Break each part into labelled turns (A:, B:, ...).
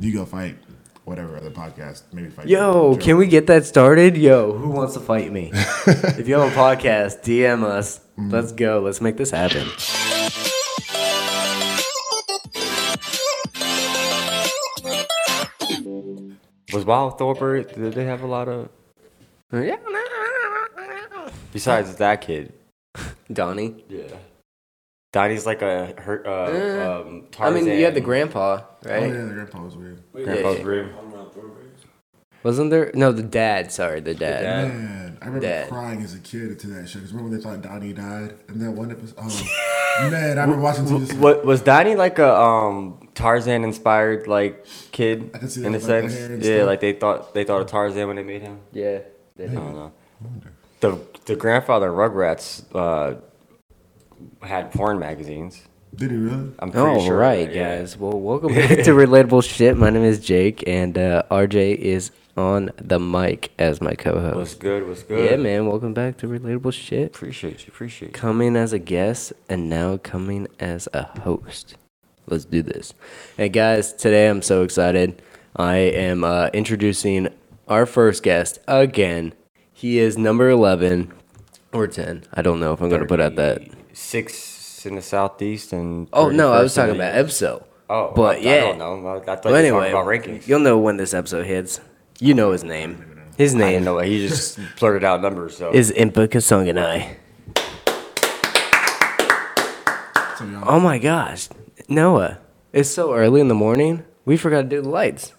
A: You go fight whatever other podcast. Maybe fight.
B: Yo,
A: Joe.
B: can we get that started? Yo, who wants to fight me? if you have a podcast, DM us. Let's go. Let's make this happen.
C: Was Wild Thorper? Did they have a lot of?
B: Yeah.
C: Besides that kid,
B: Donnie.
C: yeah. Donnie's like a her.
B: Eh,
C: Uh, um,
B: I mean, you had the
C: Tarzan.
B: grandpa,
A: Oh
B: right?
A: yeah, the grandpa was weird.
C: Grandpa's
B: Yeah.
C: room.
B: Wasn't there? No, the dad. Sorry, the dad.
C: dad. Yeah.
A: Man, I remember
B: Dad.
A: crying as a kid to that show. Cause remember when they thought Donnie died and that one episode. Oh man, I remember watching through this.
C: What was Donnie like a um Tarzan inspired like kid
A: I can see that
C: in a
A: with, like, the
C: sense?
A: hair and
C: Yeah,
A: stuff.
C: like they thought they thought of Tarzan when they made him.
B: Yeah. Oh,
C: I don't know. The the grandfather in Rugrats uh, had porn magazines.
A: Did he really?
C: I'm pretty
B: All Oh, right,
C: sure. yeah.
B: guys. Well, welcome back to Relatable Shit. My name is Jake, and uh, RJ is on the mic as my co-host.
C: What's good? What's good?
B: Yeah, man. Welcome back to Relatable Shit.
C: Appreciate you. Appreciate you.
B: Coming as a guest, and now coming as a host. Let's do this. Hey, guys. Today I'm so excited. I am uh, introducing our first guest again. He is number 11 or 10. I don't know if I'm going to put out that.
C: six in the southeast and.
B: Oh, no. I was
C: 31st in
B: talking
C: the-
B: about episode.
C: Oh,
B: but
C: I,
B: yeah.
C: I don't know. I, I thought
B: Well,
C: you were
B: anyway,
C: talking about rankings.
B: you'll know when this episode hits. You know his name. His
C: I didn't
B: name
C: know. He just blurted out numbers. So
B: is Impa Kasunganai.
A: So y'all,
B: Oh my gosh, Noah! It's so early in the morning. We forgot to do the lights.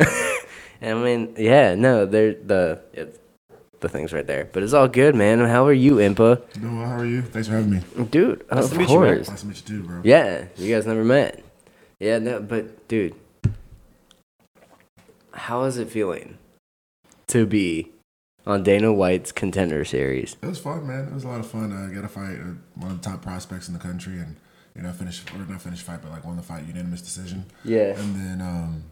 B: Oh fuck. I mean, yeah, no, they're the it, the things right there, but it's all good, man. How are you, Impa?
A: Noah, how are you? Thanks for having me.
B: Dude,
C: Nice
B: of
C: to meet you, man.
B: course.
A: Nice to meet you too, bro.
B: Yeah, you guys never met. Yeah, no, but dude, how is it feeling to be on Dana White's contender series?
A: It was fun, man. It was a lot of fun. I got to fight uh, one of the top prospects in the country, and you know, finish or not finish fight, but like won the fight unanimous decision.
B: Yeah.
A: And then, um,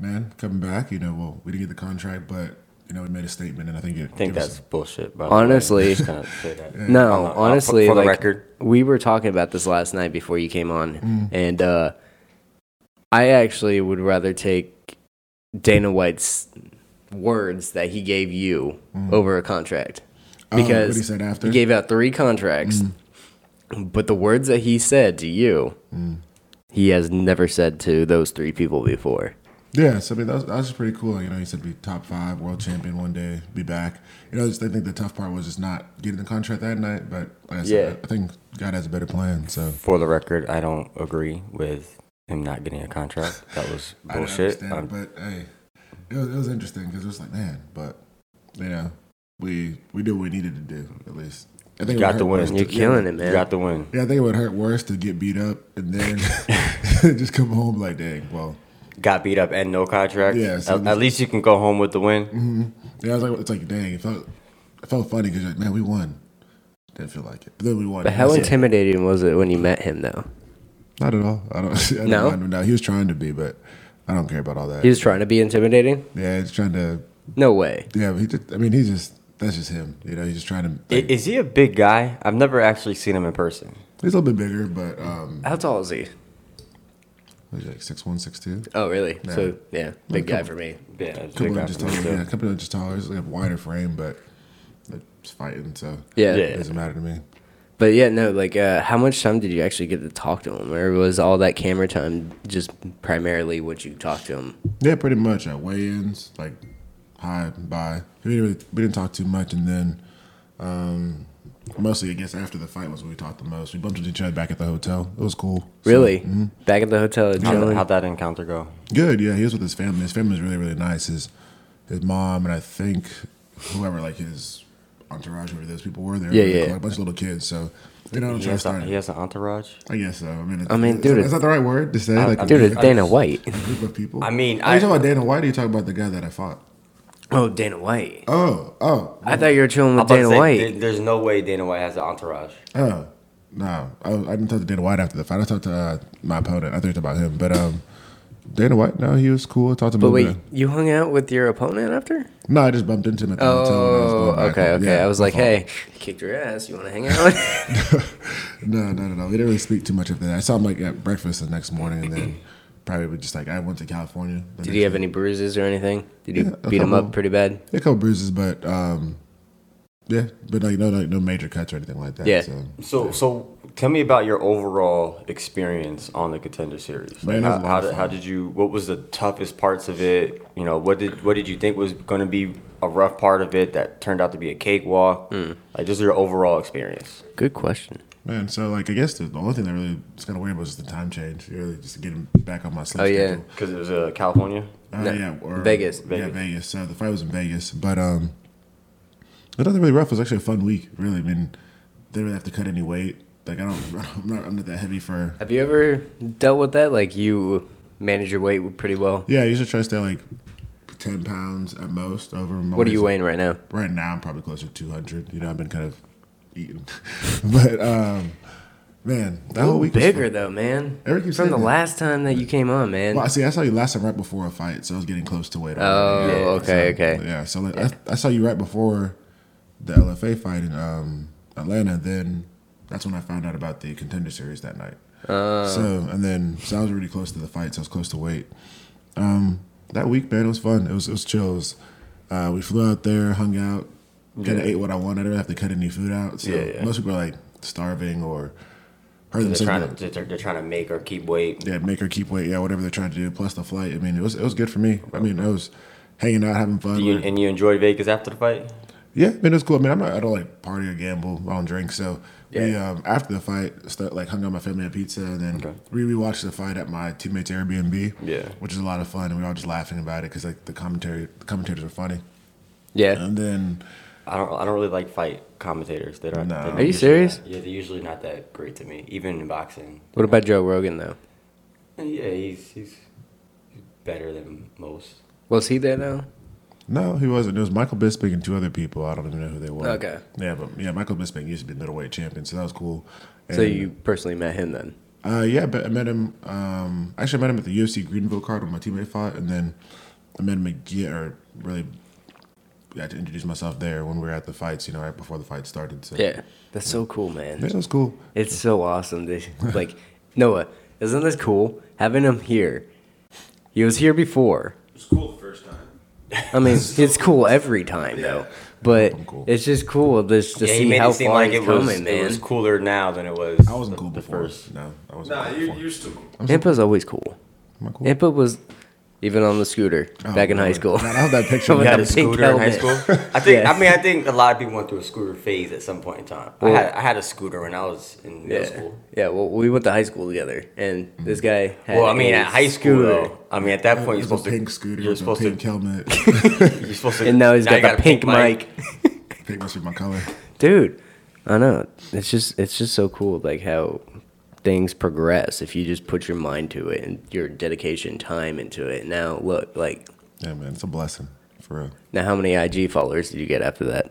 A: man, coming back, you know, well, we didn't get the contract, but you know, we made a statement, and I think it.
C: I
A: it
C: think
A: was-
C: that's bullshit. By
B: Honestly. Mm.
C: the way. I'm just gonna say that.
B: No,
C: Uh, uh, for-
B: honestly,
C: for the
B: like,
C: record.
B: we were talking about this last night before you came on, and uh, I actually would rather take Dana White's words that he gave you over a contract
A: Oh, what
B: because
A: he said after? Mm.
B: he gave out three contracts, but the words that he said to you, he has never said to those three people before.
A: Yeah, so I mean, that was, that was pretty cool. You know, he said be top five, world champion one day, be back. You know, I just, I think the tough part was just not getting the contract that night. But like I said,
B: Yeah.
A: I think God has a better plan. So
C: For the record, I don't agree with him not getting a contract. That was bullshit.
A: I don't
C: Um,
A: understand, but hey, it was, it was interesting because it was like, man, but you know, we we did what we needed to do at least. I think it
C: got
A: would
C: the
A: hurt
C: win.
A: worse to-
B: You're killing it,
C: you
B: man.
C: got the win.
A: Yeah, I think it would hurt worse to get beat up and then just come home like, dang, well,
C: Got beat up and no contract.
A: Yeah, so this-
C: at,
A: Mm-hmm.
C: at least you can go home with the win.
A: yeah, I was like, it's like, dang, it felt it felt funny because like, man, we won. Didn't feel like it, but then we won.
B: But how
A: That's it.
B: intimidating was it when you met him, though?
A: Not at all. I don't. I don't
B: No?
A: mind him now. He was trying to be, but I don't care about all that.
B: He was trying to be intimidating?
A: yeah, he's trying to.
B: No way.
A: Yeah, but he. Just, I mean, he's just. That's just him. You know, he's just trying to.
C: I- Is, he a big guy? I've never actually seen him in person.
A: he's a little bit bigger, but um,
B: How tall is he?
A: what is he, like six one, six two.
B: Oh, really?
A: Nah.
B: So, yeah, big
A: come
B: guy
A: on.
B: for me.
C: Yeah, it's a
A: Couple
C: big guy
A: inches
C: for me,
A: taller.
C: too.
A: Yeah, a couple inches taller. He's like a wider frame, but like, it's fighting, so
B: Yeah.
C: Yeah.
A: it doesn't matter to me.
B: But yeah, no, like, uh, how much time did you actually get to talk to him? Or was all that camera time just primarily what you talked to him?
A: Yeah, pretty much at weigh-ins, like hi, bye. We didn't, really, we didn't talk too much, and then um, mostly, I guess, after the fight was when we talked the most. We bumped into each other back at the hotel. It was cool. So-
B: Really?
A: mm-hmm.
B: Back at the hotel,
C: How'd that-
B: chilling?
C: how'd that encounter go?
A: Good, yeah. He was with his family. His family's really, really nice. His his mom and I think whoever like his entourage, whoever those people were, there.
B: Yeah, yeah.
A: A bunch of little kids, so you know, I'm trying
C: He
A: to
C: has, a,
A: start.
C: he has an entourage.
A: I guess so. I mean,
B: I mean,
A: it's-
B: dude,
A: is that the right word to say? like, a
B: Dude,
A: group-
B: it's Dana White.
A: a group of people.
C: I mean,
A: are
C: I-
A: you talking about Dana White? Or are you talking about the guy that I fought?
B: Oh, Dana White.
A: Oh, oh,
B: I thought you were chilling
C: I'm
B: with
C: about to
B: Dana
C: say,
B: White.
C: th- There's no way Dana White has an entourage.
A: oh, no. I, I didn't talk to Dana White after the fight. I talked to uh, my opponent. I talked about him, but um, Dana White. No, he was cool. I talked to him. a
B: But
A: little
B: wait,
A: bit.
B: you hung out with your opponent after?
A: no, I just bumped into him at the hotel. when I was
B: Oh,
A: going back
B: okay,
A: home.
B: okay.
A: Yeah,
B: I was
A: my
B: like,
A: fault.
B: hey, kicked your ass. You want to hang out?
A: No, no, no, no. We didn't really speak too much of that. I saw him like at breakfast the next morning, and then probably would just like I went to California. the
B: Did
A: next
B: he have
A: day.
B: any bruises or anything? Did you
A: Yeah, a
B: beat him
A: couple.
B: up pretty bad?
A: A couple bruises, but um, yeah, but like no, like no major cuts or anything like that.
B: Yeah.
A: So,
C: So, so tell me about your overall experience on the contender series.
A: Man, it was a
C: how,
A: lot
C: how,
A: of
C: did,
A: fun.
C: how did you? What was the toughest parts of it? You know, what did what did you think was going to be a rough part of it that turned out to be a cakewalk? Like, just your overall experience.
B: Good question.
A: man, so like I guess the, the only thing that really was kind of weird was the time change. Really, just getting back on my sleep.
B: Oh, yeah.
A: schedule.
C: Because it was uh, California.
A: Uh,
B: No,
A: yeah, or,
B: Vegas.
A: Yeah,
C: Vegas.
A: Vegas. So the fight was in Vegas, but um, nothing really rough. It was actually a fun week. Really, I mean, they didn't really have to cut any weight. Like I don't, I'm not, I'm not that heavy for.
B: Have you ever dealt with that? Like you manage your weight pretty well.
A: Yeah, I usually try to stay like ten pounds at most over. My
B: What are you
A: weight.
B: weighing right now?
A: Right now, I'm probably closer to 200. You know, I've been kind of eating, but um, man, that whole week was
B: bigger
A: fun.
B: though, man.
A: Eric keeps
B: From the
A: saying that.
B: last time that you came on, man.
A: Well, see, I saw you last time right before a fight, so I was getting close to weight.
B: Oh,
A: already.
B: okay,
A: so,
B: okay.
A: Yeah, so like, I, I saw you right before the LFA fight in um, Atlanta. Then that's when I found out about the contender series that night.
C: Uh.
A: so and then so I was really close to the fight, so I was close to weight. Um, that week, man, it was fun. It was it was chill. It was, uh, we flew out there, hung out, kind of ate what I wanted. I didn't have to cut any food out. So
C: Yeah, yeah.
A: most people are like starving or hurting
C: They're
A: themselves.
C: trying to they're, they're trying to make or keep weight.
A: Yeah, make her keep weight. Yeah, whatever they're trying to do. Plus the flight. I mean, it was it was good for me. I mean, I was hanging out, having fun.
C: You, and you enjoyed Vegas after the fight.
A: yeah, I mean, it was cool. I mean, I'm not, I don't like party or gamble. I don't drink. So we
B: Yeah.
A: um, after the fight, st- like hung out with my family at pizza, and then
C: Okay.
A: we rewatched the fight at my teammate's Airbnb.
C: Yeah.
A: which is a lot of fun, and we were all just laughing about it because like the commentary the commentators are funny.
B: yeah.
A: And then
C: I don't I don't really like fight commentators. They don't.
A: No.
C: they're
A: Are
C: not
B: you
C: usually
B: serious?
C: that- yeah, they're usually not that great to me, even in boxing.
B: What about Joe Rogan though?
C: Yeah, he's he's better than most.
B: Was he there though?
A: no, he wasn't. It was Michael Bisping and two other people. I don't even know who they were.
B: Okay.
A: Yeah, but yeah, Michael Bisping used to be middleweight champion, so that was cool.
B: So
A: And-
B: you personally met him then?
A: Uh, yeah, but I met him. Um, actually, I met him at the UFC Greenville card when my teammate fought, and then I met him again, or really got to introduce myself there when we were at the fights. You know, right before the fight started. So.
B: Yeah. That's so cool, man.
A: yeah, it was cool.
B: It's so awesome. This like Noah, isn't this cool? Having him here. He was here before.
D: It was cool the first time.
B: I mean, it's cool every time though. But
A: I'm cool.
B: it's just cool just to
C: yeah, he
B: see
C: made
B: how
C: it seem
B: far
C: like
B: he's
C: it was
B: coming, man.
C: it was cooler now than it was.
A: I wasn't
C: the,
A: cool
C: the
A: before.
C: first.
A: No, I wasn't.
D: Nah,
A: cool
D: you're,
A: before.
D: you're still cool.
B: Impa's always cool.
A: Am I cool?
B: Impa was even on the scooter
A: Oh,
B: back in high
A: Lord.
B: school.
A: God, I have that picture.
B: With
A: You
C: You
A: had
C: had
B: the
C: a
B: pink
C: scooter in high
B: helmet.
C: school. I think.
B: Yeah.
C: I mean, I think a lot of people went through a scooter phase at some point in time. I
B: Well-
C: had I had a scooter when I was in middle
B: Yeah.
C: school.
B: yeah, well, we went to high school together, and
A: Mm.
B: this guy had
C: Well, I mean,
B: a
C: at high school,
B: scooter,
C: though, I mean, at that point,
A: It
C: you're
A: was a
C: supposed to
A: pink scooter,
C: You're
A: with a
C: supposed
A: pink
C: to.
A: helmet.
C: You're supposed to.
B: and now he's
C: you
B: got the
C: a
B: pink mic.
A: pink must be my color.
B: Dude, I know. It's just it's just so cool, like how things progress if you just put your mind to it and your dedication, time into it. Now, look, like
A: Yeah, man, it's a blessing for real.
B: now, how many IG followers did you get after that?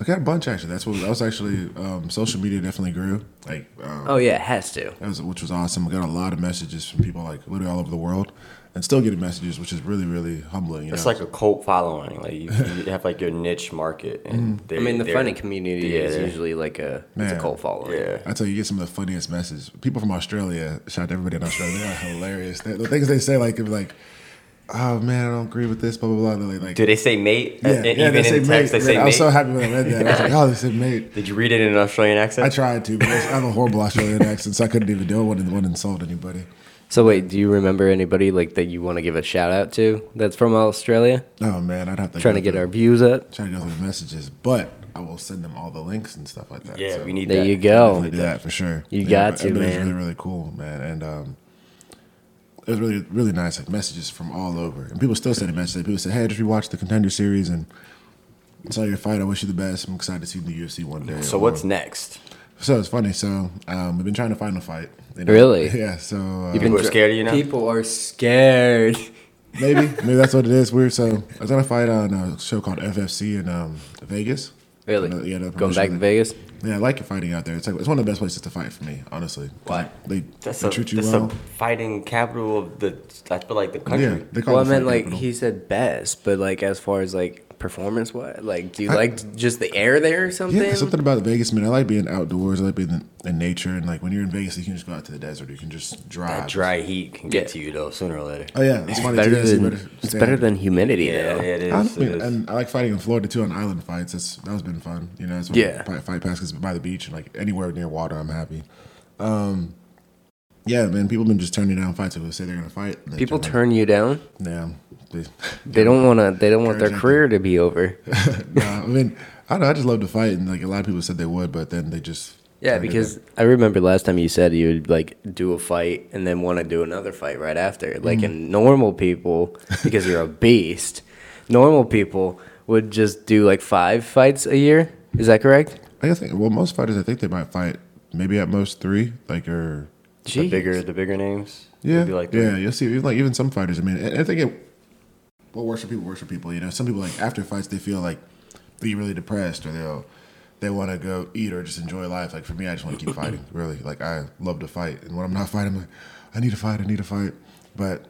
A: I got a bunch actually. That's what that was actually. Um, social media definitely grew. Like, um,
B: Oh yeah, it has to.
A: That was, which was awesome. I got a lot of messages from people like literally all over the world, and still getting messages, which is really really humbling. You
C: It's
A: know?
C: like a cult following. Like you, you have like your niche market, and
A: Mm-hmm.
B: I mean, the
C: they're-
B: funny community
C: Yeah,
B: is
C: they're-
B: usually like a it's a
A: Man.
B: cult following.
C: Yeah.
A: I tell you, you get some of the funniest messages. People from Australia, shout out to everybody in Australia, they are hilarious. They, the things they say, like, it'd be like, oh man, I don't agree with this, blah, blah, blah. They're like,
C: Do they say mate? Uh,
A: yeah,
C: Even
A: yeah, they
C: in
A: say
C: text,
A: mate.
C: they
A: Yeah,
C: say
A: I
C: mate.
A: was so happy when I read that. I was like, oh, they said mate.
C: Did you read it in an Australian
A: I
C: accent?
A: tried to, but I have a horrible Australian accent, so I couldn't even do it. I wouldn't, wouldn't insult anybody.
B: So wait, do you remember anybody like that you want to give a shout out to that's from Australia?
A: Oh man, I'd have to
B: Trying
A: go
B: to get
A: through-
B: our views up.
A: trying to go through the messages, but I will send them all the links and stuff like that.
C: yeah,
A: so.
C: we need
B: There
C: that.
B: you
A: definitely
B: go.
A: do that for sure.
B: Oh, You got
A: but
B: to,
A: it was
B: man.
A: really, really cool, man. And um, it was really, really nice. Like messages from all over, and people still sending messages. People say, "Hey, I just rewatched the Contender series and saw your fight. I wish you the best. I'm excited to see you in the UFC one day."
C: So what's next?
A: So it's funny. So um, we've been trying to find a fight. you know?
B: Really?
A: Yeah. So uh,
C: People are scared of you now?
B: People are scared.
A: maybe, maybe that's what it is. Weird. So I was gonna fight on a show called FFC in um, Vegas.
B: Really?
A: Another- yeah, another
B: Going
A: promotion
B: back to
A: that-
B: Vegas?
A: Yeah, I like fighting out there. It's like it's one of the best places to fight for me, honestly.
B: Why?
A: They,
C: That's
A: they
C: a,
A: treat you
C: that's
A: well.
C: a fighting capital of the. I feel like the country.
A: Yeah, they call
B: Well, I
A: it the
B: meant
A: fight
B: like
A: capital.
B: he said best, but like as far as like performance wise? Like, do you like just the air there or something?
A: Yeah, something about Vegas, man. I like being outdoors. I like being in, in nature, and like when you're in Vegas, you can just go out to the desert. You can just drive.
C: That dry heat can get
B: Yeah.
C: to you though sooner or later.
A: Oh yeah, it's funny.
B: better
A: Vegas is
B: than, it's
A: stand-
B: better than humidity,
C: Yeah,
B: though.
C: it is.
A: I
C: it
A: mean,
C: is.
A: and I like fighting in Florida too on island fights. That's that's been fun. You know, that's when
B: Yeah.
A: fight, fight passes by the beach and like anywhere near water, I'm happy. Um, yeah, man, people been just turning down fights. If they say they're gonna fight, and they
B: People turn you down.
A: down. Yeah, they-
B: They don't want to. They don't want their
A: Encouraging.
B: career to be over.
A: nah, I mean, I don't. know, I just love to fight, and like a lot of people said they would, but then they just
B: Yeah,
A: turned it
B: because I remember last time you said you would like do a fight and then want to do another fight right after. Like in normal people, because you're a beast, normal people would just do like five fights a year. Is that correct?
A: down. I think well, most fighters, I think they might fight maybe at most three, like or
C: the bigger the bigger names.
A: Yeah,
C: would be like
A: yeah. You'll see, even like even some fighters. I mean, I, I think it. Well, worship people, worship people. You know, some people like after fights they feel like be really depressed or they'll they want to go eat or just enjoy life. Like for me, I just want to keep fighting. Really, like I love to fight, and when I'm not fighting, I'm like, I need to fight, I need to fight. But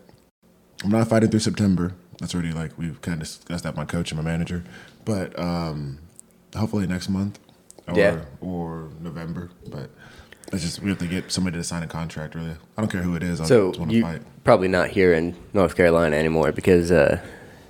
A: I'm not fighting through September. That's already like we've kind of discussed that with my coach and my manager. But um, hopefully next month or
B: Yeah.
A: or November. But that's just we have to get somebody to sign a contract. Really, I don't care who it is. I
B: So
A: just want to
B: you
A: fight.
B: probably not here in North Carolina anymore because uh,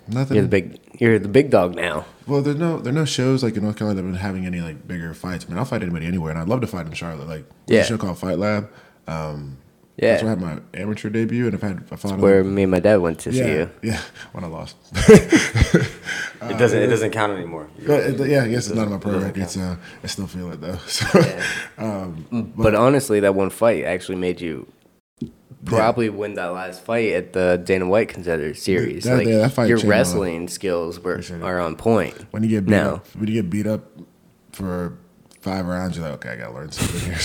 A: Nothing.
B: you're the big you're the big dog now.
A: Well, there's no there are no shows like in North Carolina that have been having any like bigger fights. I mean, I'll fight anybody anywhere, and I'd love to fight in Charlotte. Like there's
B: Yeah.
A: a show called Fight Lab. Um,
B: Yeah,
A: That's where I had my amateur debut, and I've had I fought
B: where
A: other-
B: me and my dad went to see
A: yeah,
B: you.
A: yeah, when I lost.
C: it doesn't it doesn't count anymore.
A: But it, yeah, I guess it's not in my
C: Doesn't-
A: pro
C: doesn't
A: record,
C: count.
A: so I still feel it though. So,
B: But honestly, that one fight actually made you probably win that last fight at the Dana White Contender Series.
A: that-
B: like
A: yeah, that fight
B: your
A: changed my life.
B: wrestling skills were are on point.
A: when you get beat
B: No.
A: up, when you get beat up for five rounds, you're like, okay, I gotta learn something here.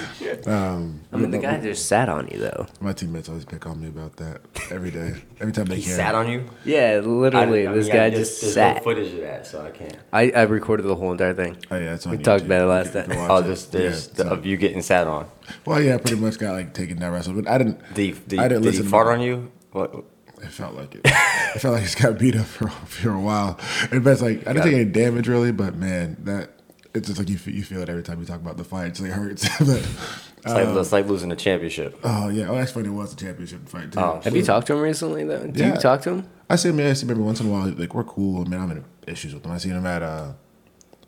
A: So, um,
B: I mean, the guy just sat on you though.
A: my teammates always pick on me about that every day, every time they
C: He
A: can.
C: sat on you.
B: Yeah, literally,
C: I- I
B: this
C: mean, I-
B: guy
C: there's-
B: just
C: there's no
B: sat.
C: footage of that, so I can't.
B: I, I recorded the whole entire thing.
A: Oh yeah, it's on
B: We talked
A: YouTube.
B: about it last
A: You can
B: time.
A: watch
C: Oh,
A: it.
C: just there's
A: Yeah,
C: the,
A: so-
C: of you getting sat on.
A: Well, yeah, I pretty much got like taken down wrestled, but I didn't.
C: Did he, did,
A: I
C: he-
A: didn't
C: did he
A: listen.
C: fart on you? What?
A: It felt like it. it felt like it's got beat up for, for a while. And that's like I didn't take any damage really, but man, that it's just like you fe- you feel it every time you talk about the fight. It's like it hurts. but uh,
C: It's, like,
A: Um,
C: it's like losing a championship.
A: oh yeah, oh that's funny. It was a championship fight too.
C: Oh,
B: Have you talked to him recently though? Do
A: Yeah.
B: you talk to him?
A: I see him. Yeah, I see him every once in a while. Like we're cool. I mean, I'm in issues with him. I seen him at uh,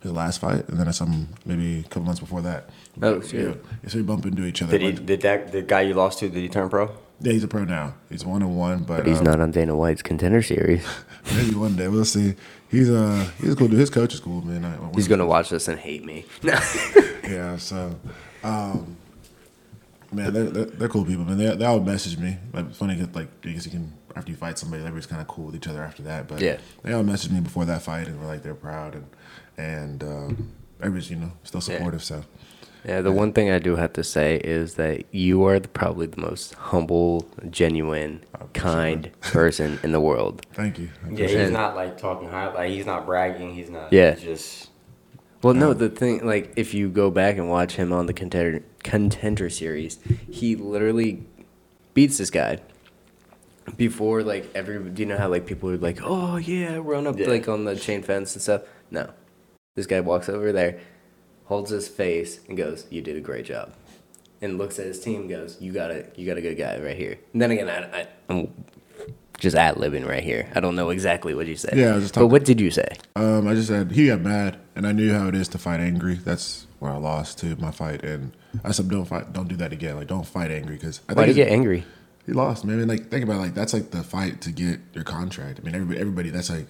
A: his last fight, and then I saw him maybe a couple months before that.
B: Oh, shit.
A: Yeah, so we bump into each other.
C: Did he? Did that? The guy you lost to? Did he turn pro?
A: yeah, he's a pro now. He's one and one, but,
B: He's
A: um,
B: not on Dana White's Contender Series.
A: Maybe one day we'll see. He's uh he's a cool dude. His coach is cool, man. I,
B: He's gonna watch this and hate me.
A: yeah. So, um, man, they're, they're, they're cool people, man. They they all message me. Like, it's funny 'cause, like because you can after you fight somebody, everybody's kind of cool with each other after that. But
B: Yeah.
A: they all message me before that fight and were like they're proud and and um, everybody's you know still supportive. So
B: Yeah, the one thing I do have to say is that you are the, probably the most humble, genuine, kind person in the world.
A: thank you.
C: Yeah,
B: he's
C: he's
B: And-
C: not like talking high. Like he's not bragging. He's not.
B: Yeah. he's
C: Just
B: Well,
A: Um,
B: no, the thing, like, if you go back and watch him on the contender, contender series, he literally beats this guy. Before, like, every, do you know how, like, people would, like, oh, yeah, run up,
C: Yeah.
B: like, on the chain fence and stuff? No. This guy walks over there, holds his face, and goes, you did a great job. And looks at his team and goes, you got a, you got a good guy right here. And then again, I, I, I'm just ad-libbing right here. I don't know exactly what you said.
A: Yeah, I was just
B: But
A: talking-
B: what did you say?
A: Um, I just said he got mad, and I knew how it is to fight angry. That's where I lost to my fight, and I said don't fight, don't do that again. Like don't fight angry because
B: Why do you get angry?
A: He lost, man. I mean, like, think about it, like that's like the fight to get your contract. I mean, everybody, everybody that's like,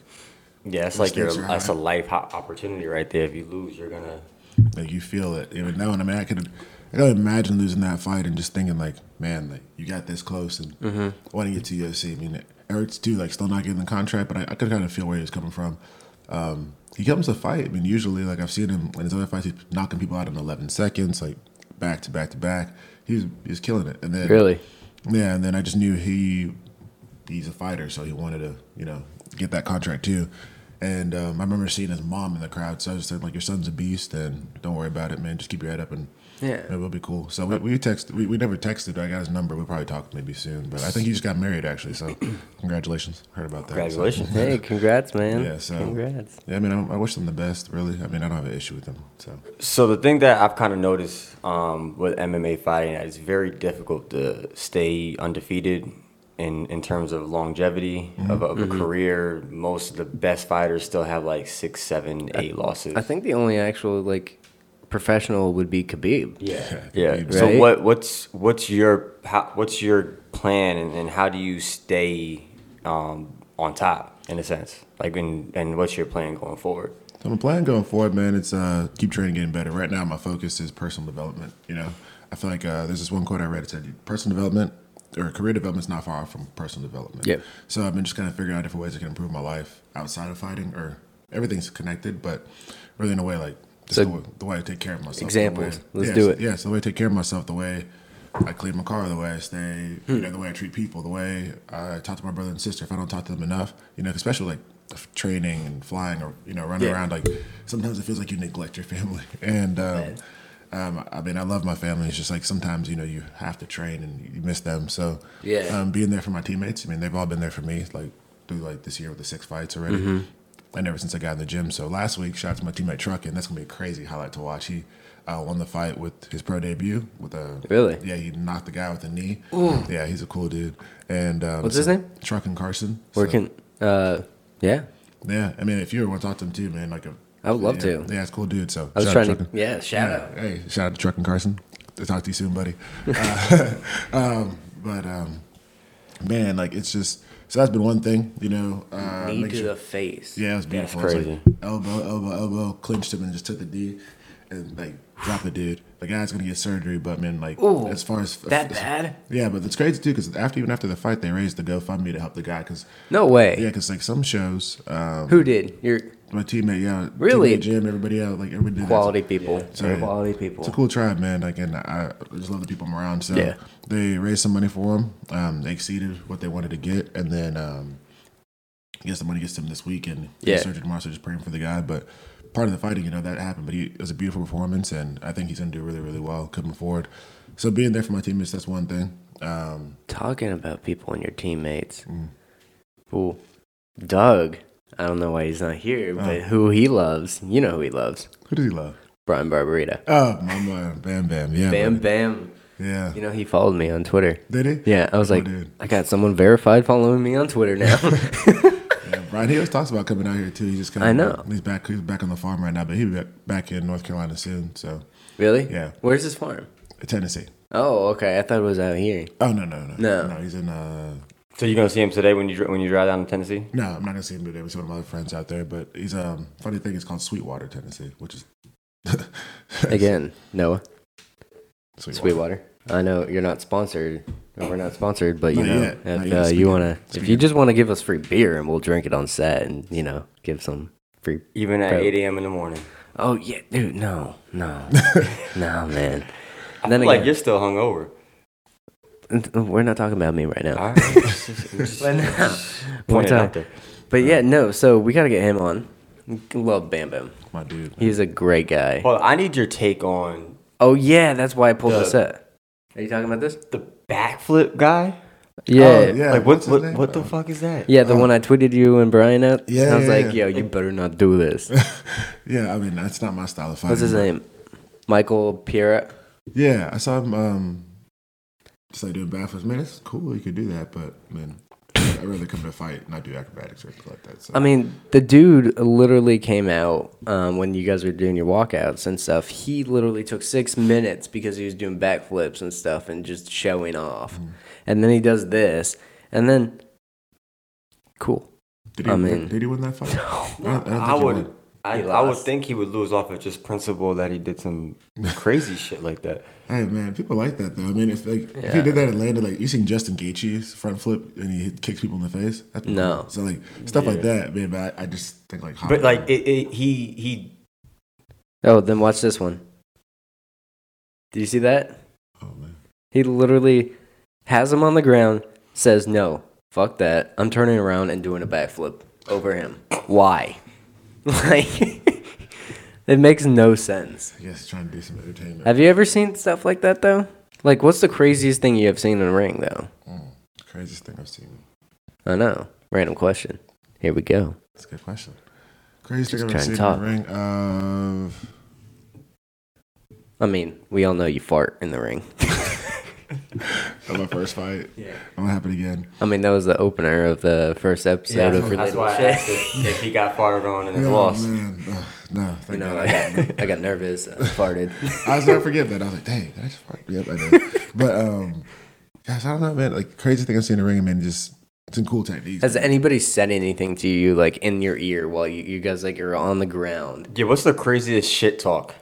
C: yeah, it's like your
A: stakes are
C: that's
A: high.
C: a life ho- opportunity right there. If you lose, you're gonna.
A: like you feel it. Even now, and I mean, I could, I don't imagine losing that fight and just thinking like, man, like you got this close and I want to get to UFC. I mean, it hurts too. Like, still not getting the contract, but I, I could kind of feel where he was coming from. Um, he comes to fight. I mean, usually, like I've seen him in his other fights, he's knocking people out in 11 seconds, like back to back to back. He's he's killing it, and then
B: Really?
A: Yeah, and then I just knew he he's a fighter, so he wanted to you know get that contract too. And um, I remember seeing his mom in the crowd, so I just said like, "Your son's a beast, and don't worry about it, man. Just keep your head up and
B: Yeah.
A: It will be cool. So we, we text we, we never texted. I got his number. We'll probably talk maybe soon. But I think he just got married actually. So congratulations. Heard about that. so-
C: Congratulations.
B: Hey, congrats, man.
A: Yeah, so-
B: Congrats.
A: Yeah, I mean, I, I wish them the best. Really, I mean, I don't have an issue with them. So
C: So the thing that I've kind of noticed um, with MMA fighting is it's very difficult to stay undefeated in in terms of longevity of, a- of a career. Most of the best fighters still have like six, seven, eight losses.
B: I think the only actual like professional would be Khabib.
C: yeah, yeah.
A: Right.
C: So what what's what's your how, what's your plan and, and how do you stay um, on top in a sense? Like and and what's your plan going forward?
A: So my plan going forward, man, it's uh, keep training, getting better. Right now, my focus is personal development. You know, I feel like uh, there's this one quote I read. It said, "Personal development or career development is not far off from personal development."
B: Yep.
A: So I've been just kind of figuring out different ways I can improve my life outside of fighting, or everything's connected, but really in a way like just
B: So-
A: the, way, the way I take care of myself. the
B: Examples.
A: way-
B: Let's
A: yeah,
B: do
A: so-
B: it.
A: Yeah, so the way I take care of myself, the way I clean my car, the way I stay,
B: Hmm.
A: you know, the way I treat people, the way I talk to my brother and sister. If I don't talk to them enough, you know, especially like f- training and flying or you know running
B: Yeah.
A: around, like sometimes it feels like you neglect your family. And um, um, I mean, I love my family. It's just like sometimes you know you have to train and you miss them. So
B: Yeah.
A: um, being there for my teammates. I mean, they've all been there for me. Like through like this year with the six fights already
B: Mm-hmm.
A: and ever since I got in the gym. So last week, shout out to my teammate Truckin. That's gonna be a crazy highlight to watch. He uh, won the fight with his pro debut with a
B: Really?
A: yeah. He knocked the guy with the knee. Yeah, he's a cool dude. And um,
B: What's his name?
A: Truckin Carson. So,
B: Where can uh yeah.
A: yeah, I mean, if you ever want to talk to him too, man, like a,
B: I would love
A: yeah,
B: to.
A: Yeah, it's a cool dude. So
B: I was
A: shout out
B: trying to
A: Truckin.
B: Yeah, shout
A: Yeah.
B: out.
A: Hey, shout out to Truck and Carson. I'll talk to you soon, buddy. Uh, um, but um, man, like it's just so that's been one thing, you know. Uh,
B: Knee
A: make
B: to
A: sure-
B: the face.
A: yeah, it was beautiful.
C: That's
A: It was like elbow, elbow, elbow, clinched him and just took the D and like dropped the dude. The guy's gonna get surgery, but man, like
B: Ooh,
A: as far as
B: that
A: as-
B: bad?
A: yeah. But it's crazy too because after even after the fight, they raised the GoFundMe to help the guy because
B: No way.
A: yeah, because like some shows, um,
B: Who did? Your
A: my teammate, yeah,
B: Really?
A: teammate Jim, everybody out, like everybody did that.
B: quality people.
A: So, yeah.
B: Quality people.
A: It's a cool tribe, man. Like, and I I just love the people I'm around. So
B: Yeah.
A: they raised some money for him. Um, they exceeded what they wanted to get, and then um, I guess the money gets to him this week, and
B: Yeah.
A: he's surgery tomorrow. So just praying for the guy. But part of the fighting, you know, that happened. But he, it was a beautiful performance, and I think he's gonna do really, really well coming forward. So being there for my teammates, that's one thing. Um,
B: Talking about people and your teammates.
A: Mm.
B: Ooh. Doug. I don't know why he's not here,
A: Oh.
B: but who he loves. You know who he loves.
A: who does he love?
B: Brian Barberita.
A: Oh, my man, Bam Bam, yeah,
B: Bam
A: buddy.
B: bam.
A: yeah.
B: You know he followed me on Twitter.
A: Did he?
B: Yeah, I was
A: Oh,
B: like,
A: dude.
B: I got someone verified following me on Twitter now.
A: Yeah, Brian He always talks about coming out here too. He just kind of
B: I know.
A: he's back he's back on the farm right now, but he'll be back- back in North Carolina soon. So
B: really?
A: Yeah.
B: Where's his farm?
A: Tennessee.
B: Oh, okay. I thought it was out here.
A: Oh no no no
B: No.
A: no he's in uh
C: So you're gonna see him today when you dri- when you drive down to Tennessee.
A: no I'm not gonna see him today with some of my other friends out there, but he's um funny thing it's called Sweetwater, Tennessee, which is
B: Again, Noah
A: Sweetwater.
B: Sweetwater. I know you're not sponsored. or We're not sponsored, but you
A: Not
B: know,
A: yet. Not
B: if
A: yet.
B: uh,
A: Speaking-
B: you wanna, if
A: speaking
B: you
A: of-
B: just wanna give us free beer and we'll drink it on set and you know, give some free.
C: Even at
B: Bro.
C: 8 a.m. in the morning.
B: Oh yeah, dude. No, no, no, man. And then
C: Then like
B: again,
C: you're still hungover.
B: we're not talking about me right now.
C: All right. Just- just
B: But no, one
C: point it out
B: time.
C: there.
B: But yeah, no. So we gotta get him on. Love Bam Bam.
A: My dude.
B: He's a great guy.
C: Hold on, I need your take on
B: Oh yeah, that's why I pulled
C: The-
B: this up. Are you talking about this?
C: the backflip guy.
B: Yeah.
A: Oh, yeah.
C: like
A: what's his
C: what what,
A: name?
C: what the fuck is that?
B: Yeah, the one I tweeted you and Brian at.
A: Yeah,
B: I was
A: yeah,
B: like,
A: yeah.
B: yo, you better not do this.
A: Yeah, I mean that's not my style of fighting.
B: What's his name? Michael Pierre.
A: Yeah, I saw him um just like doing backflips. Man, it's cool you could do that, but man, I'd rather come to a fight and not do acrobatics or anything like that. So
B: I mean, the dude literally came out um, when you guys were doing your walkouts and stuff. He literally took six minutes because he was doing backflips and stuff and just showing off.
A: Mm.
B: And then he does this, and then cool.
A: did he
B: I
A: win-
B: mean-
A: did he win that fight? I, don't- I don't think
C: I
A: he
C: would
A: won.
C: I,
B: He
C: I would
B: lost.
C: think he would lose off of just principle that he did some crazy shit like that.
A: Hey man, people like that though. I mean, if like if he did that in Atlanta, like you seen Justin Gaethje's front flip and he hit- kicks people in the face. That's pretty
B: No.
A: cool. so like stuff like that, man. But I, I just think like,
C: But like it, it he he
B: Oh, then watch this one. Do you see that?
A: oh man,
B: He literally has him on the ground, says, No, fuck that. I'm turning around and doing a backflip over him. Why? like, It makes no sense.
A: I guess he's trying to do some entertainment.
B: Have you ever seen stuff like that though? Like, what's the craziest thing you have seen in a ring though?
A: Mm. Craziest thing I've seen.
B: I know. Random question. Here we go.
A: That's a good question. Craziest
B: Just
A: thing I've
B: trying to
A: ever seen in the ring. Of
B: I mean, we all know you fart in the ring.
A: of my first fight. Yeah. It won't happen again.
B: I mean, that was the opener of the first episode of
C: that's
B: Relatable
C: why I
B: Shit.
C: asked if, if he got fired on and
A: Oh,
C: lost.
A: man. Ugh, no, thank
B: You know,
A: God.
B: I got, I got nervous. I farted.
A: I was never forget that. I was like, dang, did I just fart? Yep, I did. but um, gosh, I don't know, man. Like crazy thing I've seen in the ring, man. Just some cool techniques.
B: Has anybody said anything to you like in your ear while you, you guys like are on the ground?
C: Yeah, what's the craziest shit talk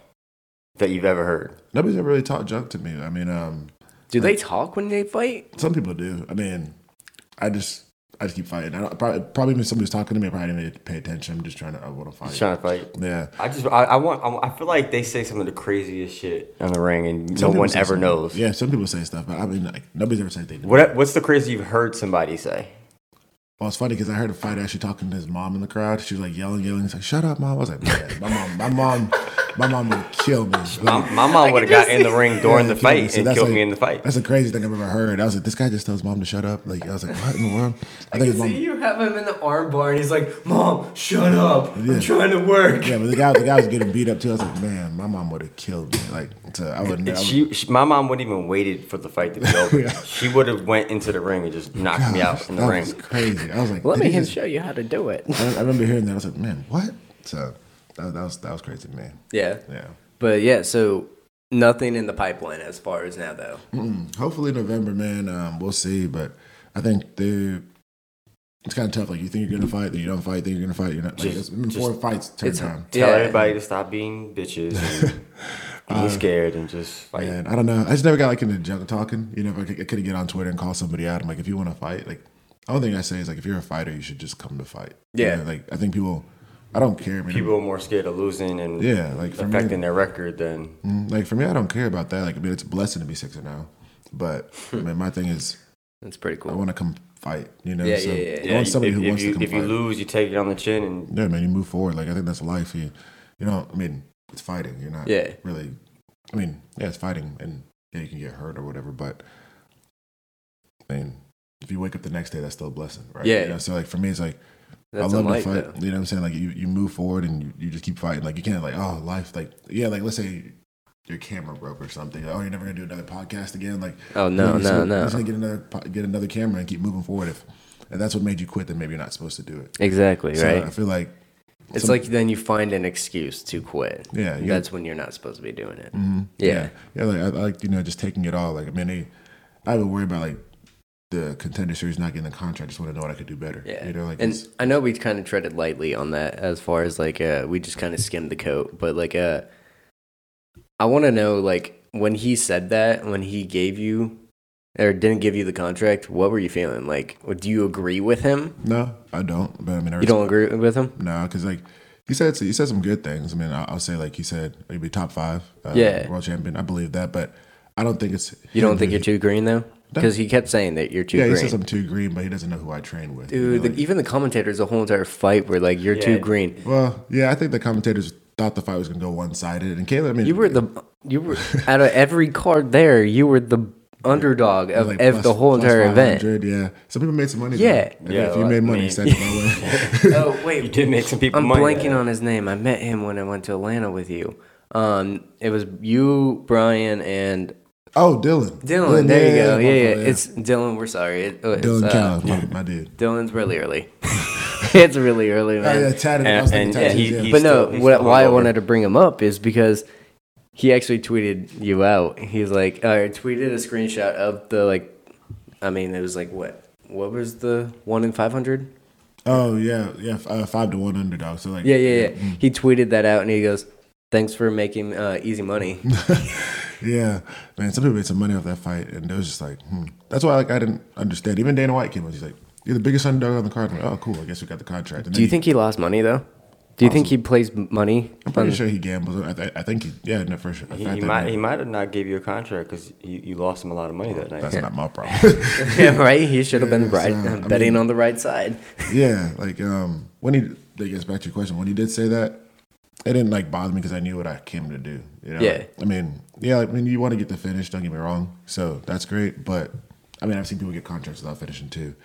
C: that you've ever heard?
A: Nobody's ever really talked junk to me. I mean, um,
B: Do they talk when they fight?
A: some people do. I mean, I just. I just keep fighting. I don't, probably, probably when somebody's talking to me, I probably didn't really pay attention. I'm just trying to, I want to fight.
C: Just trying to fight.
A: yeah.
C: I just, I, I want, I, I feel like they say some of the craziest shit in the ring, and
A: Some
C: no
A: people
C: one
A: say
C: ever
A: stuff.
C: knows.
A: Yeah, some people say stuff, but I mean, like, nobody's ever said anything. to me.
C: What, what's the craziest you've heard somebody say?
A: Well, it's funny because I heard a fight actually talking to his mom in the crowd. She was like yelling, yelling. He's like, "Shut up, mom!" I was like, "Man, my mom, my mom, my mom would kill me."
C: My, my mom would have got in the ring during the
A: Yeah, kill me.
C: fight
A: So
C: and
A: that's
C: killed
A: like-
C: me in the fight.
A: That's the craziest thing I've ever heard. I was like, "This guy just tells mom to shut up." Like, I was like, "What in the world?" I think his mom.
B: you have him in the arm bar and he's like, Mom, shut up. I'm trying to work.
A: Yeah, but the guy, the guy was getting beat up too. I was like, "Man, my mom would have killed me." Like, so I would never.
C: She, she, my mom wouldn't even waited for the fight to be over.
A: Yeah.
C: She would have went into the ring and just knocked me out in the
A: that
C: ring.
A: was crazy. I was like,
B: Let
A: "Did
B: me
A: he
B: him
A: just-"
B: show you how to do it.
A: I I remember hearing that. I was like, "Man, what?" So that, that was that was crazy, man.
B: Yeah.
A: Yeah.
B: But yeah, so nothing in the pipeline as far as now though.
A: Hopefully November, man. Um, we'll see, but I think they It's kind of tough. Like you think you're gonna fight, then you don't fight, then you're gonna fight. You're not. Like,
C: Just-
A: it's been four fights turn
B: It's
A: time.
C: Tell
B: yeah.
C: everybody to stop being bitches and being
A: Uh,
C: scared and just fight.
A: Man, I don't know. I just never got like into junk talking. You know, if I could, I could get on Twitter and call somebody out. I'm like, if you want to fight, like, the only thing I say is like, if you're a fighter, you should just come to fight. You
B: Yeah.
A: know, like I think people, I don't care. man.
C: People are more scared of losing and
A: Yeah, like for me,
C: affecting their record than
A: mm, like for me, I don't care about that. Like, I mean, it's a blessing to be six and now, but I
C: Hmm.
A: mean, my thing is,
B: That's pretty cool.
A: I want to come fight. You know,
B: Yeah, yeah, yeah, yeah.
A: I
C: Yeah,
A: want somebody
C: if,
A: who
C: if
A: wants
C: you,
A: to come
C: if
A: fight.
C: you lose, you take it on the chin, and
A: Yeah, man, you move forward. Like I think that's life. You, you know, I mean, it's fighting. You're not
B: Yeah.
A: really. I mean, yeah, it's fighting, and yeah, you can get hurt or whatever. But I mean, if you wake up the next day, that's still a blessing, right?
B: Yeah.
A: You know, so like for me, it's like
B: That's
A: I love
B: a life,
A: to fight.
B: though.
A: You know what I'm saying? Like you, you move forward and you, you just keep fighting. Like you can't like oh life like yeah like let's say your camera broke or something. oh, you're never gonna do another podcast again. Like
B: Oh no,
A: you're just gonna-
B: no,
A: You're
B: no.
A: just gonna get another po- get another camera and keep moving forward. If if that's what made you quit, then maybe you're not supposed to do it.
B: Exactly,
A: So uh,
B: right?
A: I feel like
B: It's
A: some-
B: like then you find an excuse to quit.
A: Yeah, you got-
B: that's when you're not supposed to be doing it. Yeah.
A: yeah, like I, I like you know just taking it all. Like I mean, they, I would worry about like the contender series not getting the contract. I just want to know what I could do better.
B: yeah,
A: you know, like
B: and
A: it's-
B: I know we kind of treaded lightly on that as far as like uh, we just kind of skimmed the coat, but like uh, I want to know like when he said that, when he gave you or didn't give you the contract, what were you feeling? Like, do you agree with him?
A: no, I don't. But I mean, I
B: You don't agree with him?
A: no, because like he said, he said some good things. I mean, I, I'll say like he said he'd be top five, uh,
B: Yeah.
A: world champion. I believe that, but I don't think it's
B: You don't think you're too green though? Because he kept saying that you're too
A: yeah. He
B: green.
A: says I'm too green, but he doesn't know who I train with. you
B: Dude,
A: know,
B: the,
A: like-
B: even the commentators, the whole entire fight were like, "You're too
C: Yeah.
B: green."
A: well, yeah, I think the commentators thought the fight was gonna go one sided, and Caleb, I mean,
B: You were the you were out of every card there. You were the underdog of
A: like
B: ev-
A: plus-
B: the whole
A: plus
B: entire event.
A: 500, Yeah, some people made some money.
B: Yeah.
A: though.
C: Yeah,
A: if you
C: like
A: made money,
C: me.
A: send it my way.
B: Oh
C: you
B: wait,
C: did make some people
B: I'm
C: money.
B: blanking on his name. I met him when I went to Atlanta with you. Um, it was you, Brian, and
A: Oh, Dylan.
B: Dylan. there you go.
A: my
B: Yeah, yeah,
A: fault,
B: It's Dylan. We're sorry. It, oh, it's,
A: Dylan
B: uh,
A: Callis, my, my dude.
B: Dylan's really early. it's really early,
A: Oh
B: man.
A: yeah, tatted. I
C: And-
A: was thinking
C: and- and
A: tattoos,
C: he-
A: yeah.
C: he-
B: But no,
C: still- he's
B: what,
C: still
B: why I
C: hungover.
B: wanted to bring him up is because he actually tweeted you out. He's like, uh, or tweeted a screenshot of the like, I mean, it was like what? What was the one in five hundred?
A: Oh yeah, yeah. f- Uh, five to one underdog. So like,
B: Yeah, yeah, yeah. He tweeted that out, and he goes, "Thanks for making uh, easy money."
A: yeah. Man, some people made some money off that fight, and it was just like, hmm. that's why like I didn't understand. Even Dana White came and he's like, "You're the biggest underdog on the card." I'm like, oh, cool. I guess we got the contract. And
B: Do you
A: then
B: think he lost money though? Do you think he plays m- money? Um,
A: he- I'm pretty sure he gambles. I, th- I think he. Yeah, no, for sure. I
C: He,
A: think
C: he
A: that-
C: might, he might have not gave you a contract because you, you lost him a lot of money that night.
A: That's not my problem.
B: yeah, right. He should have been
A: Yeah,
B: right,
A: so, I
B: betting
A: mean-
B: on the right side.
A: Yeah, like um, when he that gets back to your question, when he did say that, it didn't like bother me because I knew what I came to do. You know?
B: Yeah.
A: I mean, yeah. I mean, you want to get the finish. Don't get me wrong. So that's great. But I mean, I've seen people get contracts without finishing too.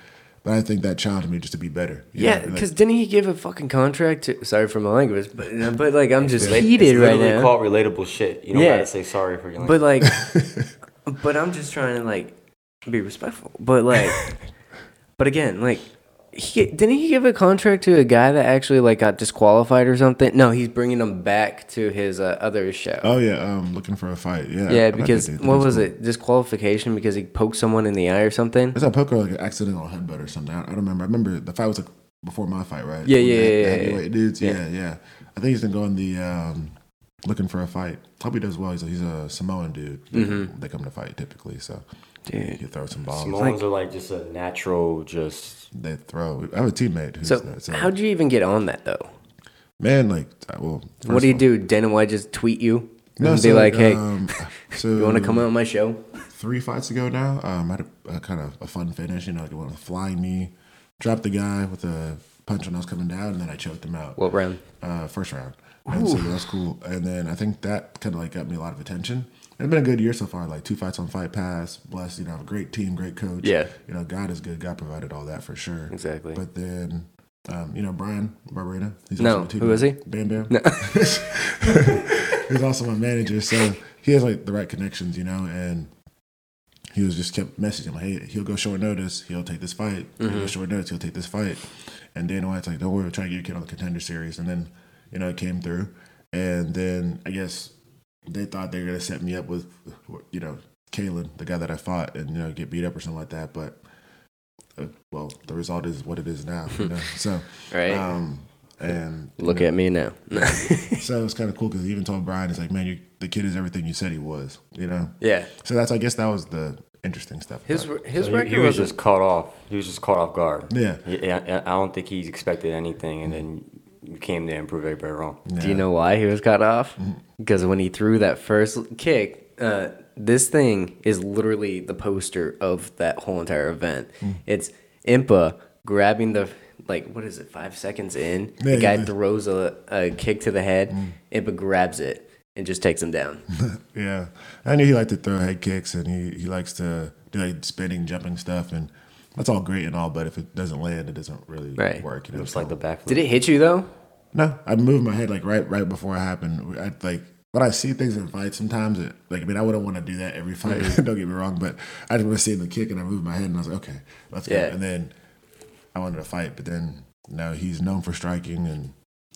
A: But I think that challenged me just to be better. you
B: Yeah,
A: know, like-
B: because didn't he give a fucking contract to? Sorry for my language, but but like I'm just
C: It's
B: heated right
C: literally
B: now.
C: called relatable shit. You don't
B: Yeah.
C: gotta say sorry for your language.
B: But like, but I'm just trying to like be respectful. But like, but again, like, he didn't he give a contract to a guy that actually like got disqualified or something? No, he's bringing him back to his uh, other show.
A: oh yeah, um, looking for a fight. Yeah. I
B: yeah,
A: bet they
B: because
A: did.
B: what
A: That's
B: was
A: cool.
B: it? Disqualification because he poked someone in the eye or something.
A: It's not poker like an accidental headbutt or something. I I don't remember. I remember the fight was like before my fight, right?
B: Yeah,
A: When
B: yeah,
A: the-
B: yeah,
A: the
B: yeah, yeah.
A: heavyweight dudes. Yeah. yeah, I think he's been going the um, looking for a fight. Hope he does well. He's a, he's a Samoan dude.
B: Mm-hmm.
A: They come to fight typically, so
B: Dude.
A: you throw some bombs.
C: Samoans are like just a natural, just
A: They throw. I have a teammate who's
B: So
A: that, so-
B: how'd you even get on that though?
A: man, like, I- well,
B: What do you do? Dana White just tweet you and be
A: so,
B: like, "Hey,
A: um, so
B: you want to come on my show?"
A: three fights ago now. Um, I had a, a kind of a fun finish, you know, like it went with a flying knee, dropped the guy with a punch when I was coming down, and then I choked him out.
B: What round?
A: uh, first round. And so that's cool. And then I think that kind of like got me a lot of attention. It's been a good year so far. Like two fights on Fight Pass. Blessed, you know, have a great team, great coach.
B: Yeah.
A: you know, God is good. God provided all that for sure.
B: Exactly.
A: But then, um, you know, Brian Barberina. He's
B: No,
A: my team
B: who is he?
A: Bam Bam. he's also my manager, so he has like the right connections, you know, and. He was just kept messaging him, hey, he'll go short notice, he'll take this fight, he'll
B: Mm-hmm.
A: go short notice, he'll take this fight. And Dana White's like, don't worry, we're trying to get your kid on the contender series. And then, you know, it came through. And then I guess they thought they were going to set me up with, you know, Kalen, the guy that I fought, and, you know, get beat up or something like that. But, uh, well, the result is what it is now, you know? So,
B: Right.
A: um, and
B: Look at me now.
A: so it was kind of cool because he even told Brian, he's like, man, you, the kid is everything you said he was, you know?
B: yeah,
A: So that's, I guess that was the interesting stuff.
B: his
A: about it.
B: his
C: he,
B: record
C: he was
B: was
C: just caught off. He was just caught off guard.
A: Yeah.
C: Yeah, I, I don't think he's expected anything, and then you came there and proved everybody wrong.
B: Do you know why he was cut off?
A: Mm-hmm.
B: Because when he threw that first kick, uh, this thing is literally the poster of that whole entire event.
A: Mm.
B: It's Impa grabbing the like what is it five seconds in
A: Yeah,
B: the guy
A: yeah. Mm.
B: throws a, a kick to the head impa grabs it and just takes him down
A: Yeah, I knew he liked to throw head kicks, and he, he likes to do like spinning, jumping stuff, and that's all great and all. But if it doesn't land, it doesn't really
B: Right.
A: work. You know,
C: It's like the backflip.
B: did it hit you though
A: no, I moved my head like right right before it happened. I like when I see things in fights, sometimes it like I mean I wouldn't want to do that every fight. Don't get me wrong, but I just want to see the kick, and I moved my head, and I was like, okay, let's
B: Yeah.
A: go. And then I wanted to fight, but then you know he's known for striking and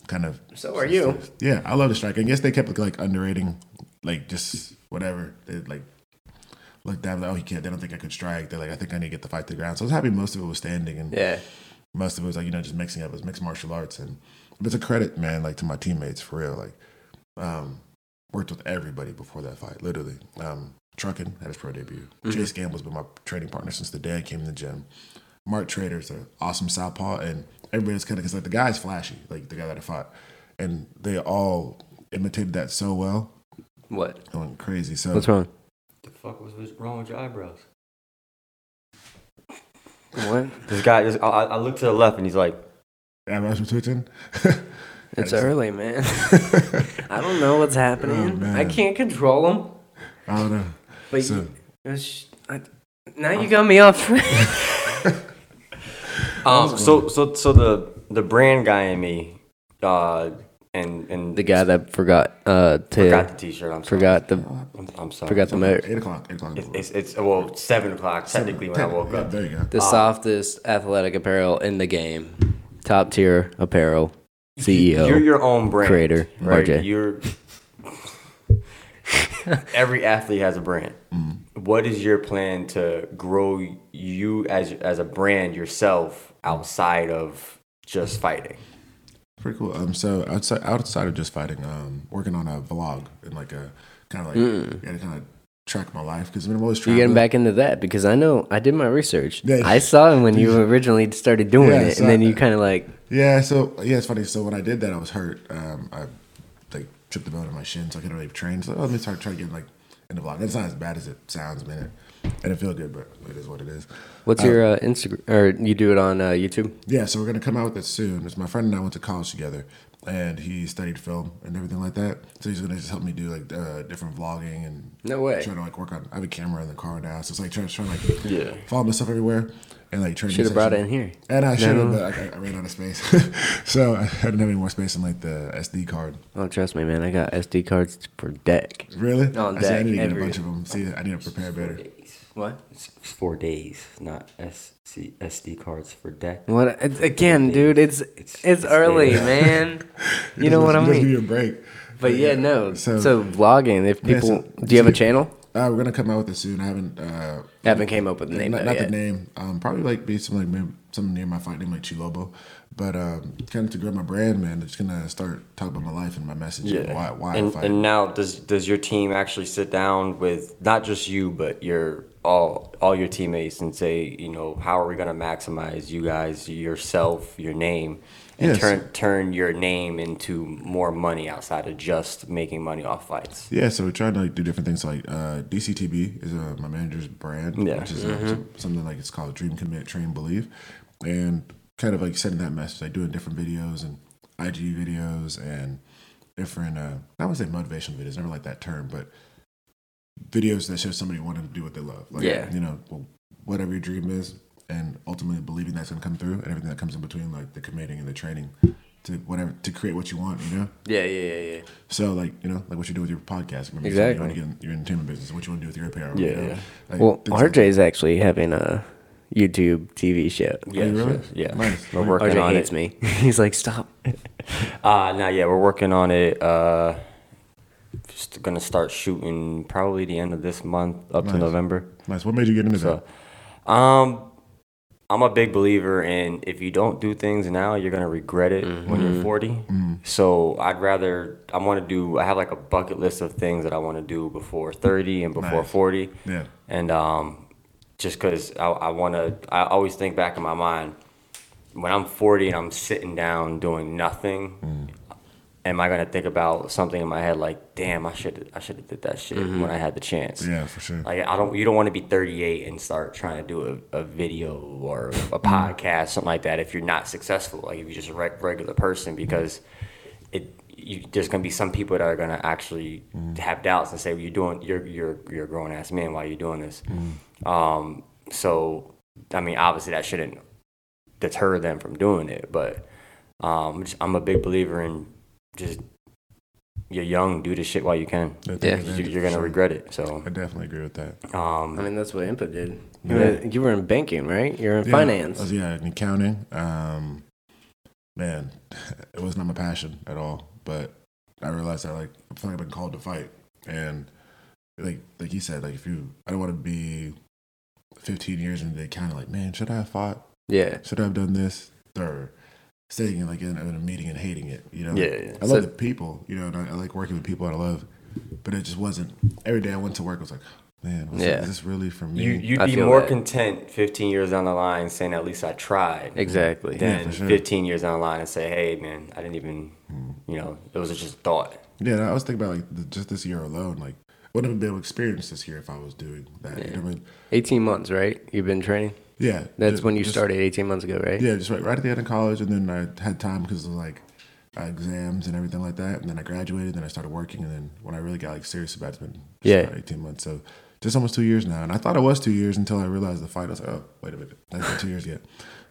A: kind of
B: so are you
A: yeah, I love the strike. I guess they kept like underrating, like just whatever. They like looked down like, oh, he can't. They don't think I could strike. They're like, I think I need to get the fight to the ground. So I was happy most of it was standing, and
B: yeah
A: most of it was like you know just mixing up. It was mixed martial arts, and but it's a credit, man, like to my teammates for real. Like, um, worked with everybody before that fight, literally. Um, Truckin had his pro debut.
B: Mm-hmm.
A: Chase Gamble's been my training partner since the day I came in the gym. Mark Trader's an awesome southpaw, and everybody's kind of because like the guy's flashy, like the guy that I fought, and they all imitated that so well.
B: what
A: It went crazy. So
B: what's wrong
C: the fuck was was wrong with your eyebrows?
B: what
C: This guy, this, I, I I looked to the left, and he's like,
A: am I twitching?
B: it's
A: I just-
B: early man i don't know what's happening i
A: Oh, man.
B: can't control him
A: I don't know.
B: But
A: So-
B: you, it was sh- I, now you got me off.
C: um, so, so, so the the brand guy in me, uh, and and
B: the guy that forgot uh to
C: forgot the t-shirt. I'm sorry.
B: forgot the
C: I'm, I'm sorry.
B: forgot the motor.
A: Eight o'clock. Eight o'clock.
C: It's it's well seven o'clock technically when I woke
A: Yeah,
C: up.
A: There you go.
B: The softest athletic apparel in the game. Top tier apparel. E CEO.
C: You're your own brand
B: creator,
C: right?
B: RJ.
C: You're every athlete has a brand. What is your plan to grow you as as a brand yourself outside of just fighting?
A: Pretty cool. Um, so outside outside of just fighting, um, working on a vlog and like a kind of like yeah, to kind of track my life because I mean, I'm always
B: You're
A: trying.
B: Mm. getting back into that because I know I did my research.
A: Yeah.
B: I saw him when you originally started doing
A: Yeah,
B: it,
A: so
B: and then
A: I-
B: you kind of like
A: Yeah. So yeah, it's funny. So when I did that, I was hurt. Um, I like tripped the bone in my shin, so I couldn't really train. So oh, let me start trying to get like in the vlog. And It's not as bad as it sounds, man. It didn't feel good, but it is what it is.
B: What's your uh, Instagram? Or you do it on uh, YouTube?
A: Yeah, so we're gonna come out with it soon. It's my friend and I went to college together, and he studied film and everything like that. So he's gonna just help me do like uh, different vlogging and
B: No way.
A: try to like work on. I have a camera in the car now, so it's like trying, trying to like
C: Yeah.
A: follow myself everywhere and like trying to
B: Should have brought it
A: section.
B: in here.
A: And I should have,
B: No.
A: but I, I ran out of space, so I didn't have any more space in like the SD card.
B: Oh, trust me, man. I got SD cards per deck.
A: Really?
B: On
A: I, see, I
B: deck,
A: need to get
B: every-
A: a bunch of them. See, I need to prepare better.
B: What?
C: It's four days, not SC, SD cards for deck.
B: What? It's, again, dude, it's it's,
C: It's- it's
B: early,
C: early.
B: man. You know
A: Just-
B: what I
A: just
B: mean?
A: Give me a break.
B: But yeah, no. So,
A: So-
B: vlogging. If
A: Yeah,
B: people,
A: so-
B: do you have a
A: so-
B: channel?
A: Uh, we're gonna come out with this soon. I haven't. Uh,
B: Haven't came up with a name
A: not
B: though
A: not
B: yet.
A: the name. Um, probably like be some like maybe something near my fight name like Chilobo, but um, kind of to grow my brand, man. It's gonna start talking about my life and my message. And why? Why I
C: and,
A: fight?
C: and now does does your team actually sit down with not just you but your all all your teammates and say you know how are we going to maximize you guys yourself your name and
A: Yes.
C: turn turn your name into more money outside of just making money off fights
A: Yeah, so we're trying to like do different things. Like uh, DCTB is uh, my manager's brand,
C: Yeah.
A: which is uh, something like it's called Dream Commit, Train Believe, and kind of like sending that message, like doing different videos and IG videos and different. Uh, I would say motivational videos, never like that term, but videos that show somebody wanting to do what they love. Like,
B: Yeah.
A: you know, whatever your dream is, and ultimately believing that's gonna come through, and everything that comes in between, like the committing and the training to whatever to create what you want. You know.
B: Yeah, yeah, yeah, yeah.
A: So like you know, like what you do with your podcast, remember
B: Exactly.
A: You want to get in your entertainment business, what you want to do with your apparel.
C: Yeah,
A: you know?
C: yeah.
A: Like,
B: Well,
A: things like-
B: RJ's actually having a YouTube TV show.
A: Are you really?
C: yeah
A: Nice.
C: we're working
B: RJ
C: on
B: hates
C: it
B: me. He's like, stop.
C: uh now yeah we're working on it uh just gonna start shooting probably the end of this month up to
A: Nice.
C: november
A: Nice. What made you get into
C: So, um, I'm a big believer in if you don't do things now, you're gonna regret it when
A: Mm-hmm.
C: you're 40. So I'd rather I want to do. I have like a bucket list of things that I want to do before 30 and before
A: Nice.
C: 40.
A: that? Yeah.
C: And um, just because I, I want to, I always think back in my mind when I'm 40 and I'm sitting down doing nothing.
A: Mm.
C: Am I gonna think about something in my head like, damn, I should I should have did that shit when I had the chance?
A: Mm-hmm. Yeah, for sure.
C: Like I don't, you don't want to be 38 and start trying to do a, a video or
A: Mm-hmm.
C: a podcast, something like that. If you're not successful, like if you're just a reg- regular person, because it, you, there's gonna be some people that are gonna actually
A: Mm-hmm.
C: have doubts and say, well, "You're doing, you're you're you're a grown ass man. Why are you doing this?"
A: Mm-hmm.
C: Um, so, I mean, obviously that shouldn't deter them from doing it, but um, just- I'm a big believer in just you're young, do the shit while you can.
A: I think
B: Yeah.
A: I did,
C: You- You're
A: for
C: gonna
A: sure.
C: regret it. So.
A: I definitely agree with that.
C: Um,
B: I mean, that's what Impa did.
A: Yeah.
B: You, were, you were in banking, right? You're in
A: Yeah. I
B: finance.
A: was- yeah, in accounting. Um, man, it was not my passion at all. But I realized that like I feel like I've been called to fight, and like like he said, like if you, I don't want to be 15 years into the accounting. Like, man, should I have fought?
B: Yeah.
A: should I have done this? Or sitting in like in, in a meeting and hating it, you know?
B: Yeah, yeah.
A: I love
B: So-
A: the people, you know, and I, I like working with people that I love, but it just wasn't. Every day I went to work, I was like, man, was
B: Yeah.
A: is this really for me?
C: You, you'd
B: I
C: be
B: feel
C: more
B: that.
C: content 15 years down the line saying at least I tried
B: Exactly.
C: than
A: for sure.
C: 15 years down the line and say, hey, man, I didn't even, you know, it was just a thought.
A: yeah, and I was thinking about like the, just this year alone, like, I wouldn't have been able to experience this year if I was doing that. You know what I mean?
B: 18 months, right? You've been training?
A: Yeah.
B: That's
A: ju-
B: when you
A: just-
B: started 18 months ago, right?
A: Yeah, just right, right at the end of college, and then I had time because of like uh, exams and everything like that. And then I graduated, then I started working, and then when I really got like serious about it, it's been just
B: Yeah.
A: about eighteen months. So just almost two years now, and I thought it was two years until I realized the fight. I was like, oh, wait a minute, that's not two years yet.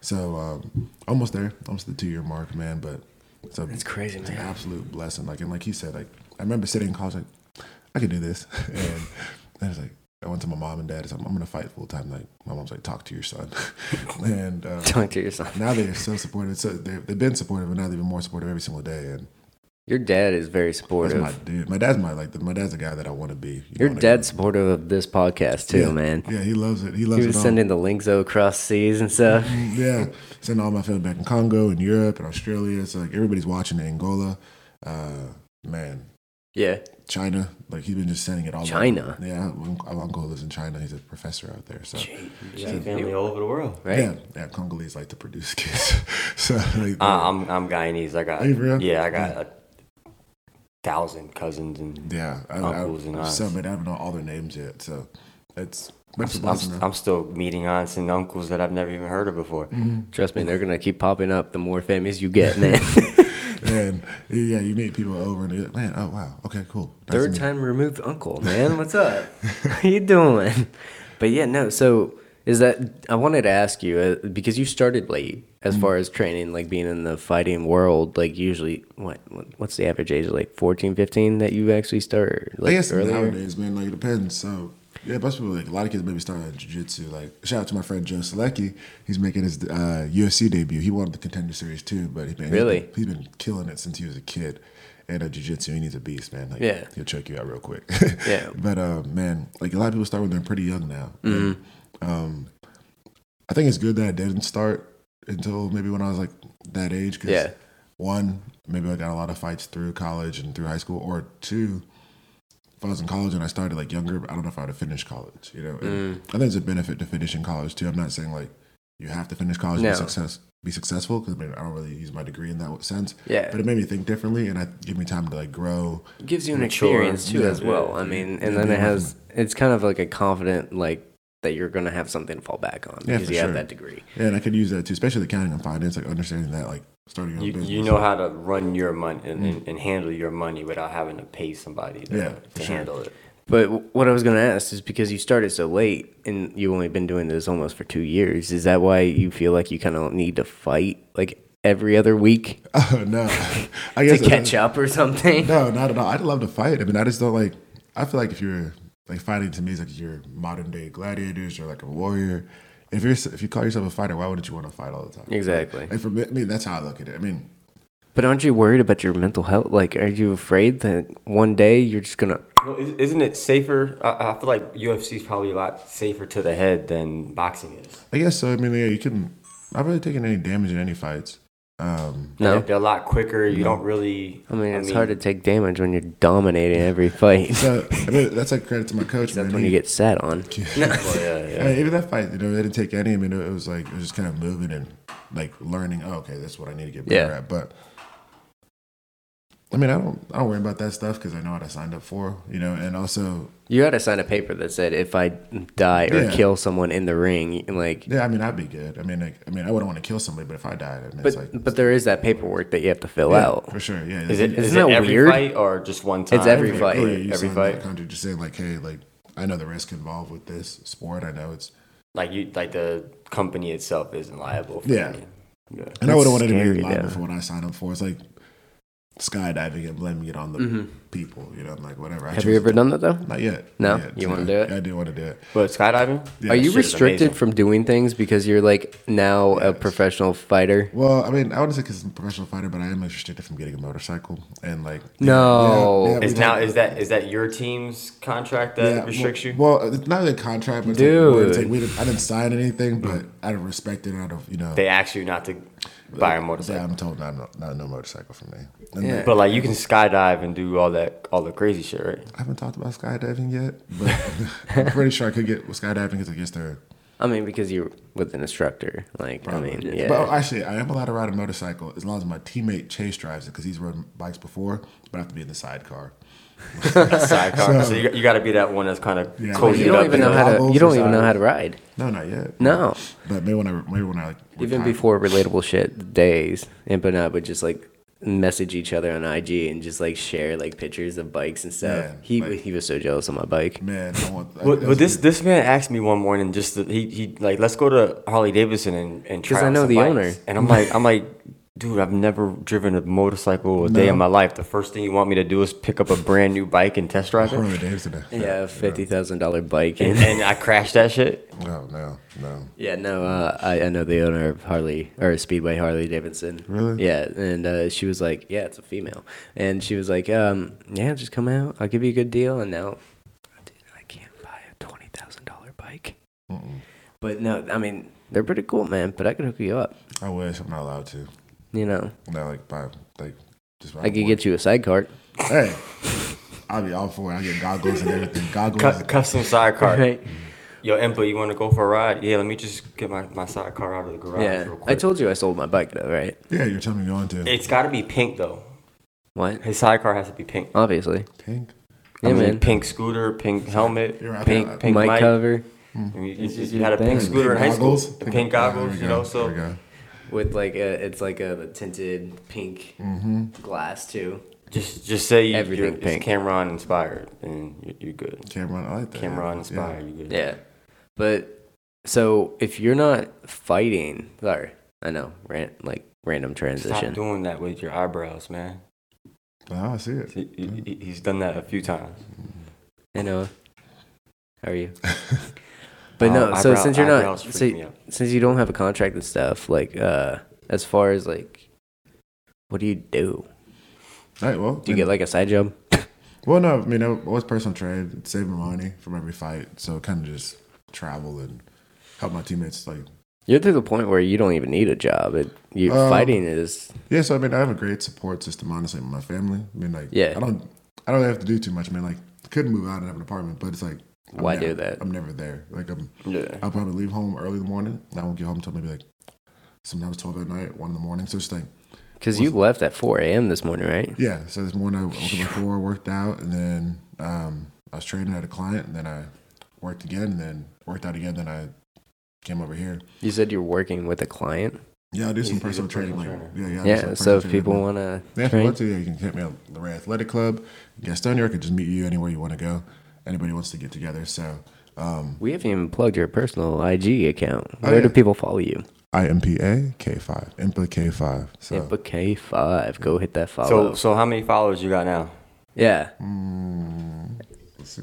A: So um, almost there, almost the two year mark, man. But so
B: That's crazy,
A: it's an
B: man.
A: absolute blessing. Like and like he said, like I remember sitting in college, like I could do this, and I was like, I went to my mom and dad. I said, I'm gonna fight full time. Like my mom's like, talk to your son, and uh,
B: Talk to your son.
A: now they're so supportive. So they've, they've been supportive, and now they've been more supportive every single day. And
B: Your dad is very
A: that's
B: supportive.
A: my dude. My dad's my like. The, my dad's the guy that I want to be. You
B: Your
A: know what I
B: dad's supportive of this podcast, too,
A: mean?
B: man.
A: Yeah, he loves it. He loves
B: He was
A: it. Mm-hmm. all.
B: sending the links across seas and stuff.
A: yeah, sending all my family back in Congo and Europe and Australia. So like everybody's watching in Angola. Uh, man,
B: Yeah.
A: China. Like he's been just sending it all. over.
B: China?
A: Yeah, my uncle lives in China. He's a professor out there. So
C: family all over the world.
B: Right?
A: yeah, yeah, Congolese like to produce kids. so like,
C: Uh, I'm, I'm Guyanese. I got,
A: Are you for real?
C: yeah, I got a thousand cousins and
A: yeah, I,
C: Uncles and
A: I, I, so
C: aunts.
A: many. I don't know all their names yet. So it's. That's a
C: I'm,
A: blessing, man.
C: I'm still meeting aunts and
A: Mm-hmm.
C: uncles that I've never even heard of before.
B: Trust me, they're going to keep popping up the more famous you get, man.
A: and yeah, you meet people over and you're like, man, oh wow, okay, cool. Nice to
B: Third
A: meet you."
B: time removed uncle, man. What's up? How you doing? But yeah, no. So is that I wanted to ask you uh, because you started late as
A: Mm-hmm.
B: far as training, like being in the fighting world. Like usually, what what- what's the average age? Like 14, 15 that you actually start? Like
A: I guess
B: earlier?
A: nowadays, man, like it depends. So yeah, a bunch of people like a lot of kids maybe starting jujitsu. Like shout out to my friend Joe Selecki. He's making his uh, UFC debut. He won the contender series too, but he been,
B: Really?
A: he's been killing it since he was a kid. And at jujitsu, he needs a beast, man. Like,
B: Yeah.
A: he'll choke you out real quick.
B: Yeah.
A: but uh, man, like a lot of people start when they're pretty young now. And,
B: Mm-hmm.
A: um, I think it's good that I didn't start until maybe when I was like that age. Cause
B: Yeah.
A: One, maybe I got a lot of fights through college and through high school, or two, if I was in college and I started like younger, I don't know if I would have finished college. You know,
B: Mm.
A: And I think it's a benefit to finishing college too. I'm not saying like you have to finish college
B: No.
A: to be success be successful because I, mean, I don't really use my degree in that sense.
B: Yeah.
A: but it made me think differently and I give me time to like grow.
B: gives you an
C: Mature,
B: experience too
A: yeah.
B: as well. I mean, and
A: Yeah,
B: then
A: being
B: it has it's kind of like a confident like that you're gonna have something to fall back on
A: Yeah,
B: because
A: for
B: you have
A: sure.
B: that degree.
A: Yeah, and I could use that too, especially accounting and finance, like understanding that like starting your own
C: You,
A: business.
C: you know how to run your money and, and, and handle your money without having to pay somebody to,
A: Mm. Yeah, for
C: to
A: sure.
C: handle it.
B: But w- what I was gonna ask is because you started so late and you've only been doing this almost for two years, is that why you feel like you kind of need to fight like every other week
A: oh no, I
B: to
A: guess
B: catch up or something?
A: No, not at all. I'd love to fight. I mean, I just don't like. I feel like if you're like fighting to me is like you're modern day gladiators or like a warrior. If you're if you call yourself a fighter, why wouldn't you want to fight all the time?
B: Exactly.
A: And for me, I mean, that's how I look at it. I mean,
B: But aren't you worried about your mental health? Like, are you afraid that one day you're just gonna?
C: Well, is- isn't it safer? I, I feel like UFC is probably a lot safer to the head than boxing is.
A: I guess so. I mean, yeah, you can. I've really taken any damage in any fights. Um,
B: No.
C: They're, they're a lot quicker. You don't really.
B: I mean, it's hard to take damage when you're dominating every fight.
A: so I mean, that's like credit to my coach.
B: Except
A: man.
B: when you
A: He-
B: get sat on.
C: Well, yeah, yeah.
A: I mean, even that fight, you know, they didn't take any. I mean, it was like it was just kind of moving and like learning. Oh, okay, that's what I need to get better
B: Yeah.
A: at. But I mean, I don't, I don't worry about that stuff because I know what I signed up for, you know. And also,
B: You had to sign a paper that said if I die or
A: Yeah.
B: kill someone in the ring, like.
A: yeah, I mean, I'd be good. I mean, like, I mean, I wouldn't want to kill somebody, but if I died, I mean, it's like
B: But but there is that paperwork that you have to fill
A: yeah,
B: out.
A: for sure. Yeah,
C: Is it,
B: Isn't
C: is
B: that
C: it every
B: weird?
C: fight or just one time?
B: every fight.
A: Oh, yeah, you
C: every
A: signed
C: fight.
A: that contract, just saying like, hey, like I know the risk involved with this sport. I know it's
C: Like you, like the company itself isn't liable. For
A: Yeah.
C: any-
A: And
C: yeah.
A: I
B: That's
A: would have wanted to
B: scary,
A: be liable
B: though.
A: for what I signed up for. It's like skydiving and blaming it on the people. You know, I'm like, whatever. I
B: Mm-hmm. Have
A: chose
B: you ever
A: to-
B: done that though?
A: Not yet.
B: No?
A: Not yet.
B: You wanna
A: Yeah,
B: do it?
A: yeah, I do want to do it.
C: But skydiving.
A: Yeah.
B: Are you
C: Shit is
B: restricted
C: amazing.
B: from doing things because you're like now a professional fighter?
A: Well, I mean, I wouldn't say because I'm a professional fighter, but I am restricted from getting a motorcycle and like. yeah,
B: No.
A: yeah, yeah, we
C: Is now
A: talked-
C: is that is that your team's contract that
A: yeah,
C: restricts you?
A: well, Well, it's not really a contract, but it's like, we're- it's
B: Dude. Mm.
A: like we didn't, I didn't sign anything, but out of respect and out of you know,
C: they ask you not to buy a
A: yeah,
C: motorcycle.
A: I'm told not, not, no motorcycle for me. And
B: Yeah.
A: like,
C: But like you can skydive and do all that all the crazy shit, right?
A: I haven't talked about skydiving yet, but I'm pretty sure I could get skydiving because I guess they're
B: I mean, because you're with an instructor. Like, I mean, yeah.
A: But oh, actually, I am allowed to ride a motorcycle as long as my teammate Chase drives it because he's ridden bikes before, but I have to be in the sidecar.
C: Sidecar. so you, you got to be that one that's kind of
A: Yeah.
C: yeah,
A: But
B: you don't even know how to. You don't even know how to ride.
A: No, not yet.
B: No.
A: But maybe when I maybe when I like
B: Even
A: retire-
B: before relatable shit days, and but not, but just like message each other on IG and just like share like pictures of bikes and stuff.
A: Yeah,
B: he
A: like-
B: he was so jealous of my bike.
A: man, I want.
C: Well, well, this this man asked me one morning just to, he he like let's go to Harley Davidson and and try
B: 'Cause I
C: out
B: know
C: some
B: the
C: bikes."
B: owner.
C: and I'm like I'm like dude I've never driven a motorcycle a day in my life. The first thing you want me to do is pick up a brand new bike and test drive it,
A: Harley Davidson.
B: Yeah, fifty thousand dollar bike.
C: and,
B: And
C: and I crashed that shit.
A: No, no, no.
B: yeah, no, uh, I I know the owner of Harley or Speedway Harley Davidson.
A: Really?
B: Yeah, and uh, she was like, yeah, it's a female, and she was like, um, yeah, just come out, I'll give you a good deal, and now, dude, I can't buy a twenty thousand dollar bike.
A: Mm-mm.
B: But no, I mean they're pretty cool, man. But I could hook you up.
A: I wish I'm not allowed to.
B: You know,
A: No, like by like just. By
B: I could get you a side cart.
A: Hey, I'll be all for it. I get goggles and everything. Goggles.
C: Cu- custom sidecar.
B: Right.
C: Yo, Empa, you want to go for a ride? Yeah, let me just get my, my sidecar out of the garage
B: Yeah.
C: real quick.
B: I told you I sold my bike though, right?
A: Yeah, you're telling me you're going to
C: it's got to be pink though.
B: What?
C: His sidecar has to be pink.
B: Obviously.
A: pink.
B: Yeah,
C: I mean,
B: man.
C: pink scooter, pink helmet,
A: You're right. I- I-
C: pink pink
B: Mic
C: mic.
B: cover.
C: You, you-
B: It's just
C: you
B: your
C: had a pink
B: thing.
C: scooter in high school,
A: Goggles?
C: pink
A: Yeah, there
C: goggles,
A: we
C: you
A: go,
C: know. So
A: there we go.
B: with like a, it's like a tinted pink
A: Mm-hmm.
B: glass too.
C: Just just say you,
B: Everything
C: you're,
B: pink.
C: it's Cameron inspired and you're, you're good.
A: Cameron, I like that.
C: Cameron
A: Yeah.
C: inspired, you're good.
B: Yeah. But so if you're not fighting, sorry, I know, ran, like random
C: Stop
B: transition.
C: doing that with your eyebrows, man.
A: Ah, I see it.
C: He, he- he- he's done that a few times.
B: I know. How are you? But
C: Uh,
B: no, so
C: eyebrow-
B: since you're not,
C: eyebrows freak
B: so,
C: me out.
B: since you don't have a contract and stuff, like uh, as far as like, what do you do?
A: All right, well,
B: Do you get like a side job?
A: well, no, I mean, I was personal trade, saving money from every fight, so kind of just travel and help my teammates. Like,
B: You're to the point where you don't even need a job. It, you
A: Uh,
B: fighting is
A: yeah, so I mean, I have a great support system, honestly, with my family. I mean, like,
B: Yeah.
A: I don't, I don't have to do too much. I mean, like, I could move out and have an apartment, but it's like, I'm
B: Why
A: never-
B: do that?
A: I'm never there. Like, I'm,
C: Yeah.
A: I'll probably leave home early in the morning. And I won't get home until maybe like sometimes twelve at night, one in the morning. So it's just like,
B: because you left at 4 a.m. this morning, right?
A: yeah. So this morning I woke up at four, worked out, and then um, I was training at a client, and then I worked again, and then worked out again, then I came over here.
B: You said you're working with a client.
A: Yeah, I do
C: He's-
A: some
C: he's a
A: personal training.
C: personal
A: Like, yeah, yeah. I do
B: Yeah.
A: some personal
B: so if people
A: training.
B: want to
A: yeah, if you
B: train,
A: want to, yeah, you can hit me at the Ray Athletic Club, Gastonia. I could just meet you anywhere you want to go. Anybody wants to get together, so. Um,
B: we haven't even plugged your personal IG account.
A: Oh,
B: Where do
A: yeah. Oh.
B: people follow you?
A: IMPA K5, IMPA K5. So
B: Yeah, but K5. Go hit that
C: So
B: follow.
C: so how many followers you got now?
B: yeah.
A: Mm, let's see.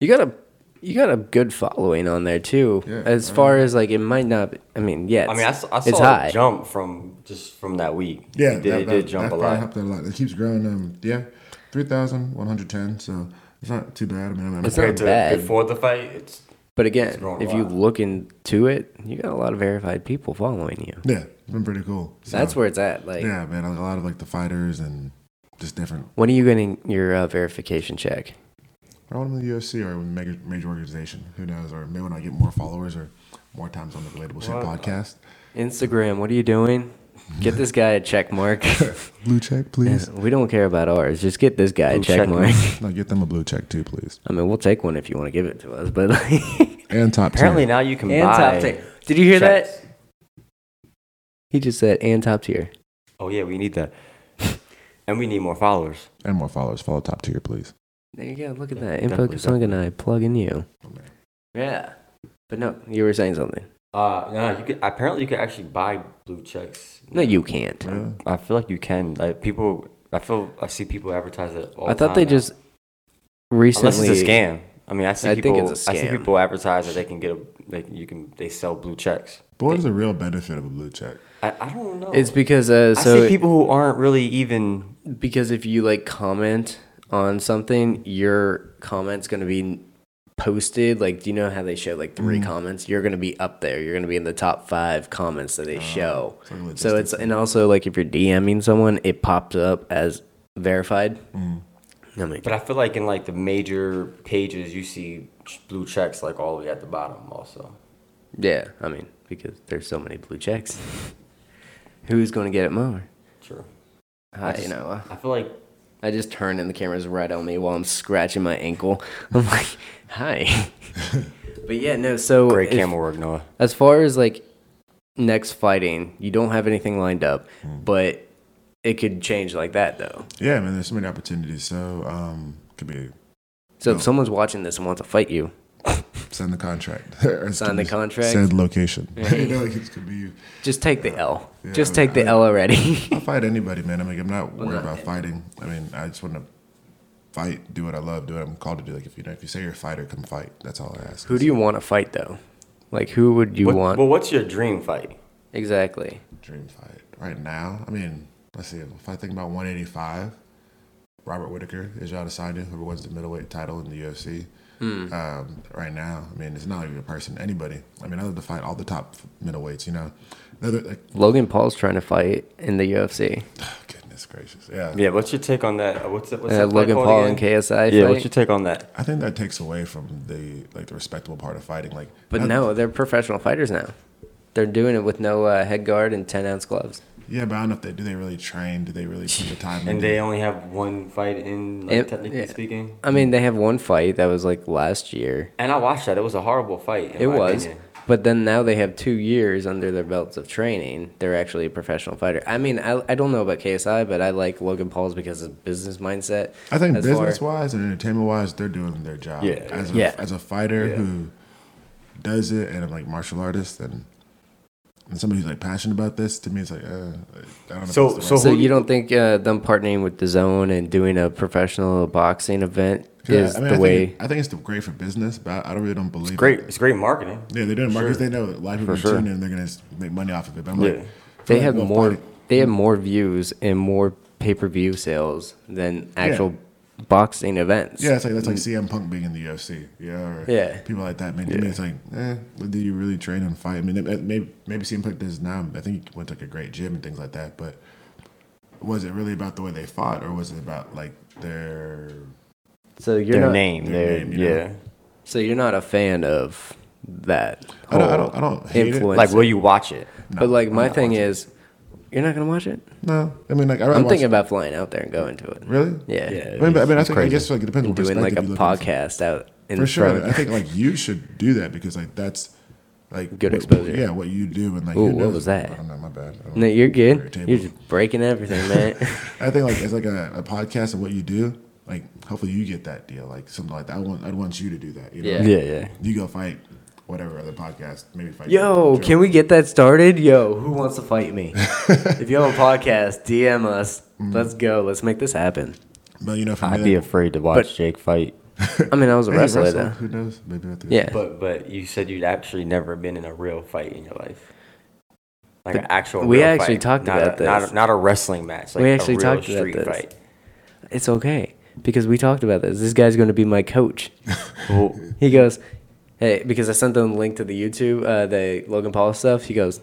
B: you got a you got a good following on there too.
A: Yeah,
B: as
A: I
B: far as like it might not. Be, I mean, yeah.
C: I mean, I, s- I
B: it's
C: saw
B: high.
C: a jump from just from that week.
A: Yeah,
C: it did, it did jump
A: that
C: a
A: probably
C: lot.
A: helped it a lot. It keeps growing. Um, yeah, three thousand one hundred ten. So it's not too bad. I mean, I'm,
B: It's
A: I'm
B: not
C: Compared to
B: bad.
C: before the fight, it's
B: but again,
C: grown a
B: if you
C: lot.
B: look into it, you got a lot of verified people following you.
A: yeah, it's been pretty cool. So,
B: That's where it's at. Like,
A: yeah, man. A lot of like the fighters and just different.
B: when are you getting your uh, verification check?
A: I want them in the UFC or a major, major organization. Who knows? Or maybe when I get more followers or more times on the Relatable Shit
C: Well,
A: podcast.
B: Instagram, what are you doing? Get this guy a check mark.
A: Blue check, please.
B: we don't care about ours. Just get this guy a
C: Blue
B: check
C: check
B: mark.
A: No, get them a blue check too, please.
B: I mean, we'll take one if you want to give it to us, but like,
A: And top
C: apparently
A: tier.
C: now you can
B: and
C: buy.
B: top tier. Did you hear that?
C: checks.
B: He just said and top tier.
C: Oh yeah, we need that, and we need more followers.
A: and more followers. Follow top tier, please.
B: There you go. Look at
C: Yeah,
B: that. Info
C: definitely,
B: Kasung and I plug in you.
A: Oh, man.
B: Yeah. But no, you were saying something.
C: Uh, no, you could apparently you could actually buy blue checks.
B: No, you can't.
A: Really?
C: I feel like you can. Like people, I feel I see people advertise it. All
B: I
C: the
B: thought
C: time
B: they
C: now.
B: just
C: unless
B: recently.
C: it's a scam. I mean, I see
B: I think
C: people.
B: it's a
C: I see
B: scam.
C: people advertise that they can get a. Like you can, they sell blue checks.
A: But what is the real benefit of a blue check?
C: I, I don't know.
B: It's because uh,
C: I
B: so
C: see people who aren't really even.
B: because if you like comment on something, your comment's gonna be posted. Like, do you know how they show like
A: Mm.
B: three comments? You're gonna be up there. You're gonna be in the top five comments that they show.
A: Oh, like a
B: so it's and also like if you're DMing someone, it pops up as verified.
A: Mm.
B: I mean,
C: But I feel like in like the major pages, you see ch- blue checks like all the way at the bottom. Also,
B: Yeah, I mean, because there's so many blue checks. Who's going to get it more?
C: true.
B: Hi,
C: just-
B: you know, uh,
C: I feel like
B: I just turn and the camera's right on me while I'm scratching my ankle. I'm like, hi. but yeah, no, so
C: great
B: if-
C: camera work, Noah.
B: as far as like next fighting, you don't have anything lined up,
C: Hmm.
B: but it could change like that though.
A: Yeah, man. There's so many opportunities. So um, could be
B: So
A: No.
B: if someone's watching this and wants to fight you,
A: sign the contract. Or
B: Sign the contract.
A: Said location.
B: Right.
A: you know, like, it could be.
B: just take the L.
A: Yeah,
B: just
A: I-
B: take the
A: I-
B: L already.
A: I fight anybody, man. I mean, I'm not worried
B: not
A: about
B: it.
A: fighting. I mean, I just want to fight, do what I love, do what I'm called to do. Like if you know, if you say you're a fighter, come fight. That's all I ask.
B: who do you want to fight though? Like who would you
C: What-
B: want?
C: Well, what's your dream fight?
B: exactly.
A: dream fight right now? I mean, let's see. If I think about 185, Robert Whitaker is y'all decided whoever wins the middleweight title in the UFC.
B: Hmm.
A: Um, right now, I mean, it's not even a person, anybody. I mean, I love to fight all the top middleweights. You know, another like,
B: Logan Paul's trying to fight in the UFC.
A: goodness gracious, yeah.
C: Yeah, what's your take on that? Uh, What's it? What's
B: Uh,
C: that fight
B: Logan
C: called
B: Paul
C: again?
B: and KSI
C: Yeah,
B: fight.
C: what's your take on that?
A: I think that takes away from the like the respectable part of fighting. Like,
B: but
A: not-
B: no, they're professional fighters now. They're doing it with no uh, head guard and ten ounce gloves.
A: Yeah, but I don't know if they do. They really train. Do they really put the time?
C: And
A: in?
C: they only have one fight in, like,
B: Mm-hmm. It-
C: technically
B: yeah.
C: speaking.
B: I mean, they have one fight that was like last year.
C: And I watched that. It was a horrible fight. in
B: It
C: my
B: was,
C: opinion.
B: But then now they have two years under their belts of training. They're actually a professional fighter. I mean, I, I don't know about KSI, but I like Logan Paul's because of business mindset.
A: I think
B: as far-
A: business wise and entertainment wise, they're doing their job.
C: Yeah.
A: As a,
B: Yeah.
A: as a fighter
C: Yeah.
A: who does it and like martial artist and and somebody who's like passionate about this, to me, it's like uh, I don't know. if
C: So-
A: that's the
C: so
A: right-
B: So you don't think uh, them partnering with the Zone and doing a professional boxing event is
A: I mean, I
B: the
A: think
B: way?
A: it- I think it's great for business, but I don't really don't believe
C: Great,
A: It.
C: it's great marketing.
A: Yeah, they're doing markets. They know that a lot of people are
C: For sure.
A: tuning in. They're gonna s- make money off of it. But I'm
C: Yeah.
A: like,
B: they
A: like,
B: have
A: well,
B: more.
A: fighting-
B: They have more views and more pay per view sales than actual boxing events.
A: Yeah, it's like that's like CM Punk being in the UFC. Yeah, or
B: Yeah.
A: people like that. Man, I mean, it's like, eh, do you really train and fight? I mean, it- maybe maybe CM Punk does now. I think he went to like a great gym and things like that. But was it really about the way they fought, or was it about like their?
B: So you're
C: their
B: not.
C: name,
A: their
C: their,
A: name, you know?
C: yeah.
B: So you're not a fan of that.
A: I don't- I
B: whole
A: don't- I don't hate it.
B: influencer.
C: Like, will you watch it?
B: but like my thing is, you're not gonna watch it.
A: No, I mean, like I
B: I'm thinking about flying out there and going to it.
A: really.
B: Yeah.
A: I mean, but- I mean, I
C: It's
A: think I
C: crazy.
A: guess like it depends on what
B: Doing like a
A: perspective you look at it from.
B: podcast out in
A: for sure.
B: front.
A: I think like you should do that because like that's like
B: Good
A: what-
B: exposure.
A: Yeah, what you do and like
B: Ooh,
A: who
B: what
A: knows?
B: was that?
A: I don't know. My bad. I don't
B: No,
A: Your
B: you're good.
A: table.
B: You're just breaking everything, man.
A: I think like it's like a, a podcast of what you do. Like hopefully you get that deal, like something like that. I want I'd want you to do that. You know?
B: Yeah.
C: Yeah, yeah.
A: You go fight whatever other podcast, maybe fight.
B: Yo,
A: Joe.
B: can we get that started? Yo, who wants to fight me? if you have a podcast, DM us.
A: Mm.
B: Let's go. Let's make this happen.
A: But you know, for
C: I'd
A: me,
C: be
A: that-
C: afraid to watch Jake fight.
B: I mean, I was a
A: Hey,
B: wrestler
A: wrestle,
B: though.
A: Who knows? Maybe I have to-
B: Yeah.
C: But but you said you'd actually never been in a real fight in your life, like an actual.
B: we
C: real
B: actually
C: fight,
B: talked
C: not
B: about
C: a, Not
B: this.
C: a, not a wrestling match. Like
B: We actually
C: a real
B: talked about
C: street
B: this.
C: fight.
B: it's okay because we talked about this. This guy's going to be my coach. He goes, hey, because I sent them the link to the YouTube, uh, the Logan Paul stuff. He goes,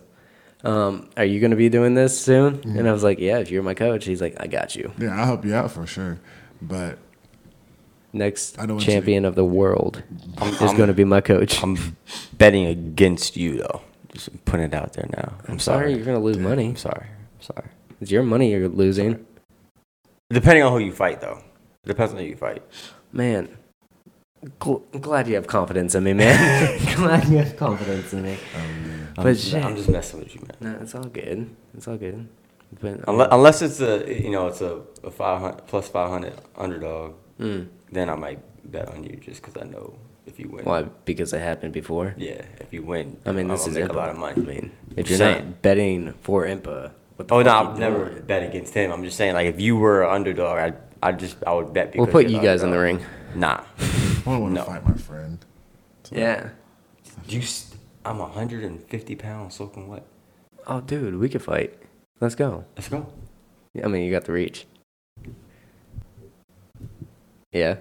B: um, are you going to be doing this soon?
A: Mm-hmm.
B: And I was like, yeah, if you're my coach. He's like, I got you.
A: yeah, I'll help you out for sure. But
B: Next
A: I know what you-
B: champion of the world
C: I'm-
B: is
C: I'm-
B: going to be my coach. I'm
C: I'm betting against you though. Just putting it out there now. I'm,
B: sorry,
C: sorry.
B: you're going to lose money.
C: I'm sorry. I'm sorry.
B: It's your money you're losing.
C: Depending on who you fight though. Depends on who you fight.
B: Man, gl- glad you have confidence in me, man. glad you have confidence in me.
C: I'm,
B: But
C: just,
B: shit.
C: I'm just messing with you, man.
B: No, it's all good. It's all good. But
C: Unless, unless it's a you know it's a, a 500 plus 500 underdog,
B: Mm.
C: then I might bet on you just because I know if you win.
B: Why? Because it happened before.
C: Yeah, if you win,
B: I mean,
C: I'm
B: this
C: gonna
B: is
C: make
B: Impa.
C: a lot of money.
B: I mean, if
C: Just
B: you're
C: saying.
B: not betting for Impa, what the
C: Oh
B: fuck
C: no,
B: you
C: I've
B: doing?
C: never bet against him. I'm just saying, like, if you were an underdog, I I just I would bet.
B: We'll
C: because
B: put
C: you're
B: you guys in the
C: underdog.
B: ring.
C: Nah,
A: I don't want to
C: No.
A: fight my friend.
B: Yeah.
C: you. St- I'm 150 pounds soaking wet.
B: Oh, dude, we could fight. Let's go.
C: Let's go.
B: I mean, you got the reach. Yeah.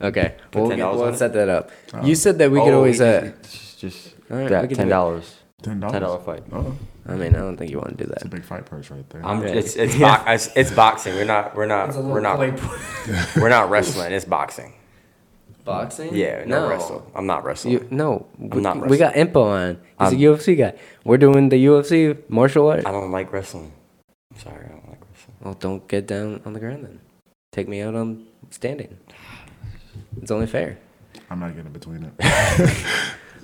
B: Okay.
C: Put
B: Well,
C: $10
B: we'll,
C: on
B: we'll
C: it?
B: set that up.
A: Oh.
B: You said that we could
C: Oh,
B: always. Uh,
C: just, just
B: All right,
C: that
B: we can do
C: ten
B: it.
C: dollars,
A: Ten dollars.
C: ten dollar fight.
A: Oh,
B: I mean, I don't think you want to do
A: it's a
B: that.
A: big fight purse right there.
C: I'm
B: Yeah.
C: it's it's, bo- it's it's boxing. We're not we're not we're not we're not wrestling. It's boxing.
B: boxing.
C: Yeah, no, wrestle. I'm not wrestling.
B: You, no, we,
C: not
B: we got Impa on. He's
C: I'm-
B: a UFC guy. We're doing the UFC martial art.
C: I don't like wrestling. I'm sorry, I don't like wrestling.
B: Well, don't get down on the ground then. Take me out on standing. It's only fair.
A: I'm not getting between it.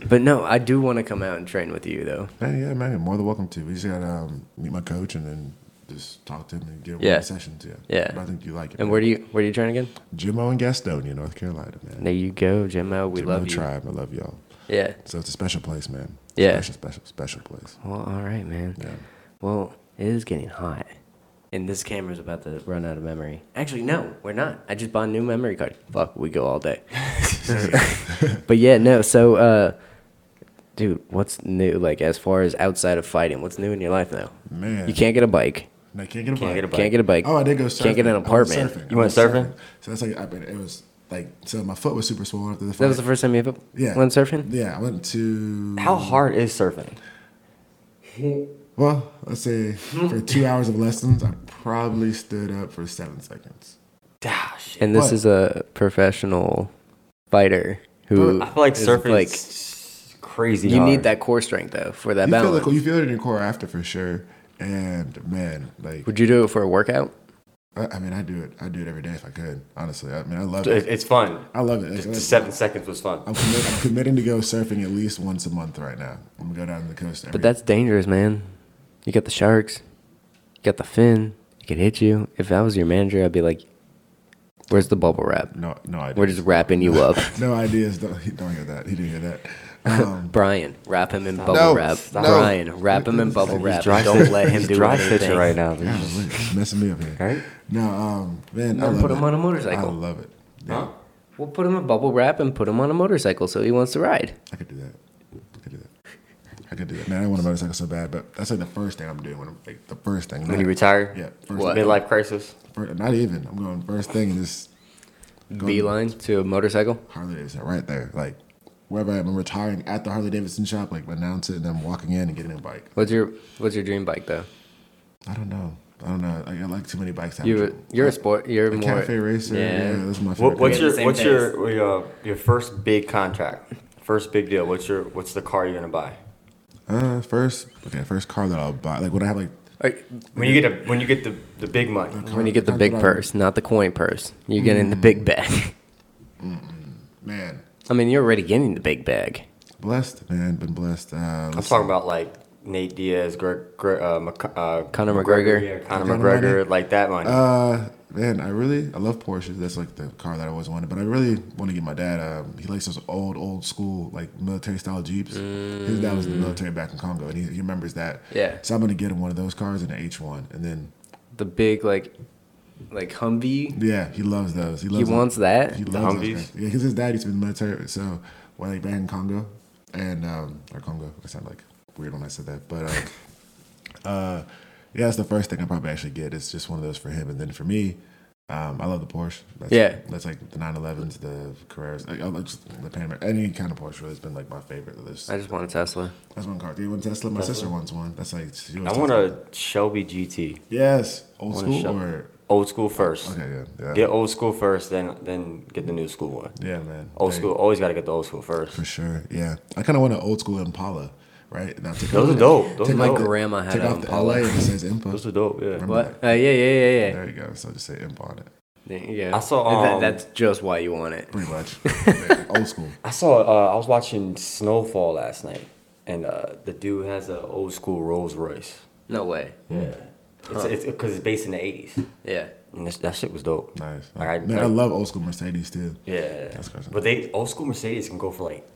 B: But no, I do want to come out and train with you though.
A: Man, yeah, man, you're more than welcome to. We just gotta um, meet my coach and then just talk to him and get
B: Yeah.
A: one sessions. Yeah,
B: Yeah.
A: But I think you like it.
B: And where do you where do you train again?
A: Jimmo and Gastonia, North Carolina, man.
B: There you go, Jimmo. We
A: Jimmo
B: love you.
A: tribe, I love y'all.
B: Yeah.
A: So it's a special place, man.
B: Yeah.
A: special, special, special place.
B: Well, all right, man.
A: Yeah.
B: Well, it is getting hot. And this camera's about to run out of memory. Actually, no, we're not. I just bought a new memory card. Fuck, we go all day. but yeah, no. So, uh, dude, what's new? Like, as far as outside of fighting, what's new in your life now?
A: Man,
B: You can't get a bike.
A: No, can't get a
C: Can't
A: bike.
C: get a bike.
B: Can't get a bike.
A: Oh, I did go surfing.
B: Can't get an
A: I went
B: apartment.
A: surfing.
C: You
A: I
C: went surfing?
A: So that's like I mean, it was like so my foot was super swollen after the fight.
B: That was the first time you ever
A: yeah.
B: went surfing.
A: Yeah, I went to
C: How hard is surfing?
A: Well, let's say for two hours of lessons, I probably stood up for seven seconds.
C: Gosh,
B: And this
A: What?
B: is a professional fighter who
C: I feel like
B: is,
C: surfing
B: Like,
C: is crazy.
B: you
C: hard.
B: need that core strength though for that
A: You feel,
B: balance.
A: like, you feel it in your core after for sure. And man, like
B: Would you do it for a workout?
A: I, I mean, I do it. I do it every day if I could. Honestly, I mean, I love
C: It-
A: it.
C: It's fun.
A: I love it.
C: Just the seven seconds was fun.
A: I'm, commit, I'm committing to go surfing at least once a month right now. I'm gonna go down to the coast. Every,
B: But that's dangerous, man. You got the sharks, you got the fin. It could hit you. If I was your manager, I'd be like, "Where's the bubble wrap?
A: no, no idea.
B: We're just wrapping you up."
A: no ideas. Don't, he- don't hear that. He didn't hear that. Um,
B: Brian, wrap him in bubble
A: No,
B: wrap.
A: stop.
B: Brian, wrap him in bubble wrap. Don't let him do
C: dry
B: anything.
C: stitching right now.
A: golly, it's messing me up here.
C: Right?
A: No, um, man, I
B: Then
A: love
B: put
A: it.
B: him on a motorcycle.
A: I love it. Yeah,
C: Huh?
B: We'll put him in bubble wrap and put him on a motorcycle so he wants to ride.
A: I could do that. I could do that. I could do that. Man, I want a motorcycle so bad, but that's like the first thing I'm doing when I'm like the first thing.
C: When
A: not-
C: you retire?
A: Yeah, first
B: What?
C: Midlife crisis?
A: Fir- not even. I'm going first thing and just Go-
B: Beeline to a motorcycle.
A: Harley Davidson right there. Like wherever I am, I'm retiring at the Harley Davidson shop. Like announce it, and I'm walking in and getting a bike.
B: What's your What's your dream bike though?
A: I don't know. I don't know. I, I like too many bikes.
B: You You're a sport. You're
A: a
B: more
A: cafe racer. Yeah, that's my favorite.
C: What, what's
A: thing.
C: your
B: same
C: what's
B: taste.
C: your your, your first big contract? First big deal. What's your what's the car you're gonna buy?
A: uh, first? Okay, first car that I'll buy. Like when I have like
B: Are-
C: When you get a when you get the, the big money.
B: When you get the big purse, not the coin purse, you're getting the
A: Mm.
B: big bag.
A: man,
B: I mean, you're already getting the big bag.
A: blessed man, been blessed. Uh,
C: I'm talking about like Nate Diaz, Greg, Greg uh, Mc, uh,
B: Conor McGregor.
C: yeah, Conor
A: That money?
C: McGregor, like that money.
A: Uh, man, I really I love Porsches. That's like the car that I always wanted. But I really want to get my dad. Um, he likes those old, old school like military style jeeps. His dad was in the military back in Congo, and he, he remembers that.
B: Mm. Yeah.
A: So I'm gonna get him one of those cars and an H1, and then
B: The big like, like Humvee.
A: yeah, he loves those. He
B: He
A: loves. them.
B: wants that.
A: He loves those
C: Humvees?
A: cars. Yeah, because his dad used to be in the military. So when like back in Congo, and um, or Congo, I sound like weird when I said that, but. Um, uh, yeah, that's the first thing I probably actually get. It's just one of those for him, and then for me, um, I love the Porsche. That's,
B: Yeah.
A: that's like the 911s, the Carreras, like, I like just the Panamera. Any kind of Porsche really has been like my favorite. There's,
B: I just want a Tesla.
A: that's one car. Do you want Tesla? My sister wants one. That's like she always
C: I
A: talks
C: want
A: about
C: a Shelby GT.
A: that. yes, old
C: I want a
A: school
C: Shelby.
A: or
C: Old school first.
A: okay, yeah, yeah,
C: Get old school first, then then get the new school one.
A: yeah, man,
C: Old
A: They-
C: school, always gotta get the old school first.
A: for sure. Yeah, I kind of want an old school Impala, right? And I'll take
C: Those
A: off-
C: are dope. Those
A: take off
C: are
B: My
C: dope.
A: the-
B: grandma had
A: Take
B: an
A: off the
B: Impala.
A: LA and it says Impa.
C: Those are dope. Yeah.
A: Remember
B: What? Uh, yeah, yeah, yeah, yeah.
A: There you go. So just say Impa on it,
B: There you go.
C: I saw,
B: That-
C: um,
B: that's just why you want it.
A: pretty much. Yeah, old school.
C: I saw. Uh, I was watching Snowfall last night, and uh, the dude has an old school Rolls Royce.
B: No way.
C: Yeah. It's because it's, 'cause it's based in the eighties,
B: Yeah.
C: and this, that shit was dope.
A: Nice.
C: Like, I-
A: Man, I
C: like-
A: love old school Mercedes too.
C: Yeah.
A: That's crazy.
C: But they old school Mercedes can go for like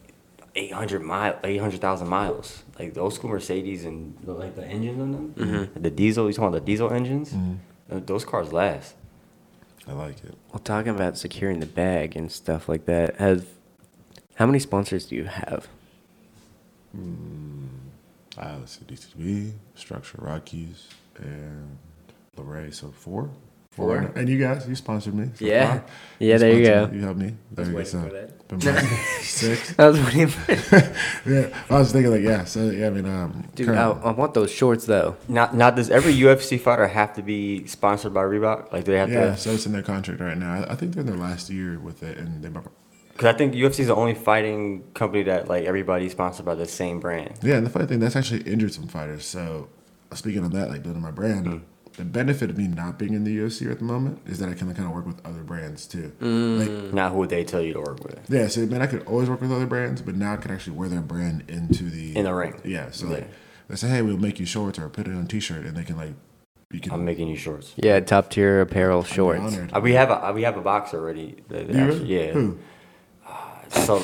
C: eight hundred mile, eight hundred thousand miles. Like the old school Mercedes and the, like the engines on them, the diesel. You talking about the diesel engines?
A: Mm-hmm.
C: Uh, Those cars last.
A: I like it.
B: Well, talking about securing the bag and stuff like that, have how many sponsors do you have?
A: Uh, let's see, DCB, Structure Rockies, and Lorray. So four.
B: Four.
A: Four. And you guys, you sponsored me. So
B: Yeah.
A: five.
B: Yeah, there you
A: sponsored
B: go.
A: me. You helped me. There you go.
B: waiting
A: So,
B: for that.
A: been blessed. Six.
B: That was what he-
A: Yeah. I was thinking like, yeah. So yeah, I mean, um,
B: Dude, I,
A: current-
B: I want those shorts though.
C: Now, now, does every UFC fighter have to be sponsored by Reebok? Like, do they have
A: yeah.
C: to?
A: So it's in their contract right now. I, I think they're in their last year with it, and they. might-
C: Because I think UFC is the only fighting company that like everybody's sponsored by the same brand.
A: Yeah, and the funny thing that's actually injured some fighters. So speaking of that, like building my brand,
C: Hmm.
A: the benefit of me not being in the UFC at the moment is that I can kind of work with other brands too. Like
C: Not who they tell you to work with.
A: Yeah, so man, I could always work with other brands, but now I could actually wear their brand into the
C: In the ring.
A: Yeah, so like
C: Yeah.
A: they say, hey, we'll make you shorts or put it on a T-shirt, and they can like you can
C: I'm making you shorts.
B: Yeah, top tier apparel
A: be
B: shorts.
A: honored.
C: Uh, we have a uh, we have a box already. that- that
A: You
C: actually-
A: really? Hmm.
C: yeah.
A: Who?
C: So,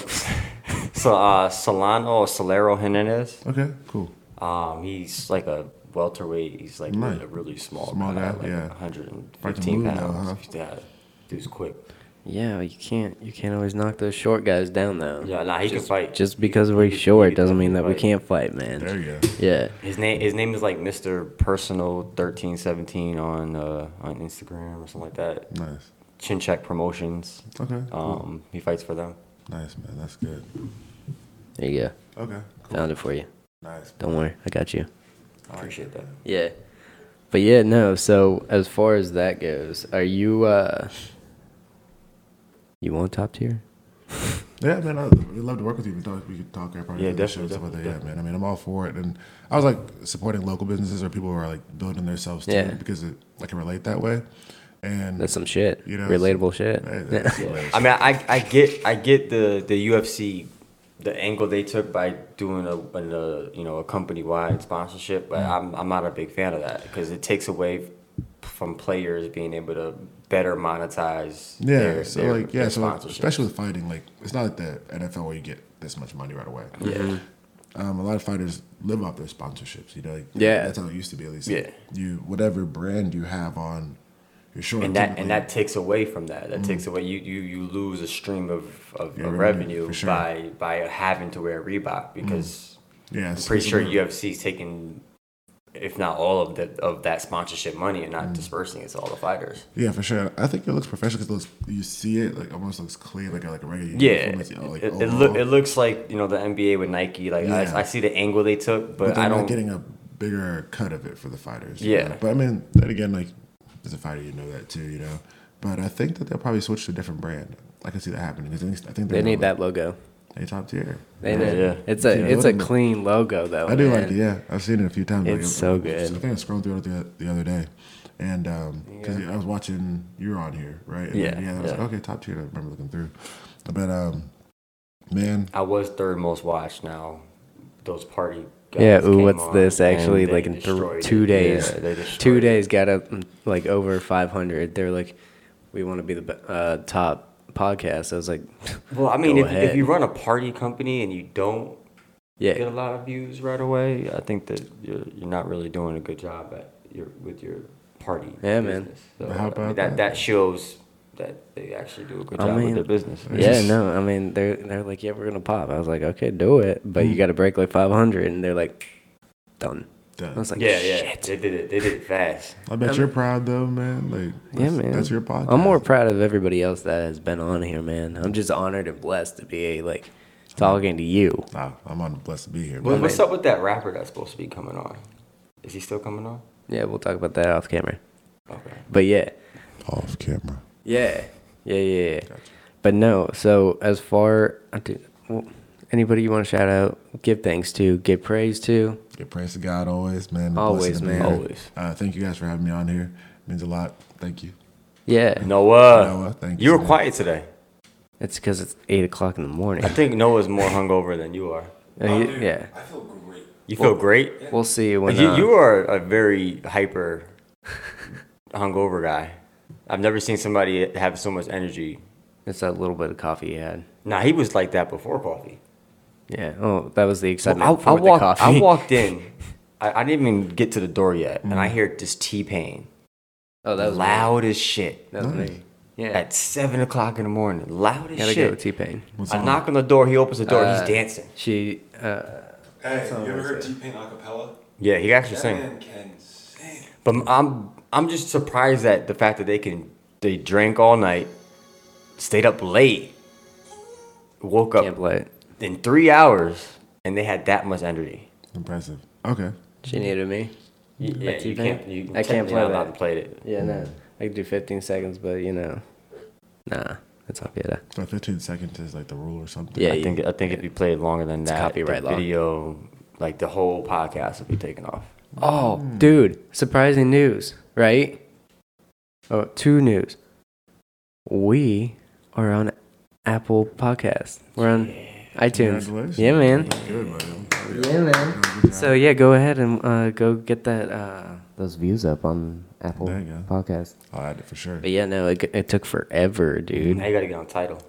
C: so uh, Solano or Solero Jimenez.
A: Okay, cool.
C: Um, he's like a welterweight. He's like
A: Nice.
C: a really small,
A: Small
C: guy,
A: guy,
C: like
A: yeah.
C: 115
A: Like a moon, uh-huh.
C: pounds.
A: though, huh?
C: Yeah, dude's quick.
B: Yeah, but you can't you can't always knock those short guys down though.
C: Yeah, nah, he can fight.
B: Just because we're
C: could- he
B: short
C: could
B: doesn't mean that
C: definitely
B: we
C: fight.
B: can't fight,
A: There
B: man.
A: you go.
B: Yeah.
C: His name his name is like Mr. Personal 1317 on uh, on Instagram or something like that.
A: Nice.
C: Chincheck Promotions.
A: Okay. cool.
C: Um, he fights for them.
A: Nice man, that's good.
B: There you go.
A: Okay. Cool.
B: Found it for you.
A: Nice.
B: Don't worry, I got you.
C: I appreciate that.
B: Yeah. But yeah, no, so as far as that goes, are you uh you want top tier?
A: Yeah, man, I would love to work with you. We thought we could talk. Probably
C: Yeah,
A: do the
C: definitely,
A: show and stuff like that.
C: definitely,
A: Yeah, man. I mean, I'm all for it. And I was like supporting local businesses or people who are like building themselves too,
B: Yeah.
A: because it, I can relate that way. And
B: That's some shit.
A: You know,
B: Relatable shit.
A: Hey,
B: Yeah.
A: that's hilarious.
C: I mean, I, I get I get the, the UFC the angle they took by doing a, an, uh you know a company wide sponsorship, but
A: Mm-hmm.
C: I'm I'm not a big fan of that because it takes away from players being able to better monetize.
A: Yeah,
C: their,
A: so
C: their-
A: like yeah,
C: their
A: so like,
C: sponsorships.
A: especially with fighting, like it's not like the NFL where you get this much money right away. Yeah, um, a lot of fighters live off their sponsorships. You know, like,
B: Yeah.
A: that's how it used to be at least.
C: Yeah.
A: you whatever brand you have on your shoulder,
C: and that
A: typically-
C: and that takes away from that. That takes away you you you lose a stream of of,
A: Mm-hmm. Yeah,
C: of
A: revenue,
C: revenue,
A: for sure. Mm-hmm.
C: by by having to wear a Reebok because
A: yeah,
C: I'm pretty sure UFC's taking. If not all of the of that sponsorship money and not
B: Mm.
C: dispersing it to all the fighters.
A: Yeah, for sure. I think it looks professional because you see it like almost looks clean, like a, like a regular.
C: Yeah,
A: uniform. It's, uh, like,
C: it, it,
A: overall.
C: look, it looks like you know the NBA with Nike. Like
A: Yeah.
C: I, I see the angle they took, but,
A: but they're
C: I don't.
A: not getting a bigger cut of it for the fighters.
C: Yeah.
A: know? But I mean, then again, like as a fighter, you know that too, you know. But I think that they'll probably switch to a different brand. I can see that happening. 'cause I think- I think
B: They need that logo.
A: They top tier.
B: They
C: Yeah,
B: need-
C: yeah.
B: It's a
A: Yeah,
B: it's a
A: logo.
B: clean logo though.
A: I do
B: man.
A: like it. Yeah, I've seen it a few times.
B: It's
A: Like,
B: so good.
A: I think I scrolled through it the, the other day, and because I was watching you were on here, right? And,
C: Yeah,
A: Yeah. I was
C: yeah.
A: like, okay, top tier. I remember looking through, but um, man,
C: I was third most watched. Now those party. Guys
B: Yeah. Ooh,
C: came
B: what's
C: on,
B: this?
C: and
B: Actually,
C: they
B: like in
C: destroyed
B: th-
C: it.
B: two days,
C: Yeah, they
B: two
C: destroyed it.
B: days got up mm, like over 500. They're like, we want to be the be- uh, top podcast. I was like,
C: Well, I mean,
B: Go
C: if, if
B: ahead.
C: you run a party company and you don't get a
B: yeah,
C: lot of views right away, I think that you're you're not really doing a good job at your with your party.
B: Yeah, man.
C: business. So,
A: But how
C: I mean,
A: about
C: that?
A: that?
C: That shows that they actually do a good
B: I
C: job
B: mean,
C: with their business.
B: yeah. No, I mean, they're they're like, yeah, we're gonna pop. I was like, okay, do it, but
C: Hmm.
B: you got to break like 500, and they're like, done. I
A: done.
B: was like,
C: Yeah, yeah.
B: shit.
C: They did it. They did it fast.
A: I bet you're proud though, man. Like,
B: Yeah,
A: that's,
B: man.
A: that's your podcast.
B: I'm more proud of everybody else that has been on here, man. I'm just honored and blessed to be like talking to you.
A: Nah, I'm on blessed to be here.
C: What,
A: man.
C: what's up with that rapper that's supposed to be coming on? Is he still coming on?
B: Yeah, we'll talk about that off camera.
C: Okay.
B: But yeah,
A: Off camera.
B: yeah, yeah, yeah. yeah. But no, so as far dude, well, anybody you want to shout out, give thanks to, give praise to.
A: Yeah, praise to God always, man. A
B: Always,
A: blessing to be
B: man.
A: here.
C: Always.
A: Uh, thank you guys for having me on here. It means a lot. Thank you.
B: Yeah,
C: Noah,
A: Noah, thank
C: you
A: you.
C: were quiet today.
B: it's because it's eight o'clock in the morning.
C: I think Noah's more hungover than you are.
B: Uh, you- yeah,
D: I feel great.
C: You feel great.
B: we'll see when
C: You,
B: uh,
C: you are a very hyper, hungover guy. I've never seen somebody have so much energy.
B: it's that little bit of coffee you had.
C: Nah, he was like that before coffee.
B: Yeah. Oh, that was the excitement.
C: I, I
B: before the
C: walked, I
B: coffee.
C: walked in. I, I didn't even get to the door yet, and I hear this T Pain,
B: Oh, Mm. that was me.
C: loud as shit, Mm.
B: That was me. Yeah.
C: at seven o'clock in the morning, loud as
B: Gotta
C: shit.
B: go T Pain.
A: What's
C: I
A: up?
C: knock on the door. He opens the door.
B: Uh,
C: he's dancing.
B: She. Uh,
D: Hey, you ever
B: always
D: heard T Pain acapella?
C: Yeah, he actually
D: That
C: sang.
D: man can sing.
C: But I'm I'm just surprised at the fact that they can they drank all night, stayed up late, woke
B: can't
C: up
B: play it.
C: in three hours, and they had that much energy.
A: Impressive. Okay.
B: She needed me.
C: Yeah,
B: Like you
C: you
B: think?
C: can't. You
B: I can't
C: technically
B: play
C: not allowed
B: that.
C: to play it.
B: Yeah, no. I could do 15 seconds, but you know, nah, it's not better.
A: So 15 seconds is like the rule or something.
B: Yeah,
C: I think I think if you played longer than that,
B: copyright
C: the
B: law.
C: video, like the whole podcast, would be taken off.
B: Oh,
C: Mm.
B: dude, surprising news, right? Oh, two news. We are on Apple Podcast. We're on iTunes.
A: Congratulations.
B: Yeah, man.
A: Good, man.
B: Yeah, man. So yeah, go ahead and uh, go get that uh, those views up on Apple
A: There you go.
B: Podcast.
A: I'll add it for sure.
B: But yeah, no, it, it took forever, dude.
C: Now you got to get on title.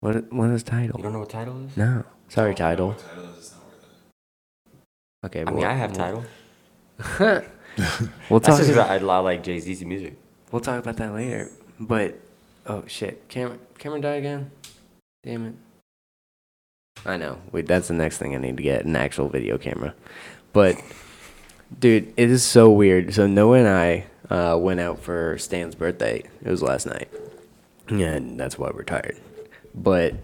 B: What what is
C: You
B: title?
C: don't know what title is?
B: No, sorry, title.
D: What title is it's not worth it.
B: Okay,
C: I mean,
B: we'll-
C: I have title.
B: we'll, we'll
C: That's
B: talk.
C: just 'cause
B: About,
C: I, I like Jay Z's music.
B: we'll talk about that later. But oh shit, Cameron, Cameron died again. Damn it. I know. Wait, that's the next thing I need to get an actual video camera. But dude, it is so weird. So Noah and I uh, went out for Stan's birthday. It was last night, and that's why we're tired. But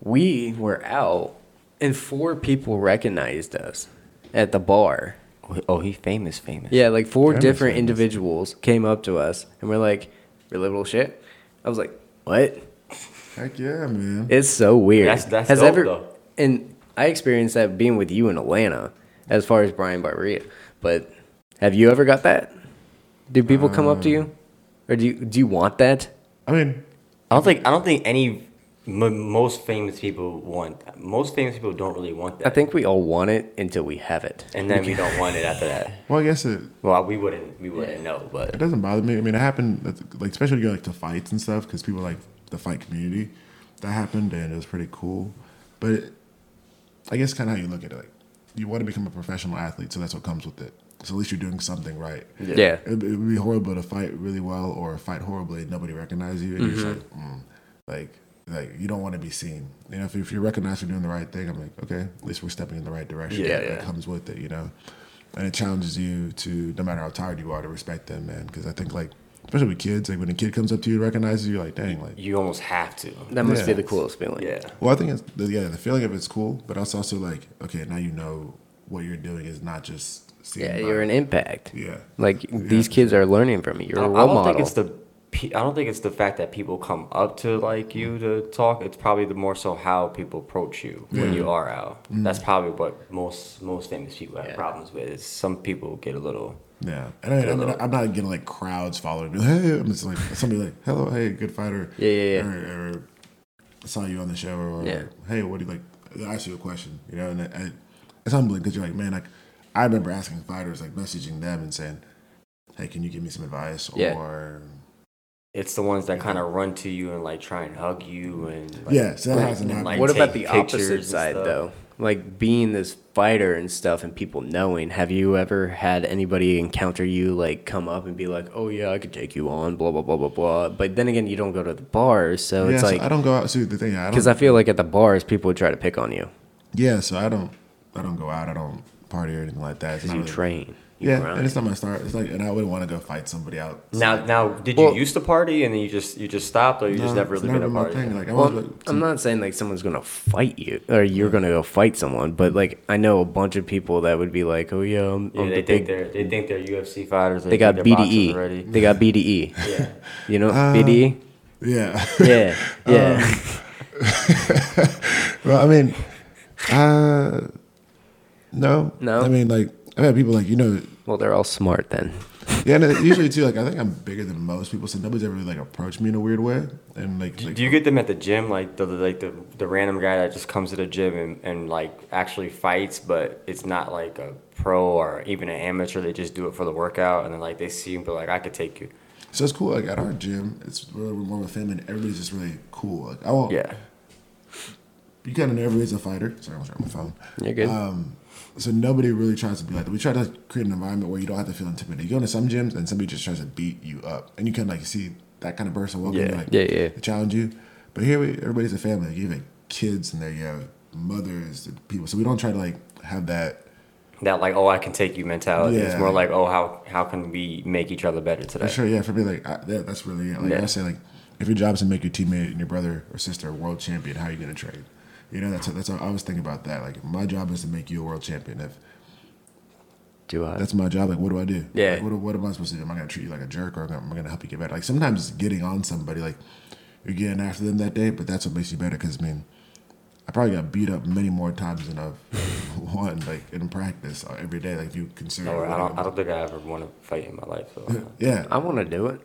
B: we were out, and four people recognized us at the bar.
C: Oh, he famous, famous.
B: Yeah, like four
A: Famous
B: different
A: things.
B: individuals came up to us and we're like, relatable shit. I was like, what?
A: Heck yeah, man.
B: It's so weird.
C: That's- that's dope, though.
B: And I experienced that being with you in Atlanta, as far
C: Um.
B: as Brian Barria. But have you ever got that? Do people come up to you, Or do you do you want that?
A: I mean,
C: I don't think I don't think any m- most famous people want that. Most famous people don't really want
B: I
C: that,
B: think we all want it until we have it.
C: and then we don't want it after that.
A: well, I guess it,
C: Well, we wouldn't we wouldn't know, but
A: it doesn't bother me. I mean, it happened, at- like especially when you go like to fights and stuff, because people like the fight community. That happened, and it was pretty cool. But it, I guess kind of how you look at it, like you want to become a professional athlete, so that's what comes with it. So at least you're doing something right.
B: Yeah.
A: It'd, it'd be horrible to fight really well or fight horribly and nobody recognize you. And you're just like,
B: Mm-hmm.
A: mm, like, like you don't want to be seen. You know, if, if you're recognized for doing the right thing, I'm like, okay, at least we're stepping in the right direction.
B: Yeah,
A: that,
B: yeah.
A: that comes with it, you know. And it challenges you to, no matter how tired you are, to respect them, man. Because I think, like, especially with kids, like when a kid comes up to you, and recognizes you, you're like, dang, like.
C: you almost have to.
B: That must be
A: Yeah.
B: the coolest feeling.
C: Yeah,
A: Well, I think it's the- yeah, the feeling of it's cool, but it's also like, okay, now you know what you're doing is not just seen
B: Yeah,
A: by-
B: you're an impact.
A: yeah.
B: Like these kids are learning from you. You're
C: I,
B: a
C: I
B: role
C: don't
B: model.
C: think it's the pe- I don't think it's the fact that people come up to like you to talk. It's probably the more so how people approach you when you are out. That's probably what most most famous people have
B: Mm. Yeah.
C: problems with. Is some people get a little.
A: Yeah, and I, I mean, I'm not getting like crowds following me. Like, hey, I'm just like somebody like, hello, hey, good fighter.
B: Yeah, yeah, yeah.
A: Or, or I saw you on the show, or
B: Yeah.
A: hey, what do you like? I ask you a question, you know, and I, it's humbling because you're like, man, like I remember asking fighters, like messaging them and saying, hey, can you give me some advice?
B: Yeah.
A: Or
C: It's the ones that
B: Mm-hmm.
C: kind of run to you and like try and hug you and like,
A: Yeah, so that hasn't
C: and,
A: happened.
B: what about
C: take
B: the
C: pictures
B: opposite
C: and
B: side
C: stuff.
B: though? Like being this fighter and stuff and people knowing. Have you ever had anybody encounter you like come up and be like, "Oh yeah, I could take you on," blah blah blah blah blah. But then again, you don't go to the bars, so
A: yeah,
B: it's
A: so
B: like
A: I don't go out. See the thing, I
B: cuz
A: don't.
B: I feel like at the bars people would try to pick on you
A: yeah, so I don't. I don't go out. I don't party or anything like that. It's
B: cuz
A: not
B: you
C: Mm.
A: really-
B: train. You
A: Yeah, and
B: grind.
A: it's not my start. It's like, and I wouldn't want to go fight somebody out.
C: Now, now, did
B: Well-
C: you used to party and then you just you just stopped, or you just
A: No,
C: never
A: it's
C: really been a
A: my
C: party?
A: thing. Like, I was
B: Well,
A: like,
B: I'm not saying like someone's gonna fight you or you're gonna go fight someone, but like I know a bunch of people that would be like, "Oh yeah, I'm,
C: Yeah,
B: I'm
C: they
B: the
C: think
B: big."
C: they're they think they're UFC fighters.
B: They got E.
C: think they're boxers
B: BDE.
C: already.
B: They got BDE.
C: yeah.
B: You know
A: Uh,
B: E? BDE.
A: yeah.
B: Yeah, yeah.
A: well, I mean, uh, no,
B: No?
A: I mean, like, I've had people like you know,
B: well, they're all smart then.
A: yeah. And it- usually too, like, I think I'm bigger than most people, so nobody's ever like approached me in a weird way. And like, like
C: Do you get them at the gym, like the like the, the random guy that just comes to the gym and, and like actually fights, but it's not like a pro or even an amateur. They just do it for the workout, and then like they see you, and be like, I could take you.
A: so it's cool. Like at our gym, it's really we're more of a family. And everybody's just really cool. Like, I won't.
C: Yeah,
A: You kind of know everybody's a fighter. Sorry, I was on my phone.
B: You're good.
A: So nobody really tries to be like that. We try to create an environment where you don't have to feel intimidated. You go into some gyms and somebody just tries to beat you up, and you can like see that kind of person walking,
C: Yeah.
A: like
B: Yeah, yeah.
A: they challenge you. But here, we, everybody's a family. Like, you have like, kids in there, you have mothers, and people. So we don't try to like have that.
C: that like oh I can take you mentality. It's
A: Yeah.
C: more like oh how how can we make each other better today?
A: For sure, yeah. For me, like I, that, that's really it. like
C: Yeah.
A: I say, like if your job is to make your teammate and your brother or sister a world champion, how are you going to train? You know, that's that's I always think about that. Like my job is to make you a world champion. If
B: do I?
A: that's my job. Like, what do I do?
B: Yeah.
A: Like, what, what am I supposed to do? Am I going to treat you like a jerk or am I going to help you get better? Like, sometimes getting on somebody, like, you're getting after them that day, but that's what makes you better. Because, I mean, I probably got beat up many more times than I've won, like, in practice uh, every day. Like, if you consider
C: Or I
A: winning
C: don't I
A: them.
C: don't think I ever want to fight in my life. So.
A: Yeah.
B: I want to do it.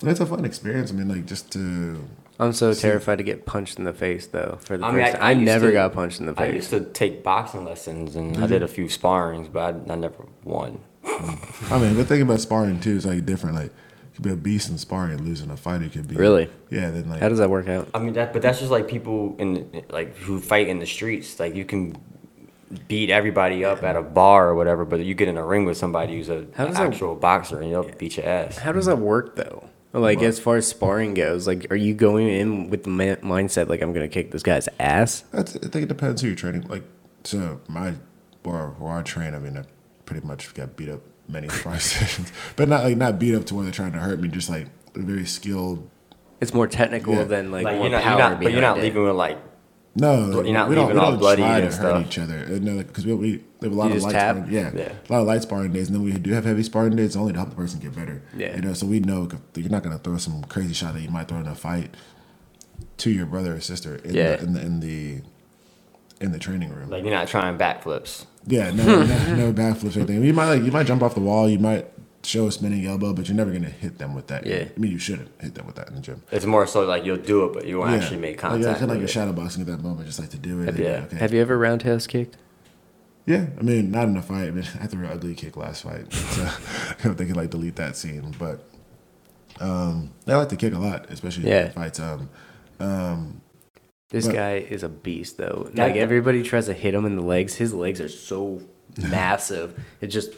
A: And it's a fun experience. I mean, like, just to.
B: I'm so terrified to get punched in the face though. For the
C: I
B: first,
C: mean, I-
B: time.
C: I
B: I,
C: used
B: never
C: to-
B: got punched in the
C: I
B: face.
C: used to take boxing lessons and
B: Mm-hmm.
C: I did a few sparrings, but I, I never won.
A: I mean, the thing about sparring, too, is, like, different. Like, you could be a beast in sparring and losing a fight. You could be.
B: Really?
A: Yeah. Then, like,
B: How does that work out?
C: I mean that, but that's just like people in like who fight in the streets. Like you can beat everybody up at a bar or whatever, but you get in a ring with somebody who's a
B: How does that-
C: actual boxer and they'll beat your ass.
B: How does that work though? Like as far as sparring goes, like are you going in with the man- mindset like I'm gonna kick this guy's ass?
A: That's, I think it depends who you're training. Like, so my where, where I train, I mean, I pretty much got beat up many sparring sessions, but not like not beat up to where they're trying to hurt me. Just like very skilled.
B: It's more technical
A: Yeah.
B: than like,
C: Like
B: more
C: you're not, you're
B: power.
C: not, but you're not
B: behind it.
C: leaving with like
A: No, like,
C: you're not
A: we don't, we
C: leaving all
A: don't
C: bloody
A: try to
C: and stuff.
A: hurt each other. And no, like, because we, we we have a lot
B: You
A: of
B: just
A: light
B: tap?
A: sparring, yeah,
C: Yeah.
A: a lot of light sparring days, and then we do have heavy sparring days only to help the person get better.
B: Yeah.
A: you know, so we know if you're not gonna throw some crazy shot that you might throw in a fight to your brother or sister in,
B: Yeah.
A: the, in the in the in the training room.
C: like you're not trying backflips.
A: Yeah, no, no, no backflips or anything. You might like you might jump off the wall. You might show a spinning elbow, but you're never gonna hit them with that.
B: Yeah.
A: I mean, you shouldn't hit them with that in the gym.
C: It's more so like you'll do it, but you won't
A: Yeah.
C: actually make
A: Like, I
C: contact.
A: feel like
C: with
A: you're
C: it.
A: shadow boxing at that moment, just like to do it. and,
C: yeah.
A: okay.
B: Have you ever roundhouse kicked?
A: Yeah, I mean, not in a fight. I mean, I had the real ugly kick last fight. So I hope they could like delete that scene. But um, I like to kick a lot, especially
B: Yeah.
A: in fights. Um,
B: This
A: But-
B: guy is a beast, though.
C: That-
B: like everybody tries to hit him in the legs. His legs are so massive. It just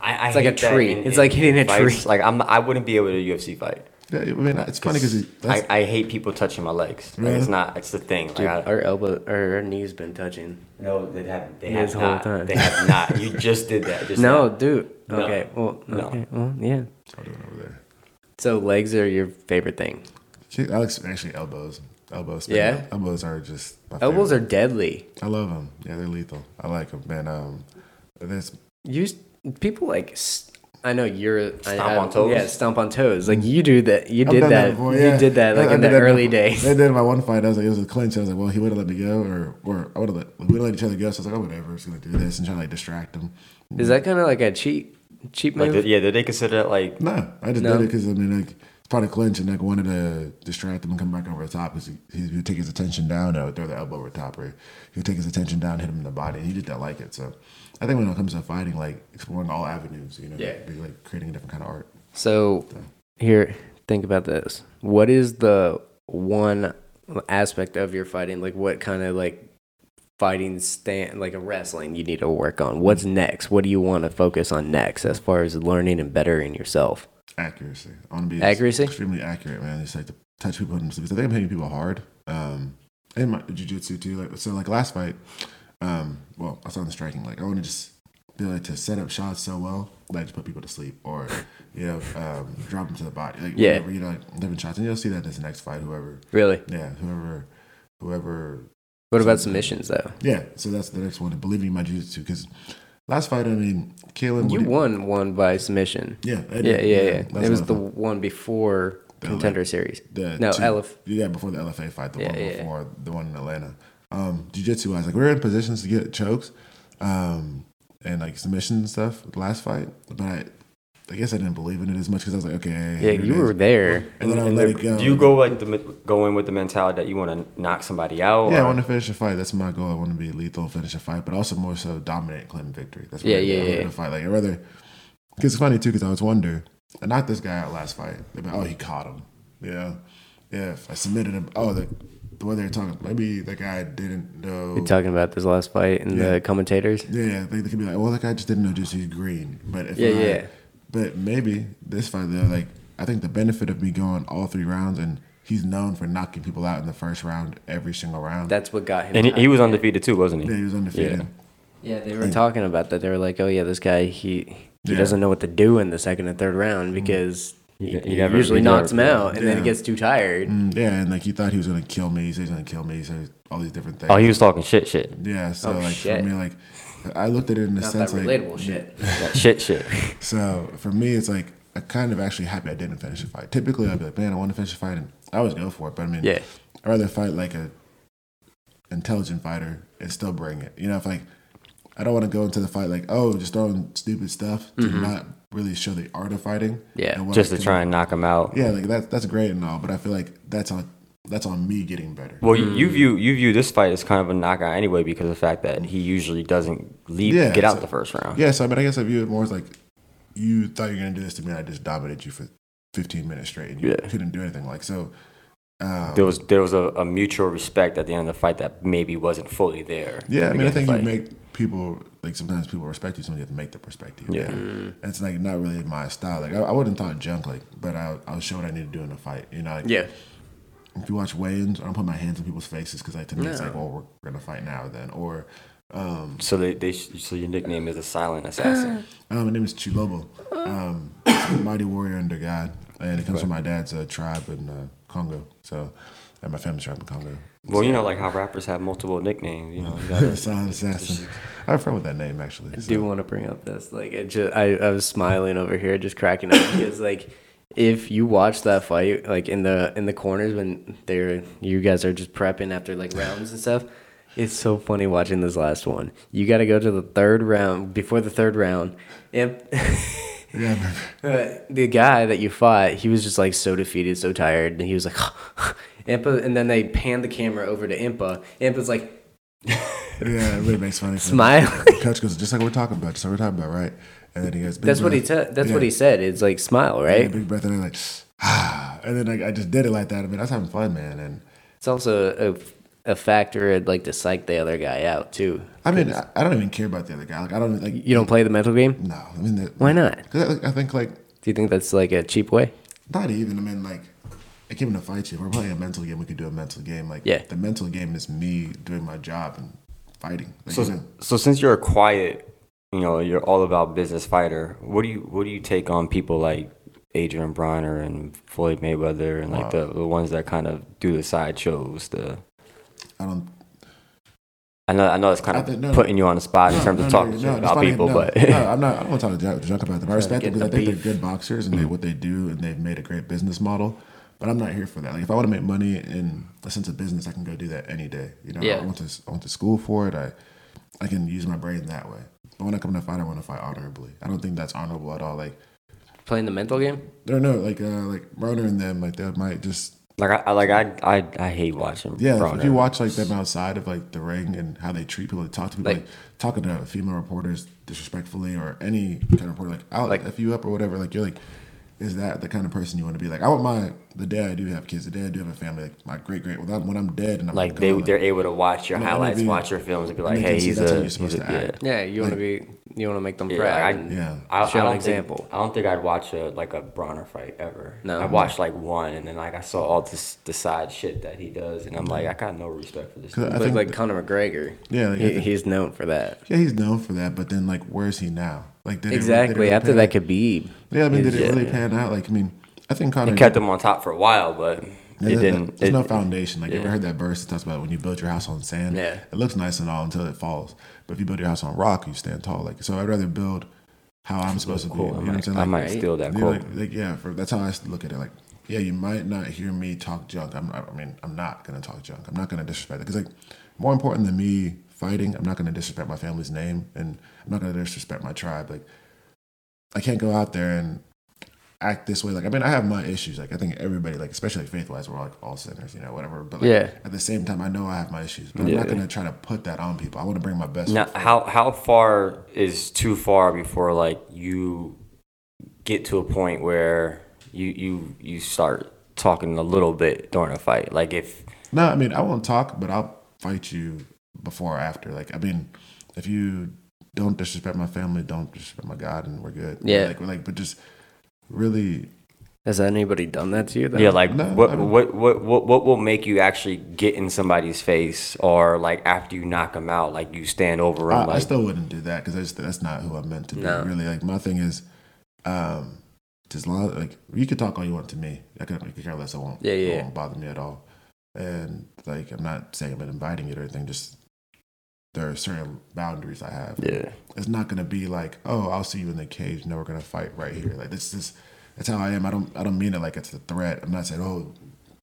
C: I, I
B: It's like a
C: hate that
B: tree. It's like hitting a
C: fights.
B: tree.
C: Like I'm, I wouldn't be able to UFC fight.
A: yeah, I mean, it's funny because
C: I, I hate people touching my legs. Like it's
A: Really?
C: not. It's the thing. Like,
B: dude,
C: I-
B: our elbow, our, our knee's been touching.
C: no, they haven't. They
B: This
C: have
B: whole
C: not.
B: time.
C: They have not. You just did that. Just
B: No,
C: now.
B: dude.
C: No.
B: Okay. Well.
C: No.
B: Okay. Well, yeah.
A: I'm doing over there.
B: So legs are your favorite thing.
A: Kick, I like actually elbows. Elbows.
B: Yeah?
A: Elbows are just. My
B: Elbows
A: favorite.
B: are deadly.
A: I love them. Yeah, they're lethal. I like them, man. Um, there's
B: You s- people like. s I I know you're. I-
C: Stomp
B: I-
C: on toes?
B: Yeah, stomp on toes. Like you do that. You
A: I've
B: did
A: done
B: that.
A: before,
B: You
A: yeah.
B: did that
A: I-
B: like
A: I
B: in
A: did
B: the
A: that
B: early
A: before.
B: days.
A: I did it in my one fight. I was like, it was a clinch. I was like, well, he wouldn't let me go, or or I would have let we wouldn't let each other go. So I was like, oh, whatever, it's gonna do this and try to like distract him.
B: Is that kind of like a cheat cheat
C: Like,
B: move?
C: did- yeah, did they consider that like?
A: No, I just
B: No.
A: did it because I mean, like it's part of clinch, and like wanted to distract him and come back over the top because he, he would take his attention down. I would throw the elbow over the top, or he would take his attention down, hit him in the body. And he did that like it. So I think when it comes to fighting, like exploring all avenues, you know,
B: Yeah.
A: be like creating a different kind of art.
B: So here, think about this. What is the one aspect of your fighting? Like what kind of like fighting stand like a wrestling you need to work on? What's next? What do you want to focus on next as far as learning and bettering yourself?
A: accuracy. I want to be
B: Accuracy?
A: extremely accurate, man. Just like to touch people in because I think I'm hitting people hard. Um, and my jujitsu too. Like so, like last fight. Um, well, I was on the striking. Like I want to just be like to set up shots so well that I just put people to sleep or you know um, drop them to the body. Like
B: Yeah.
A: whatever, you know, like, different shots, and you'll see that in this next fight. Whoever,
B: Really?
A: yeah, whoever, whoever
B: What about submissions though?
A: yeah, so that's the next one. Believing in my jiu-jitsu because last fight, I mean, Kalen,
B: You
A: what do
B: won one by submission.
A: Yeah, I did.
B: Yeah, yeah, yeah.
A: That's
B: It was
A: what I
B: the
A: thought.
B: one before contender series.
A: the
B: No,
A: two-
B: Elif.
A: Yeah, before the LFA fight, the
B: Yeah,
A: one
B: yeah, yeah.
A: before the one in Atlanta. Um, jiu-jitsu wise, like we were in positions to get chokes, um, and like submission and stuff. the Last fight, but I, I guess I didn't believe in it as much because I was like, okay,
B: Yeah,
A: here it
B: you
A: is.
B: were there.
A: and then I um, let it go.
C: Do you go like the mi- go in with the mentality that you want to knock somebody out?
A: Yeah, I
C: or-
A: want to finish a fight. That's my goal. I want to be lethal, finish a fight, but also more so dominate, claim victory. That's what
B: Yeah,
A: I,
B: yeah,
A: I
B: yeah.
A: to fight. Like I rather, because it's funny too. Because I was wonder, and not this guy out last fight. They'd be like, oh, he caught him. Yeah, yeah. If I submitted him, oh, the, the way they were talking, maybe the guy didn't know.
B: You're talking about this last fight and
A: Yeah.
B: the commentators.
A: yeah, yeah. They, they could be like, well, that guy just didn't know just he's green. But if
B: Yeah,
A: I-
B: yeah.
A: But maybe this fight, though, like I think the benefit of me going all three rounds, and he's known for knocking people out in the first round every single round.
B: That's what got him.
C: And he,
B: tied.
C: he was undefeated too, wasn't he?
A: yeah, he was undefeated.
C: Yeah.
B: Yeah, they were talking about that. They were like, "Oh yeah, this guy he he
A: Yeah.
B: doesn't know what to do in the second and third round because he,
C: he
B: he
C: never-
B: usually
C: he
B: knocks
C: never-
B: him out and then he
A: Yeah.
B: gets too tired."
A: Mm, Yeah, and like he thought he was gonna kill me. He said he's gonna kill me. He said all these different things.
C: Oh, he was talking shit, shit,
A: yeah, so
B: Oh,
A: like
B: shit.
A: for me, like I looked at it in the
B: Not that
A: sense like
B: relatable shit.
C: shit, shit.
A: so for me, it's like I kind of actually happy I didn't finish the fight. Typically, I'd be like, man, I want to finish the fight, and I always go for it. But I mean,
B: Yeah.
A: I'd rather fight like a intelligent fighter and still bring it. You know, if like I don't want to go into the fight like oh, just throwing stupid stuff to not really show the art of fighting.
B: Yeah,
A: and what I
C: Mm-hmm. Just to
A: can-
C: try and knock him out.
A: Yeah, like that's that's great and all, but I feel like that's on that's on me getting better.
C: Well, you you view you view this fight as kind of a knockout anyway because of the fact that he usually doesn't leave
A: Yeah,
C: get out
A: so-
C: the first round.
A: Yeah, so I mean, I guess I view it more as like you thought you were gonna do this to me, and I just dominated you for 15 minutes straight, and you
C: Yeah.
A: couldn't do anything. Like so, um,
C: There was there was a, a mutual respect at the end of the fight that maybe wasn't fully there.
A: yeah. I
C: at the
A: mean, I
C: beginning
A: think
C: of
A: you
C: the fight.
A: make people like sometimes people respect you, sometimes you have to make them respect you.
C: Yeah.
A: And
B: Mm.
A: it's like not really my style. Like I, I wouldn't talk junk, like, but I I'll show what I need to do in a fight. You know, like,
B: Yeah,
A: if you watch weigh-ins, I don't put my hands in people's faces because like to me it's
B: No.
A: like, well, we're gonna fight now then, or um,
C: so. They, they sh- so your nickname is the silent assassin.
A: Uh, my name is Chilobo. Um, mighty warrior under God, and it comes from my dad's uh, tribe in uh, Congo. So, and my family's tribe in Congo.
C: well, you know, like how rappers have multiple nicknames. You know, you gotta,
A: Silent assassin. I have a friend with that name actually.
B: I
A: so-
B: do want to bring up this. Like, it just I I was smiling over here, just cracking up because like. If you watch that fight, like in the in the corners when they're you guys are just prepping after like rounds and stuff, it's so funny watching this last one. You got to go to the third round before the third round, and
A: Yeah, I remember.
B: Uh, the guy that you fought, he was just like so defeated, so tired, and he was like, Impa. And then they panned the camera over to Impa. Impa's like
A: Yeah, it really makes funny. for me.
B: smiling.
A: The coach goes, just like we're talking about, just like we're talking about, right? And then he goes, big
B: that's what he.
A: breath.
B: T- that's
A: Yeah.
B: what he said. It's like smile,
A: Yeah,
B: right?
A: big breath, and then like, ah, and then I, I just did it like that. I mean, I was having fun, man. And
B: It's also a, a factor in like to psych the other guy out too.
A: I mean, I, I don't even care about the other guy. Like, I don't like.
B: You don't play the mental game.
A: No, I mean, that-
B: Why not?
A: 'cause I, like, I think like
B: Do you think that's like a cheap way?
A: not even. I mean, like, I came to fight you. If we're playing a mental game. We could do a mental game. Like,
B: Yeah.
A: the mental game is me doing my job and fighting. Like, you
C: So,
A: know,
C: so since you're a quiet, you know, you're all about business fighter. What do you what do you take on people like Adrian Bronner and Floyd Mayweather and like the, the ones that kind of do the sideshows? The
A: I don't.
C: I know I know it's kind
A: I
C: of
A: think- no.
C: putting you on the spot in terms of talking shit
A: no,
C: about
A: despite-
C: people,
A: no,
C: but
A: no, I'm not. I don't want to talk junk, junk about them. I respect
B: get
A: them because I
B: the
A: think
B: beef.
A: they're good boxers and they, what they do, and they've made a great business model. But I'm not here for that. Like, if I want to make money in a sense of business, I can go do that any day. You know,
B: Yeah.
A: I went to I went to school for it. I I can use my brain that way. But when I come to fight, I want to fight honorably. I don't think that's honorable at all. Like,
B: Playing the mental game.
A: I don't know, like uh, like Broner and them, like they might just
C: like I, I like I I, I hate watching.
A: yeah. like, If
C: Broner.
A: you watch like them outside of like the ring and how they treat people, they talk to people, like,
B: Like-
A: talking to female reporters disrespectfully or any kind of reporter, like I'll
B: Like-
A: f you up or whatever. Like you're like, is that the kind of person you want to be? Like I want my the day I do have kids, the day I do have a family, like my great great. When I'm, when I'm dead and I'm
C: like they
A: gone,
C: they're able to watch your
A: Like, let me
C: highlights,
A: be-
C: watch your films, and be
A: let
C: like,
A: me
C: hey,
A: just see,
C: he's
A: that's how
C: a
A: you're supposed
C: he's a-
A: to act.
B: Yeah, you want to be. You want to make them
C: Yeah,
B: proud.
C: I-
B: and-
A: yeah.
C: I,
B: Show
C: I
B: an
C: don't
B: example.
C: Think, I don't think I'd watch a like a Bronner fight ever.
B: No.
C: I watched like one, and then like I saw all this the side shit that he does, and I'm like, I got no respect for this.
A: I
C: dude.
B: Look
A: think
B: like
A: th-
B: Conor McGregor.
A: Yeah, like, I
B: he,
A: think-
B: he's known for that.
A: yeah, he's known for that. But then like, where is he now? Like did it- did it
B: Exactly.
A: really
B: After
A: pan
B: that,
A: out?
B: Khabib.
A: yeah. I mean, did it
B: Yeah.
A: really pan out? Like I mean, I think Conor
C: It kept him on top for a while, but
A: Yeah,
C: it
A: there-
C: didn't.
A: There's
C: it-
A: no foundation. Like you ever
C: yeah.
A: heard that verse that talks about when you build your house on sand,
B: Yeah.
A: it looks nice and all until it falls. But if you build your house on rock, you stand tall. Like so, I'd rather build how I'm supposed to be.
C: Cool.
A: You know
C: I
A: what I'm
C: might,
A: saying?
C: I
A: Like,
C: might
B: right?
C: steal that
A: you know,
C: quote.
A: like, like, yeah, for, that's how I look at it. Like yeah, you might not hear me talk junk. I'm, I mean, I'm not gonna talk junk. I'm not gonna disrespect it because like more important than me fighting, I'm not gonna disrespect my family's name and I'm not gonna disrespect my tribe. Like I can't go out there and act this way. Like, I mean, I have my issues. Like, I think everybody, like, especially faith wise, we're like all sinners, you know, whatever. But like,
B: Yeah.
A: at the same time, I know I have my issues, but I'm not going to try to put that on people. I want to bring my best.
C: now,
A: foot forward.
C: how how far is too far before like you get to a point where you you you start talking a little bit during a fight? Like if
A: No, I mean, I won't talk, but I'll fight you before or after. Like, I mean, if you don't disrespect my family, don't disrespect my God, and we're good.
B: Yeah.
A: Like, we're like, but just really,
B: Has anybody done that to you? Though?
C: Yeah, like
A: No, I
C: what,
A: don't-
C: what what what what will make you actually get in somebody's face, or like after you knock them out, like you stand over
A: I,
C: them,
A: I
C: like
A: still wouldn't do that because that's not who I'm meant to be.
B: No.
A: Really, like my thing is, um, just long like you can talk all you want to me. I could, I could care less. I won't.
B: Yeah, yeah,
A: It
B: yeah.
A: won't bother me at all. And like I'm not saying I'm inviting it or anything. Just there are certain boundaries I have.
C: yeah,
A: It's not gonna be like, oh, I'll see you in the cage. No, we're gonna fight right here. Like this is that's how I am. I don't I don't mean it like it's a threat. I'm not saying oh,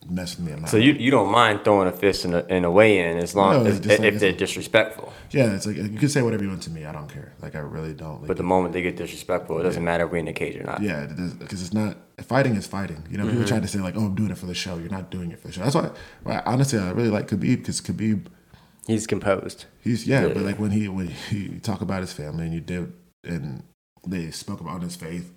A: mess with me. I'm not.
C: So you you don't mind throwing a fist in a in a weigh in as long
A: No,
C: as
A: it's just
C: if
A: like-
C: they're disrespectful.
A: yeah, it's like you can say whatever you want to me. I don't care. Like I really don't. Like,
C: But the moment they get disrespectful, it doesn't matter if we're in the cage or not.
A: Yeah, because it's not fighting is fighting. You know, people try to say like, "Oh, I'm doing it for the show." You're not doing it for the show. That's why, why honestly, I really like Khabib because Khabib,
B: he's composed.
A: he's yeah, but like when he when he talk about his family and you did and they spoke about his faith,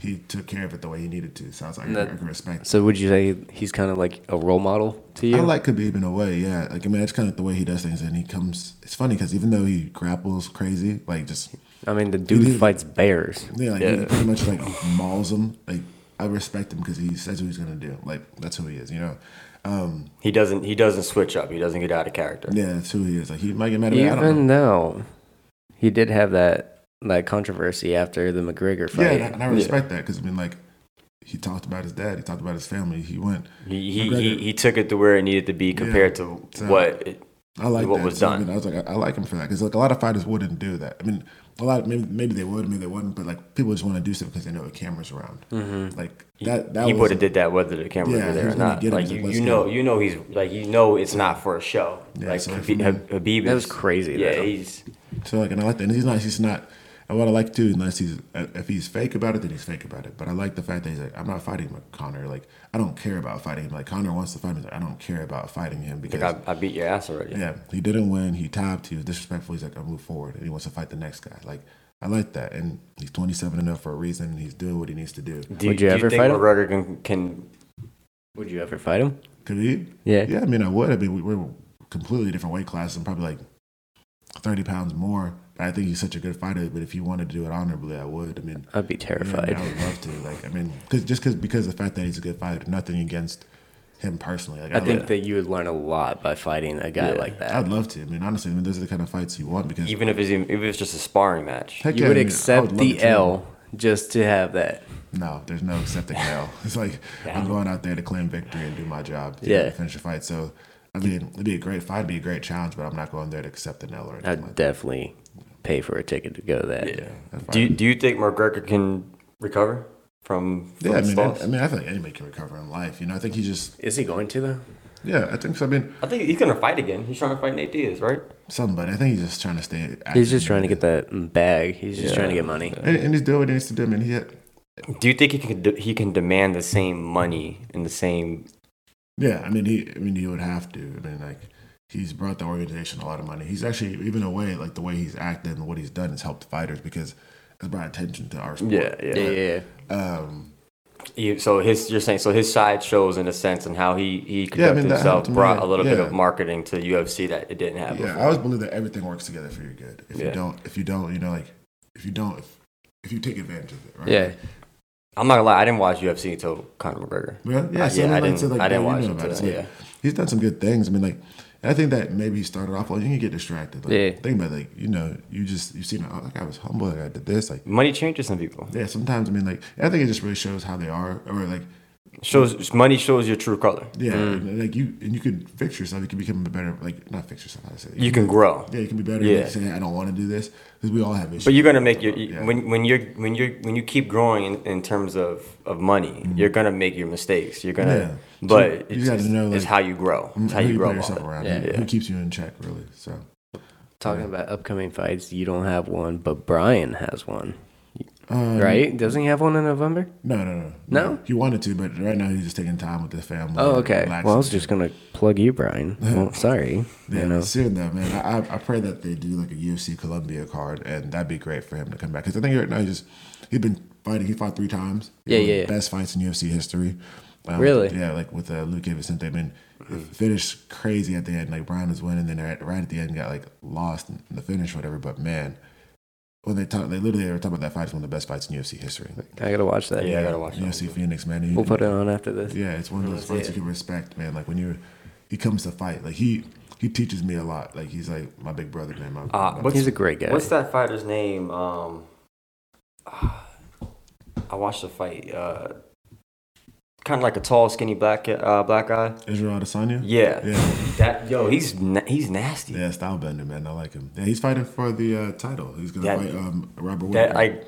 A: he took care of it the way he needed to. Sounds like
B: That-
A: I can respect.
B: So would you say he's kind of like a role model to you?
A: I like Khabib in a way, yeah. Like I mean, it's kind of the way he does things, and he comes. It's funny because even though he grapples crazy, like just
B: I mean, the dude
A: Mhm.
B: fights bears.
A: Yeah, like he
B: Yeah.
A: pretty much like mauls him. Like I respect him because he says what he's gonna do. Like that's who he is, you know. Um,
C: He doesn't he doesn't switch up. He doesn't get out of character.
A: yeah, that's who he is. Like he might get mad at me. I don't
B: Even
A: know.
B: though he did have that that controversy after the
A: Yeah,
B: McGregor fight.
A: and I, and I respect that 'cause that because I mean, like he talked about his dad. He talked about his family. He went.
C: He he,
A: McGregor-
C: he he took it to where it needed to be compared to
A: So-
C: what. It,
A: I like
C: what
A: that.
C: was
A: So, I,
C: done.
A: mean, I was like, I, I like him for that because like a lot of fighters wouldn't do that. I mean, a lot maybe maybe they would, maybe they wouldn't, but like people just want to do stuff because they know the camera's around. Like that. That
C: Mm-hmm. he
A: was
C: would have did that whether the cameras
A: Yeah,
C: were
A: he
C: there or
A: was gonna
C: not.
A: get him,
C: Like
A: he's
C: you,
A: like,
C: you
A: let's
C: know,
A: go.
C: you know he's like you know it's not for a show.
A: Yeah,
C: like
A: so
C: Habib,
A: if you-
C: Habib
B: That
C: is-
B: was crazy,
C: Yeah,
B: though.
C: he's
A: So like, and I like that. And he's nice. He's not. And what I like too, unless he's if he's fake about it, then he's fake about it. But I like the fact that he's like, I'm not fighting Connor. Like I don't care about fighting him. Like Connor wants to fight me. He's like, I don't care about fighting him because
C: I, I beat your ass already.
A: yeah, he didn't win. He topped. He was disrespectful. He's like, I move forward, and he wants to fight the next guy. Like I like that, and he's 27 and up for a reason. And he's doing what he needs to do.
C: Do,
B: Would you
C: do
B: ever
C: think
B: fight him?
C: McGregor can, can
B: Would you ever fight him?
A: Could he?
B: Yeah.
A: Yeah, I mean, I would. I mean, we, we're completely different weight classes. I'm probably like 30 pounds more. But I think he's such a good fighter. But if you wanted to do it honorably, I would. I mean,
B: I'd be terrified.
A: Yeah, I would love to. Like, I mean, cause, just cause, because of the fact that he's a good fighter, nothing against him personally. Like,
B: I think that you would learn a lot by fighting a guy like that.
A: I'd love to. I mean, honestly, I mean, those are the kind of fights you want because
C: even if it's even, if it's just a sparring match?
A: heck
B: you
A: yeah, I
B: would
A: mean, I
B: accept
A: would love
B: the
A: to.
B: L just to have that.
A: No, there's no accepting L. It's like I'm going out there to claim victory and do my job. to
B: Yeah.
A: finish the fight. So. I mean, it'd be a great fight, it'd be a great challenge, but I'm not going there to accept an L or anything.
B: I'd
A: like
B: definitely pay for a ticket to go to that.
A: that. That's
C: Do
A: fine.
C: you, do you think McGregor can recover from, from
A: Yeah, I
C: his
A: mean,
C: loss?
A: I, I mean, I think anybody can recover in life. You know, I think he just,
B: Is he going to though?
A: yeah, I think so. I mean,
C: I think he's gonna fight again. He's trying to fight Nate Diaz, right?
A: somebody. I think he's just trying to stay. Active
B: He's just trying to get that bag. He's just trying to get money.
A: and, and he's doing what he needs to do. I mean, he had,
C: Do you think he can de- he can demand the same money and the same?
A: yeah. I mean, he, I mean, he would have to. I mean, like, he's brought the organization a lot of money. He's actually even away, like the way he's acted and what he's done has helped fighters because it's brought attention to our sport.
B: Yeah, yeah.
A: Um,
C: You- So his you're saying so his side shows in a sense and how he he conducted
A: that
C: himself
A: helped him,
C: brought
A: yeah,
C: a little bit
A: yeah.
C: of marketing to UFC that it didn't have.
A: yeah. I
C: before.
A: always believe that everything works together for your good. If
C: Yeah.
A: you don't, if you don't, you know, like, if you don't, if, if you take advantage of it, right?
B: Yeah.
C: I'm not gonna lie, I didn't watch UFC until Conor McGregor.
A: Well, yeah,
C: Uh,
A: so
C: yeah,
A: I, mean,
C: I
A: like,
C: didn't-
A: so, like,
C: I didn't
A: yeah, you
C: watch
A: know
C: it
A: about
C: till-
A: So, like,
C: yeah.
A: he's done some good things. I mean, like, I think that maybe he started off. Well, you can get distracted. Like,
B: Yeah.
A: Think about it, like, you know, you just you seen, oh, like I was humble, like I did this, like,
C: Money changes some people.
A: yeah. Sometimes I mean, like, I think it just really shows how they are, or like,
C: Shows money shows your true color.
A: yeah,
C: Mm.
A: and, like you and you can fix yourself. You can become a better, like, not fix yourself. I say
C: You can grow.
A: yeah, you can be better.
C: Yeah.
A: Yeah. say, I don't want to do this because we all have issues.
C: But you're gonna make your
A: Yeah.
C: when when you're when you're when you keep growing in, in terms of of money, you're gonna make your mistakes. You're gonna,
A: Mm-hmm. Yeah. So
C: but
A: you
C: it's,
A: gotta
C: it's-
A: know, like,
C: it's how you grow. It's how
A: who
C: you grow.
A: Mm, put
C: off
A: yourself
C: it.
A: around.
B: Yeah.
A: Yeah. Who keeps you in check, really? So
B: Talking about upcoming fights, you don't have one, but Brian has one,
A: um,
B: right? Doesn't he have one in November?
A: No, no, no,
B: No?
A: He wanted to, but right now he's just taking time with his family.
B: Oh, okay.
A: relaxing.
B: Well, I was just gonna plug you, Brian. Well, sorry.
A: Yeah,
B: You know,
A: soon though, man. I, I- I pray that they do like a UFC Colombia card, and that'd be great for him to come back. Because I think right now he just he's been fighting. He fought three times. He
B: Yeah,
A: won
B: yeah,
A: the
B: yeah.
A: Best fights in UFC history. Um,
B: Really?
A: Yeah, like with uh, Luke Vicente. I mean, it finished crazy at the end. Like Brian was winning, then right, right at the end got like lost in the finish, or whatever. But man, when they talk, they literally were talking about that fight is one of the best fights in UFC history.
B: I gotta watch that.
C: Yeah, I gotta watch that.
A: UFC Phoenix, man. You-
B: We'll put it on after this.
A: yeah, it's one of those fights you can respect, man. Like when you're, he comes to fight. Like he he teaches me a lot. Like he's like my big brother, man. My,
C: Uh,
A: my-
C: what's-
B: He's a great guy.
C: What's that fighter's name? Um, ah, I watched the fight. Uh, kind of like a tall, skinny black uh, black guy.
A: Israel Adesanya.
C: Yeah.
A: yeah,
C: That yo, he's na- he's nasty.
A: yeah. Style bender, man. I like him. Yeah, he's fighting for the uh, title. He's gonna
C: That-
A: fight um, Robert.
C: that
A: Whittaker.
C: I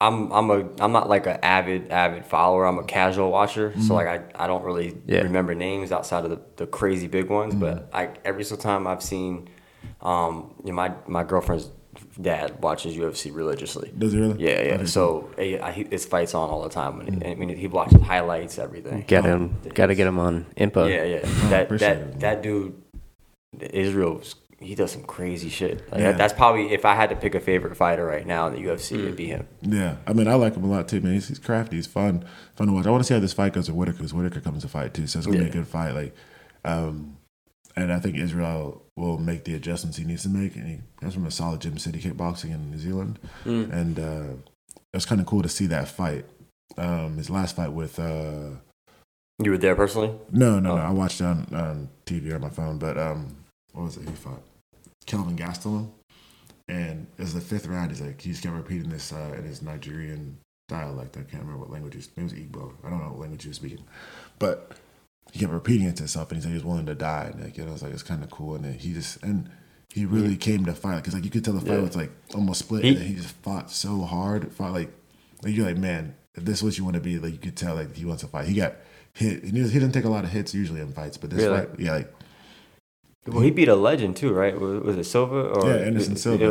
C: I'm I'm a I'm not like an avid avid follower. I'm a casual watcher,
A: Mm-hmm.
C: so like I, I don't really
B: Yeah.
C: remember names outside of the, the crazy big ones. But
A: Mm-hmm.
C: I every single time I've seen, um, you know, my my girlfriend's dad watches UFC religiously.
A: does he really?
C: Yeah, yeah.
A: Okay.
C: So eh, I, he- his fights on all the time. When he, I mean, he watches highlights, everything.
B: Get him. Gotta get him on info.
C: Oh. Yeah, yeah. That
A: appreciate
C: that
A: it.
C: that dude, Israel's. He does some crazy shit. Like,
A: Yeah.
C: That's probably if I had to pick a favorite fighter right now in the UFC, it'd be him.
A: yeah, I mean, I like him a lot too, man. He's, he's crafty. He's fun, fun to watch. I want to see how this fight goes with Whitaker because Whitaker comes to fight too, so it's gonna be
C: Yeah.
A: a good fight. Like, um, and I think Israel will make the adjustments he needs to make. And he comes from a solid Gym City kickboxing in New Zealand. and uh, it was kind of cool to see that fight. Um, his last fight with uh,
C: You were there personally?
A: no, no,
C: Oh.
A: no. I watched it on, on TV or on my phone, but um, what was it? He fought Kelvin Gastelum, and it was the fifth round. He's like he just kept repeating this uh, in his Nigerian dialect. I can't remember what language he's. It was Igbo. I don't know what language he was speaking, but he kept repeating it to himself, and he said he was willing to die. And like, you know, I was like, it's kind of cool. And then he just and. He really came to fight because, like, you could tell the fight
C: Yeah.
A: was like almost split,
C: He-
A: and then he just fought so hard, fought like like you're like, man, if this is what you want to be, like you could tell like he wants to fight. He got hit. And he, was- he didn't take a lot of hits usually in fights, but this
B: Really?
A: fight, yeah, like
C: Well, he beat a legend too, right? Was, was it Silva? Or
A: yeah, Anderson
C: it-
A: Silva.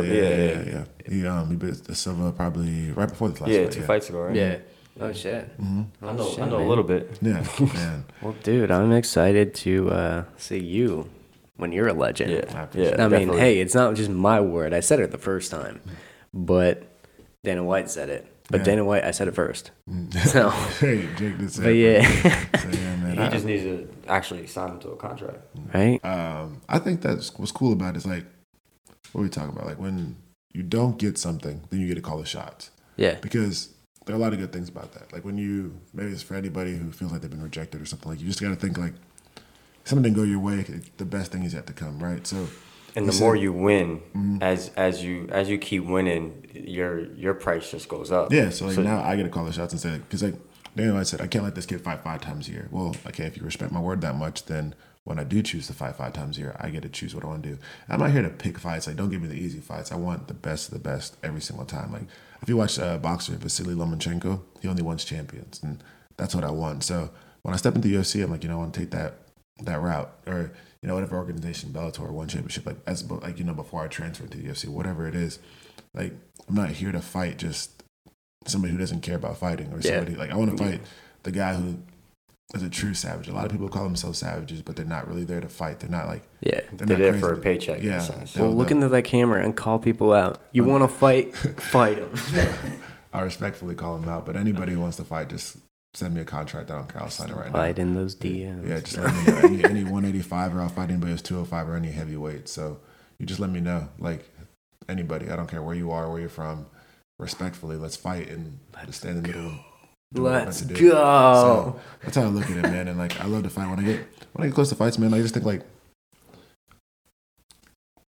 A: Yeah,
C: it-
A: yeah, yeah. He um he beat the Silva probably right before this last
C: Yeah,
A: fight,
C: two fights ago, right?
B: Yeah. Oh shit.
C: I know,
B: Oh, shit,
C: I know
B: man.
C: a little bit.
A: Yeah, man.
B: Well, dude, I'm excited to uh, see you when you're a legend.
C: Yeah,
A: I
C: yeah.
A: appreciate
B: I mean,
C: definitely.
B: hey, it's not just my word. I said it the first time, but Dana White said it. But
A: Yeah.
B: Dana White, I said it first. So,
A: hey, Jake did say.
B: but
A: it,
B: yeah,
A: So, yeah, man.
C: he
A: I,
C: just needs to actually sign him to a contract.
B: right?
A: um, I think that's what's cool about it is like what are we talking about? Like when you don't get something, then you get to call the shots.
B: Yeah,
A: because there are a lot of good things about that. Like when you maybe it's for anybody who feels like they've been rejected or something like you just got to think like if something didn't go your way. The best thing is yet to come, right? So
C: And
A: You
C: the more
A: said- Mm-hmm.
C: you win, as as you as you keep winning, your your price just goes up.
A: yeah, so like now I get to call the shots and say like because like Daniel, I said I can't let this kid fight five times a year. Well, okay, if you respect my word that much, then when I do choose to fight five times a year, I get to choose what I want to do. I'm not here to pick fights. Like don't give me the easy fights. I want the best of the best every single time. Like if you watch uh, boxer Vasily Lomachenko, he only wins champions, and that's what I want. So when I step into UFC, I'm like you know I want to take that that route or you know whatever organization Bellator one championship like as like you know before I transferred to the UFC whatever it is like I'm not here to fight just somebody who doesn't care about fighting or
B: Yeah.
A: somebody like I want to fight the guy who is a true savage a lot of people call themselves savages but they're not really there to fight they're not like
B: yeah.
A: they're
C: They're
A: not
C: there
A: crazy.
C: for a paycheck, in a
A: yeah
C: sense.
A: they'll-
B: Well, look
A: they'll-
B: into that camera and call people out. You want to fight? Fight them.
A: I respectfully call them out but anybody who wants to fight just send me a contract I don't care I'll sign it right now
B: Fight in those DMs.
A: Yeah, just let me know. Any, any 185 or I'll fight anybody who's 205 or any heavyweight. So you just let me know. Like anybody, I don't care where you are, where you're from. Respectfully, let's fight and just stay in the middle. and do what we're meant
B: Let's
A: to do.
B: go.
A: So that's how I look at it, man. And like I love to fight. When I get when I get close to fights, man, I just think like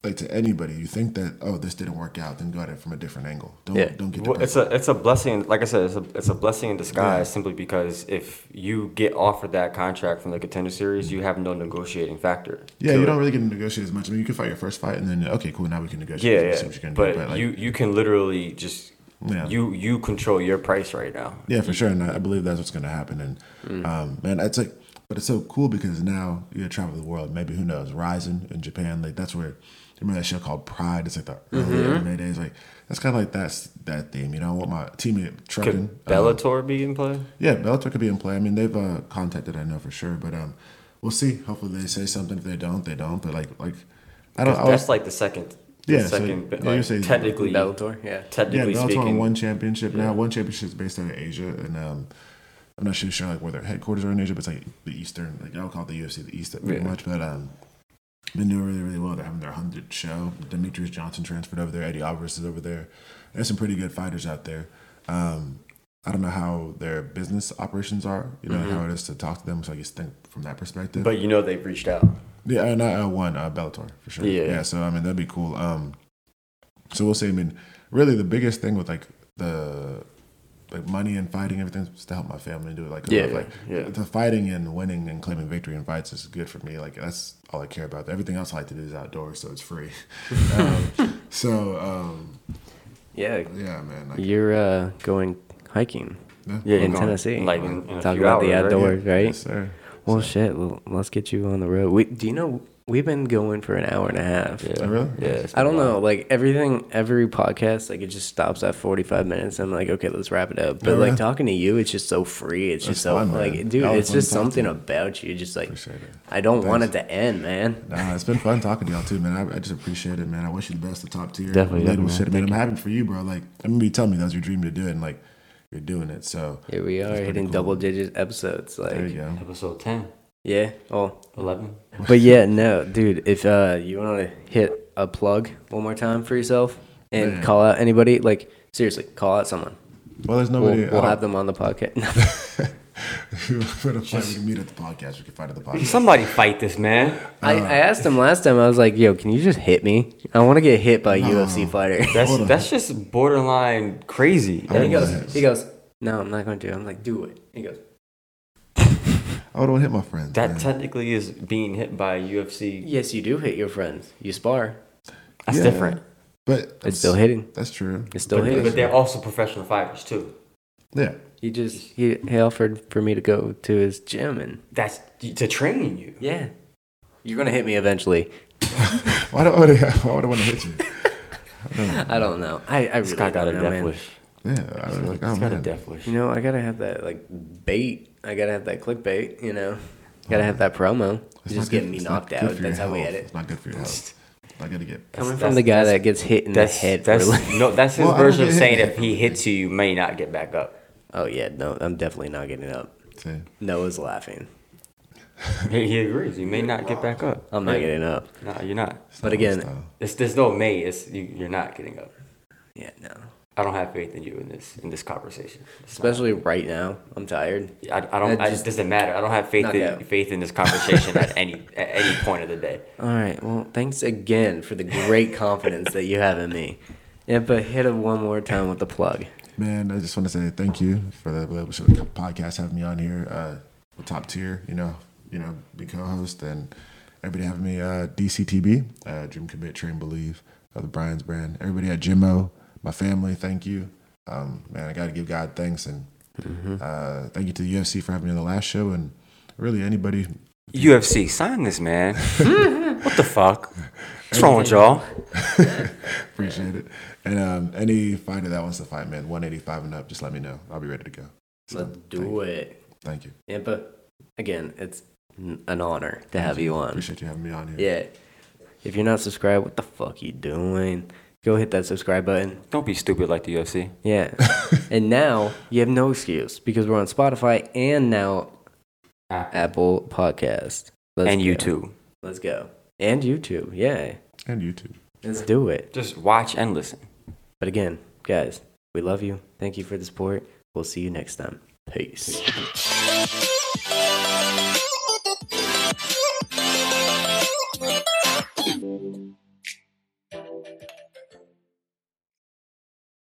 A: like to anybody, you think that oh this didn't work out, then go at it from a different angle. Don't
B: Yeah.
A: don't get
C: Well, it's
A: depressed.
C: a it's a blessing. Like I said, it's a it's a blessing in disguise. Simply because if you get offered that contract from the contender series,
A: Mm-hmm.
C: you have no negotiating factor.
A: yeah,
C: to
A: you
C: it.
A: don't really get to negotiate as much. I mean, you can fight your first fight and then okay, cool. Now we can negotiate.
C: Yeah,
A: and
C: yeah.
A: see what you're gonna
C: but
A: do. But like,
C: you you can literally just
A: Yeah.
C: you you control your price right now.
A: Yeah, for sure, and I I believe that's what's going to happen. And um, man, it's like, but it's so cool because now you travel the world. Maybe who knows? Rising in Japan, like that's where. Remember that show called Pride? It's like the early
C: Mm-hmm.
A: anime days. Like that's kind of like that's that theme. You know, I want my teammate Trevin.
C: Could Bellator be in play?
A: Yeah, Bellator could be in play. I mean, they've uh, contacted I know for sure, but um, we'll see. Hopefully, they say something. If they don't, they don't. But like, like I don't. I was,
C: That's like the second. The
A: Yeah, so-
C: second.
A: yeah,
C: like,
A: you're saying-
C: technically,
B: Bellator, yeah.
A: yeah,
C: technically
A: Bellator
C: speaking,
A: won championship now. One championship is based out of Asia, and um, I'm not sure sure like where their headquarters are in Asia, but it's like the Eastern, like I would call it the UFC the East pretty
C: Yeah.
A: much. But um, been doing really really well. They're having their hundredth show. Demetrius Johnson transferred over there. Eddie Alvarez is over there. There's some pretty good fighters out there. Um, I don't know how their business operations are. You know
C: Mm-hmm.
A: how it is to talk to them. So I just think from that perspective.
C: but you know they've reached out.
A: Yeah, and I uh, won uh, Bellator for sure.
C: Yeah.
A: yeah. So I mean, that'd be cool. Um, so we'll see. I mean, really, the biggest thing with like the like money and fighting, everything is to help my family and do it. Like, uh,
B: Yeah,
A: like
C: yeah.
A: the fighting and winning and claiming victory in fights is good for me. Like that's all I care about. Everything else I like to do is outdoors, so it's free. um, so um,
B: Yeah.
A: yeah, man. Like,
B: You're uh, going hiking
C: Yeah,
B: in
C: no,
B: Tennessee.
C: like in, in a
B: Talk
C: few
B: about the
C: hours, right?
B: outdoors, right?
A: Yes, sir.
B: Well, shit. Well, let's get you on the road. We, do you know we've been going for an hour and a half?
C: Yeah.
A: Oh, really?
C: Yeah. it's
B: I don't
C: been a while.
B: know. Like everything, every podcast, like it just stops at forty-five minutes. I'm like, okay, let's wrap it up. But
A: Yeah,
B: like
A: yeah.
B: talking to you, it's just so free. It's just so
A: fun, man.
B: like, dude,
A: That was
B: it's
A: fun
B: just
A: talking to
B: something
A: you.
B: about you. Just like,
A: Appreciate it.
B: I don't want it
A: Thanks.
B: to end, man.
A: Nah, it's been fun talking to y'all too, man. I, I just appreciate it, man. I wish you the best, the top tier.
C: Definitely,
A: relatable
C: definitely, man.
A: shit, man. I'm happy for you, bro. Like, I remember you telling me that was your dream to do it, and like, you're doing it. So
B: Here we are
A: pretty
B: hitting
A: cool.
B: double-digit episodes.
A: there you
B: Like,
A: go.
C: Episode 10,
B: yeah. Oh,
C: 11.
B: but yeah, no, dude. If uh, you want to hit a plug one more time for yourself and
A: Man.
B: call out anybody, like seriously, call out someone.
A: Well, there's
B: We'll,
A: nobody.
B: we'll have them on the podcast.
A: we can meet at the podcast. We can fight at the podcast.
C: Somebody fight this man.
B: I, I asked him last time. I was like, "Yo, can you just hit me? I want to get hit by a UFC fighter."
C: That's
A: Hold on.
C: that's just borderline crazy.
A: I
B: he
A: would've-
B: goes, he goes, "No, I'm not going to." I'm like, "Do it." He goes,
A: I would want to Oh, hit my friends.
C: That
A: man.
C: technically is being hit by UFC.
B: "Yes, you do hit your friends. You spar.
C: That's
A: Yeah.
C: different.
A: but
B: It's still hitting.
A: That's true.
B: It's still hitting."
C: But they're also professional fighters too.
A: Yeah,
B: He just he, he offered for me to go to his gym and
C: That's to train you.
B: yeah, you're gonna hit me eventually.
A: Why do I wanna- why would I want to hit you?
B: I don't know. I, I really
C: Scott got a
B: don't know,
C: death
B: man.
C: wish.
A: Yeah, I was like, oh
C: He's got a
A: man.
C: death wish.
B: You know, I gotta have that like bait. I gotta have that clickbait. You know, gotta have that promo.
A: It's
B: just
A: not good-
B: getting me
A: it's not
B: knocked
A: good
B: out.
A: for your
B: That's how we
A: health.
B: edit.
A: It's not good for your health. Not gonna get.
B: Coming
C: That's-
B: from the guy
C: that's-
B: that gets hit in the
C: That's
B: head.
C: that's
B: really.
C: no. That's his
A: Well, I don't
C: version of
A: get hit.
C: saying if he hits you, you may not get back up.
B: Oh yeah, no, I'm definitely not getting up.
A: See,
B: Noah's laughing.
C: He, he agrees. You may not get back up.
B: I'm not getting up.
C: No, you're not.
B: But
A: not
B: again,
A: my style.
C: It's there's no may. It's you, you're not getting up.
B: yeah, no.
C: I don't have faith in you in this in this conversation. It's not-
B: Especially right now, I'm tired.
C: I, I don't.
B: That
C: I,
B: just-
C: it doesn't matter. I don't have faith in,
B: Knockout.
C: faith in this conversation at any at any point of the day.
B: All right. Well, thanks again for the great confidence that you have in me. Yeah, but hit it one more time with the plug.
A: man, I just want to say thank you for the relationship with the podcast having me on here. Uh, the top tier, you know, you know, be co-host and everybody having me. Uh, DCTB, uh, Dream Commit, Train Believe, of the Brian's brand. Everybody at Jimmo, my family, thank you. Um, man, I got to give God thanks and
B: Mm-hmm.
A: uh, thank you to the UFC for having me on the last show and really anybody
C: UFC, sign this man. what the fuck? What's wrong with y'all?
A: Appreciate it. And um, any fighter that wants to fight, man, 185 and up, just let me know. I'll be ready to go.
B: Let's
A: thank,
B: do it.
A: Thank you.
B: Yeah, but again, it's n- an honor to have you on.
A: Appreciate you having me on here.
B: Yeah. If you're not subscribed, what the fuck you doing? Go hit that subscribe button.
C: Don't be stupid like the UFC.
B: Yeah. and now you have no excuse because we're on Spotify and now Apple Podcast. Let's
C: and
B: go.
C: YouTube.
B: Let's go. And YouTube. Yeah.
A: And YouTube.
B: Let's do it.
C: Just watch and listen.
B: But again, guys, we love you. Thank you for the support. We'll see you next time. Peace.
E: Thank you.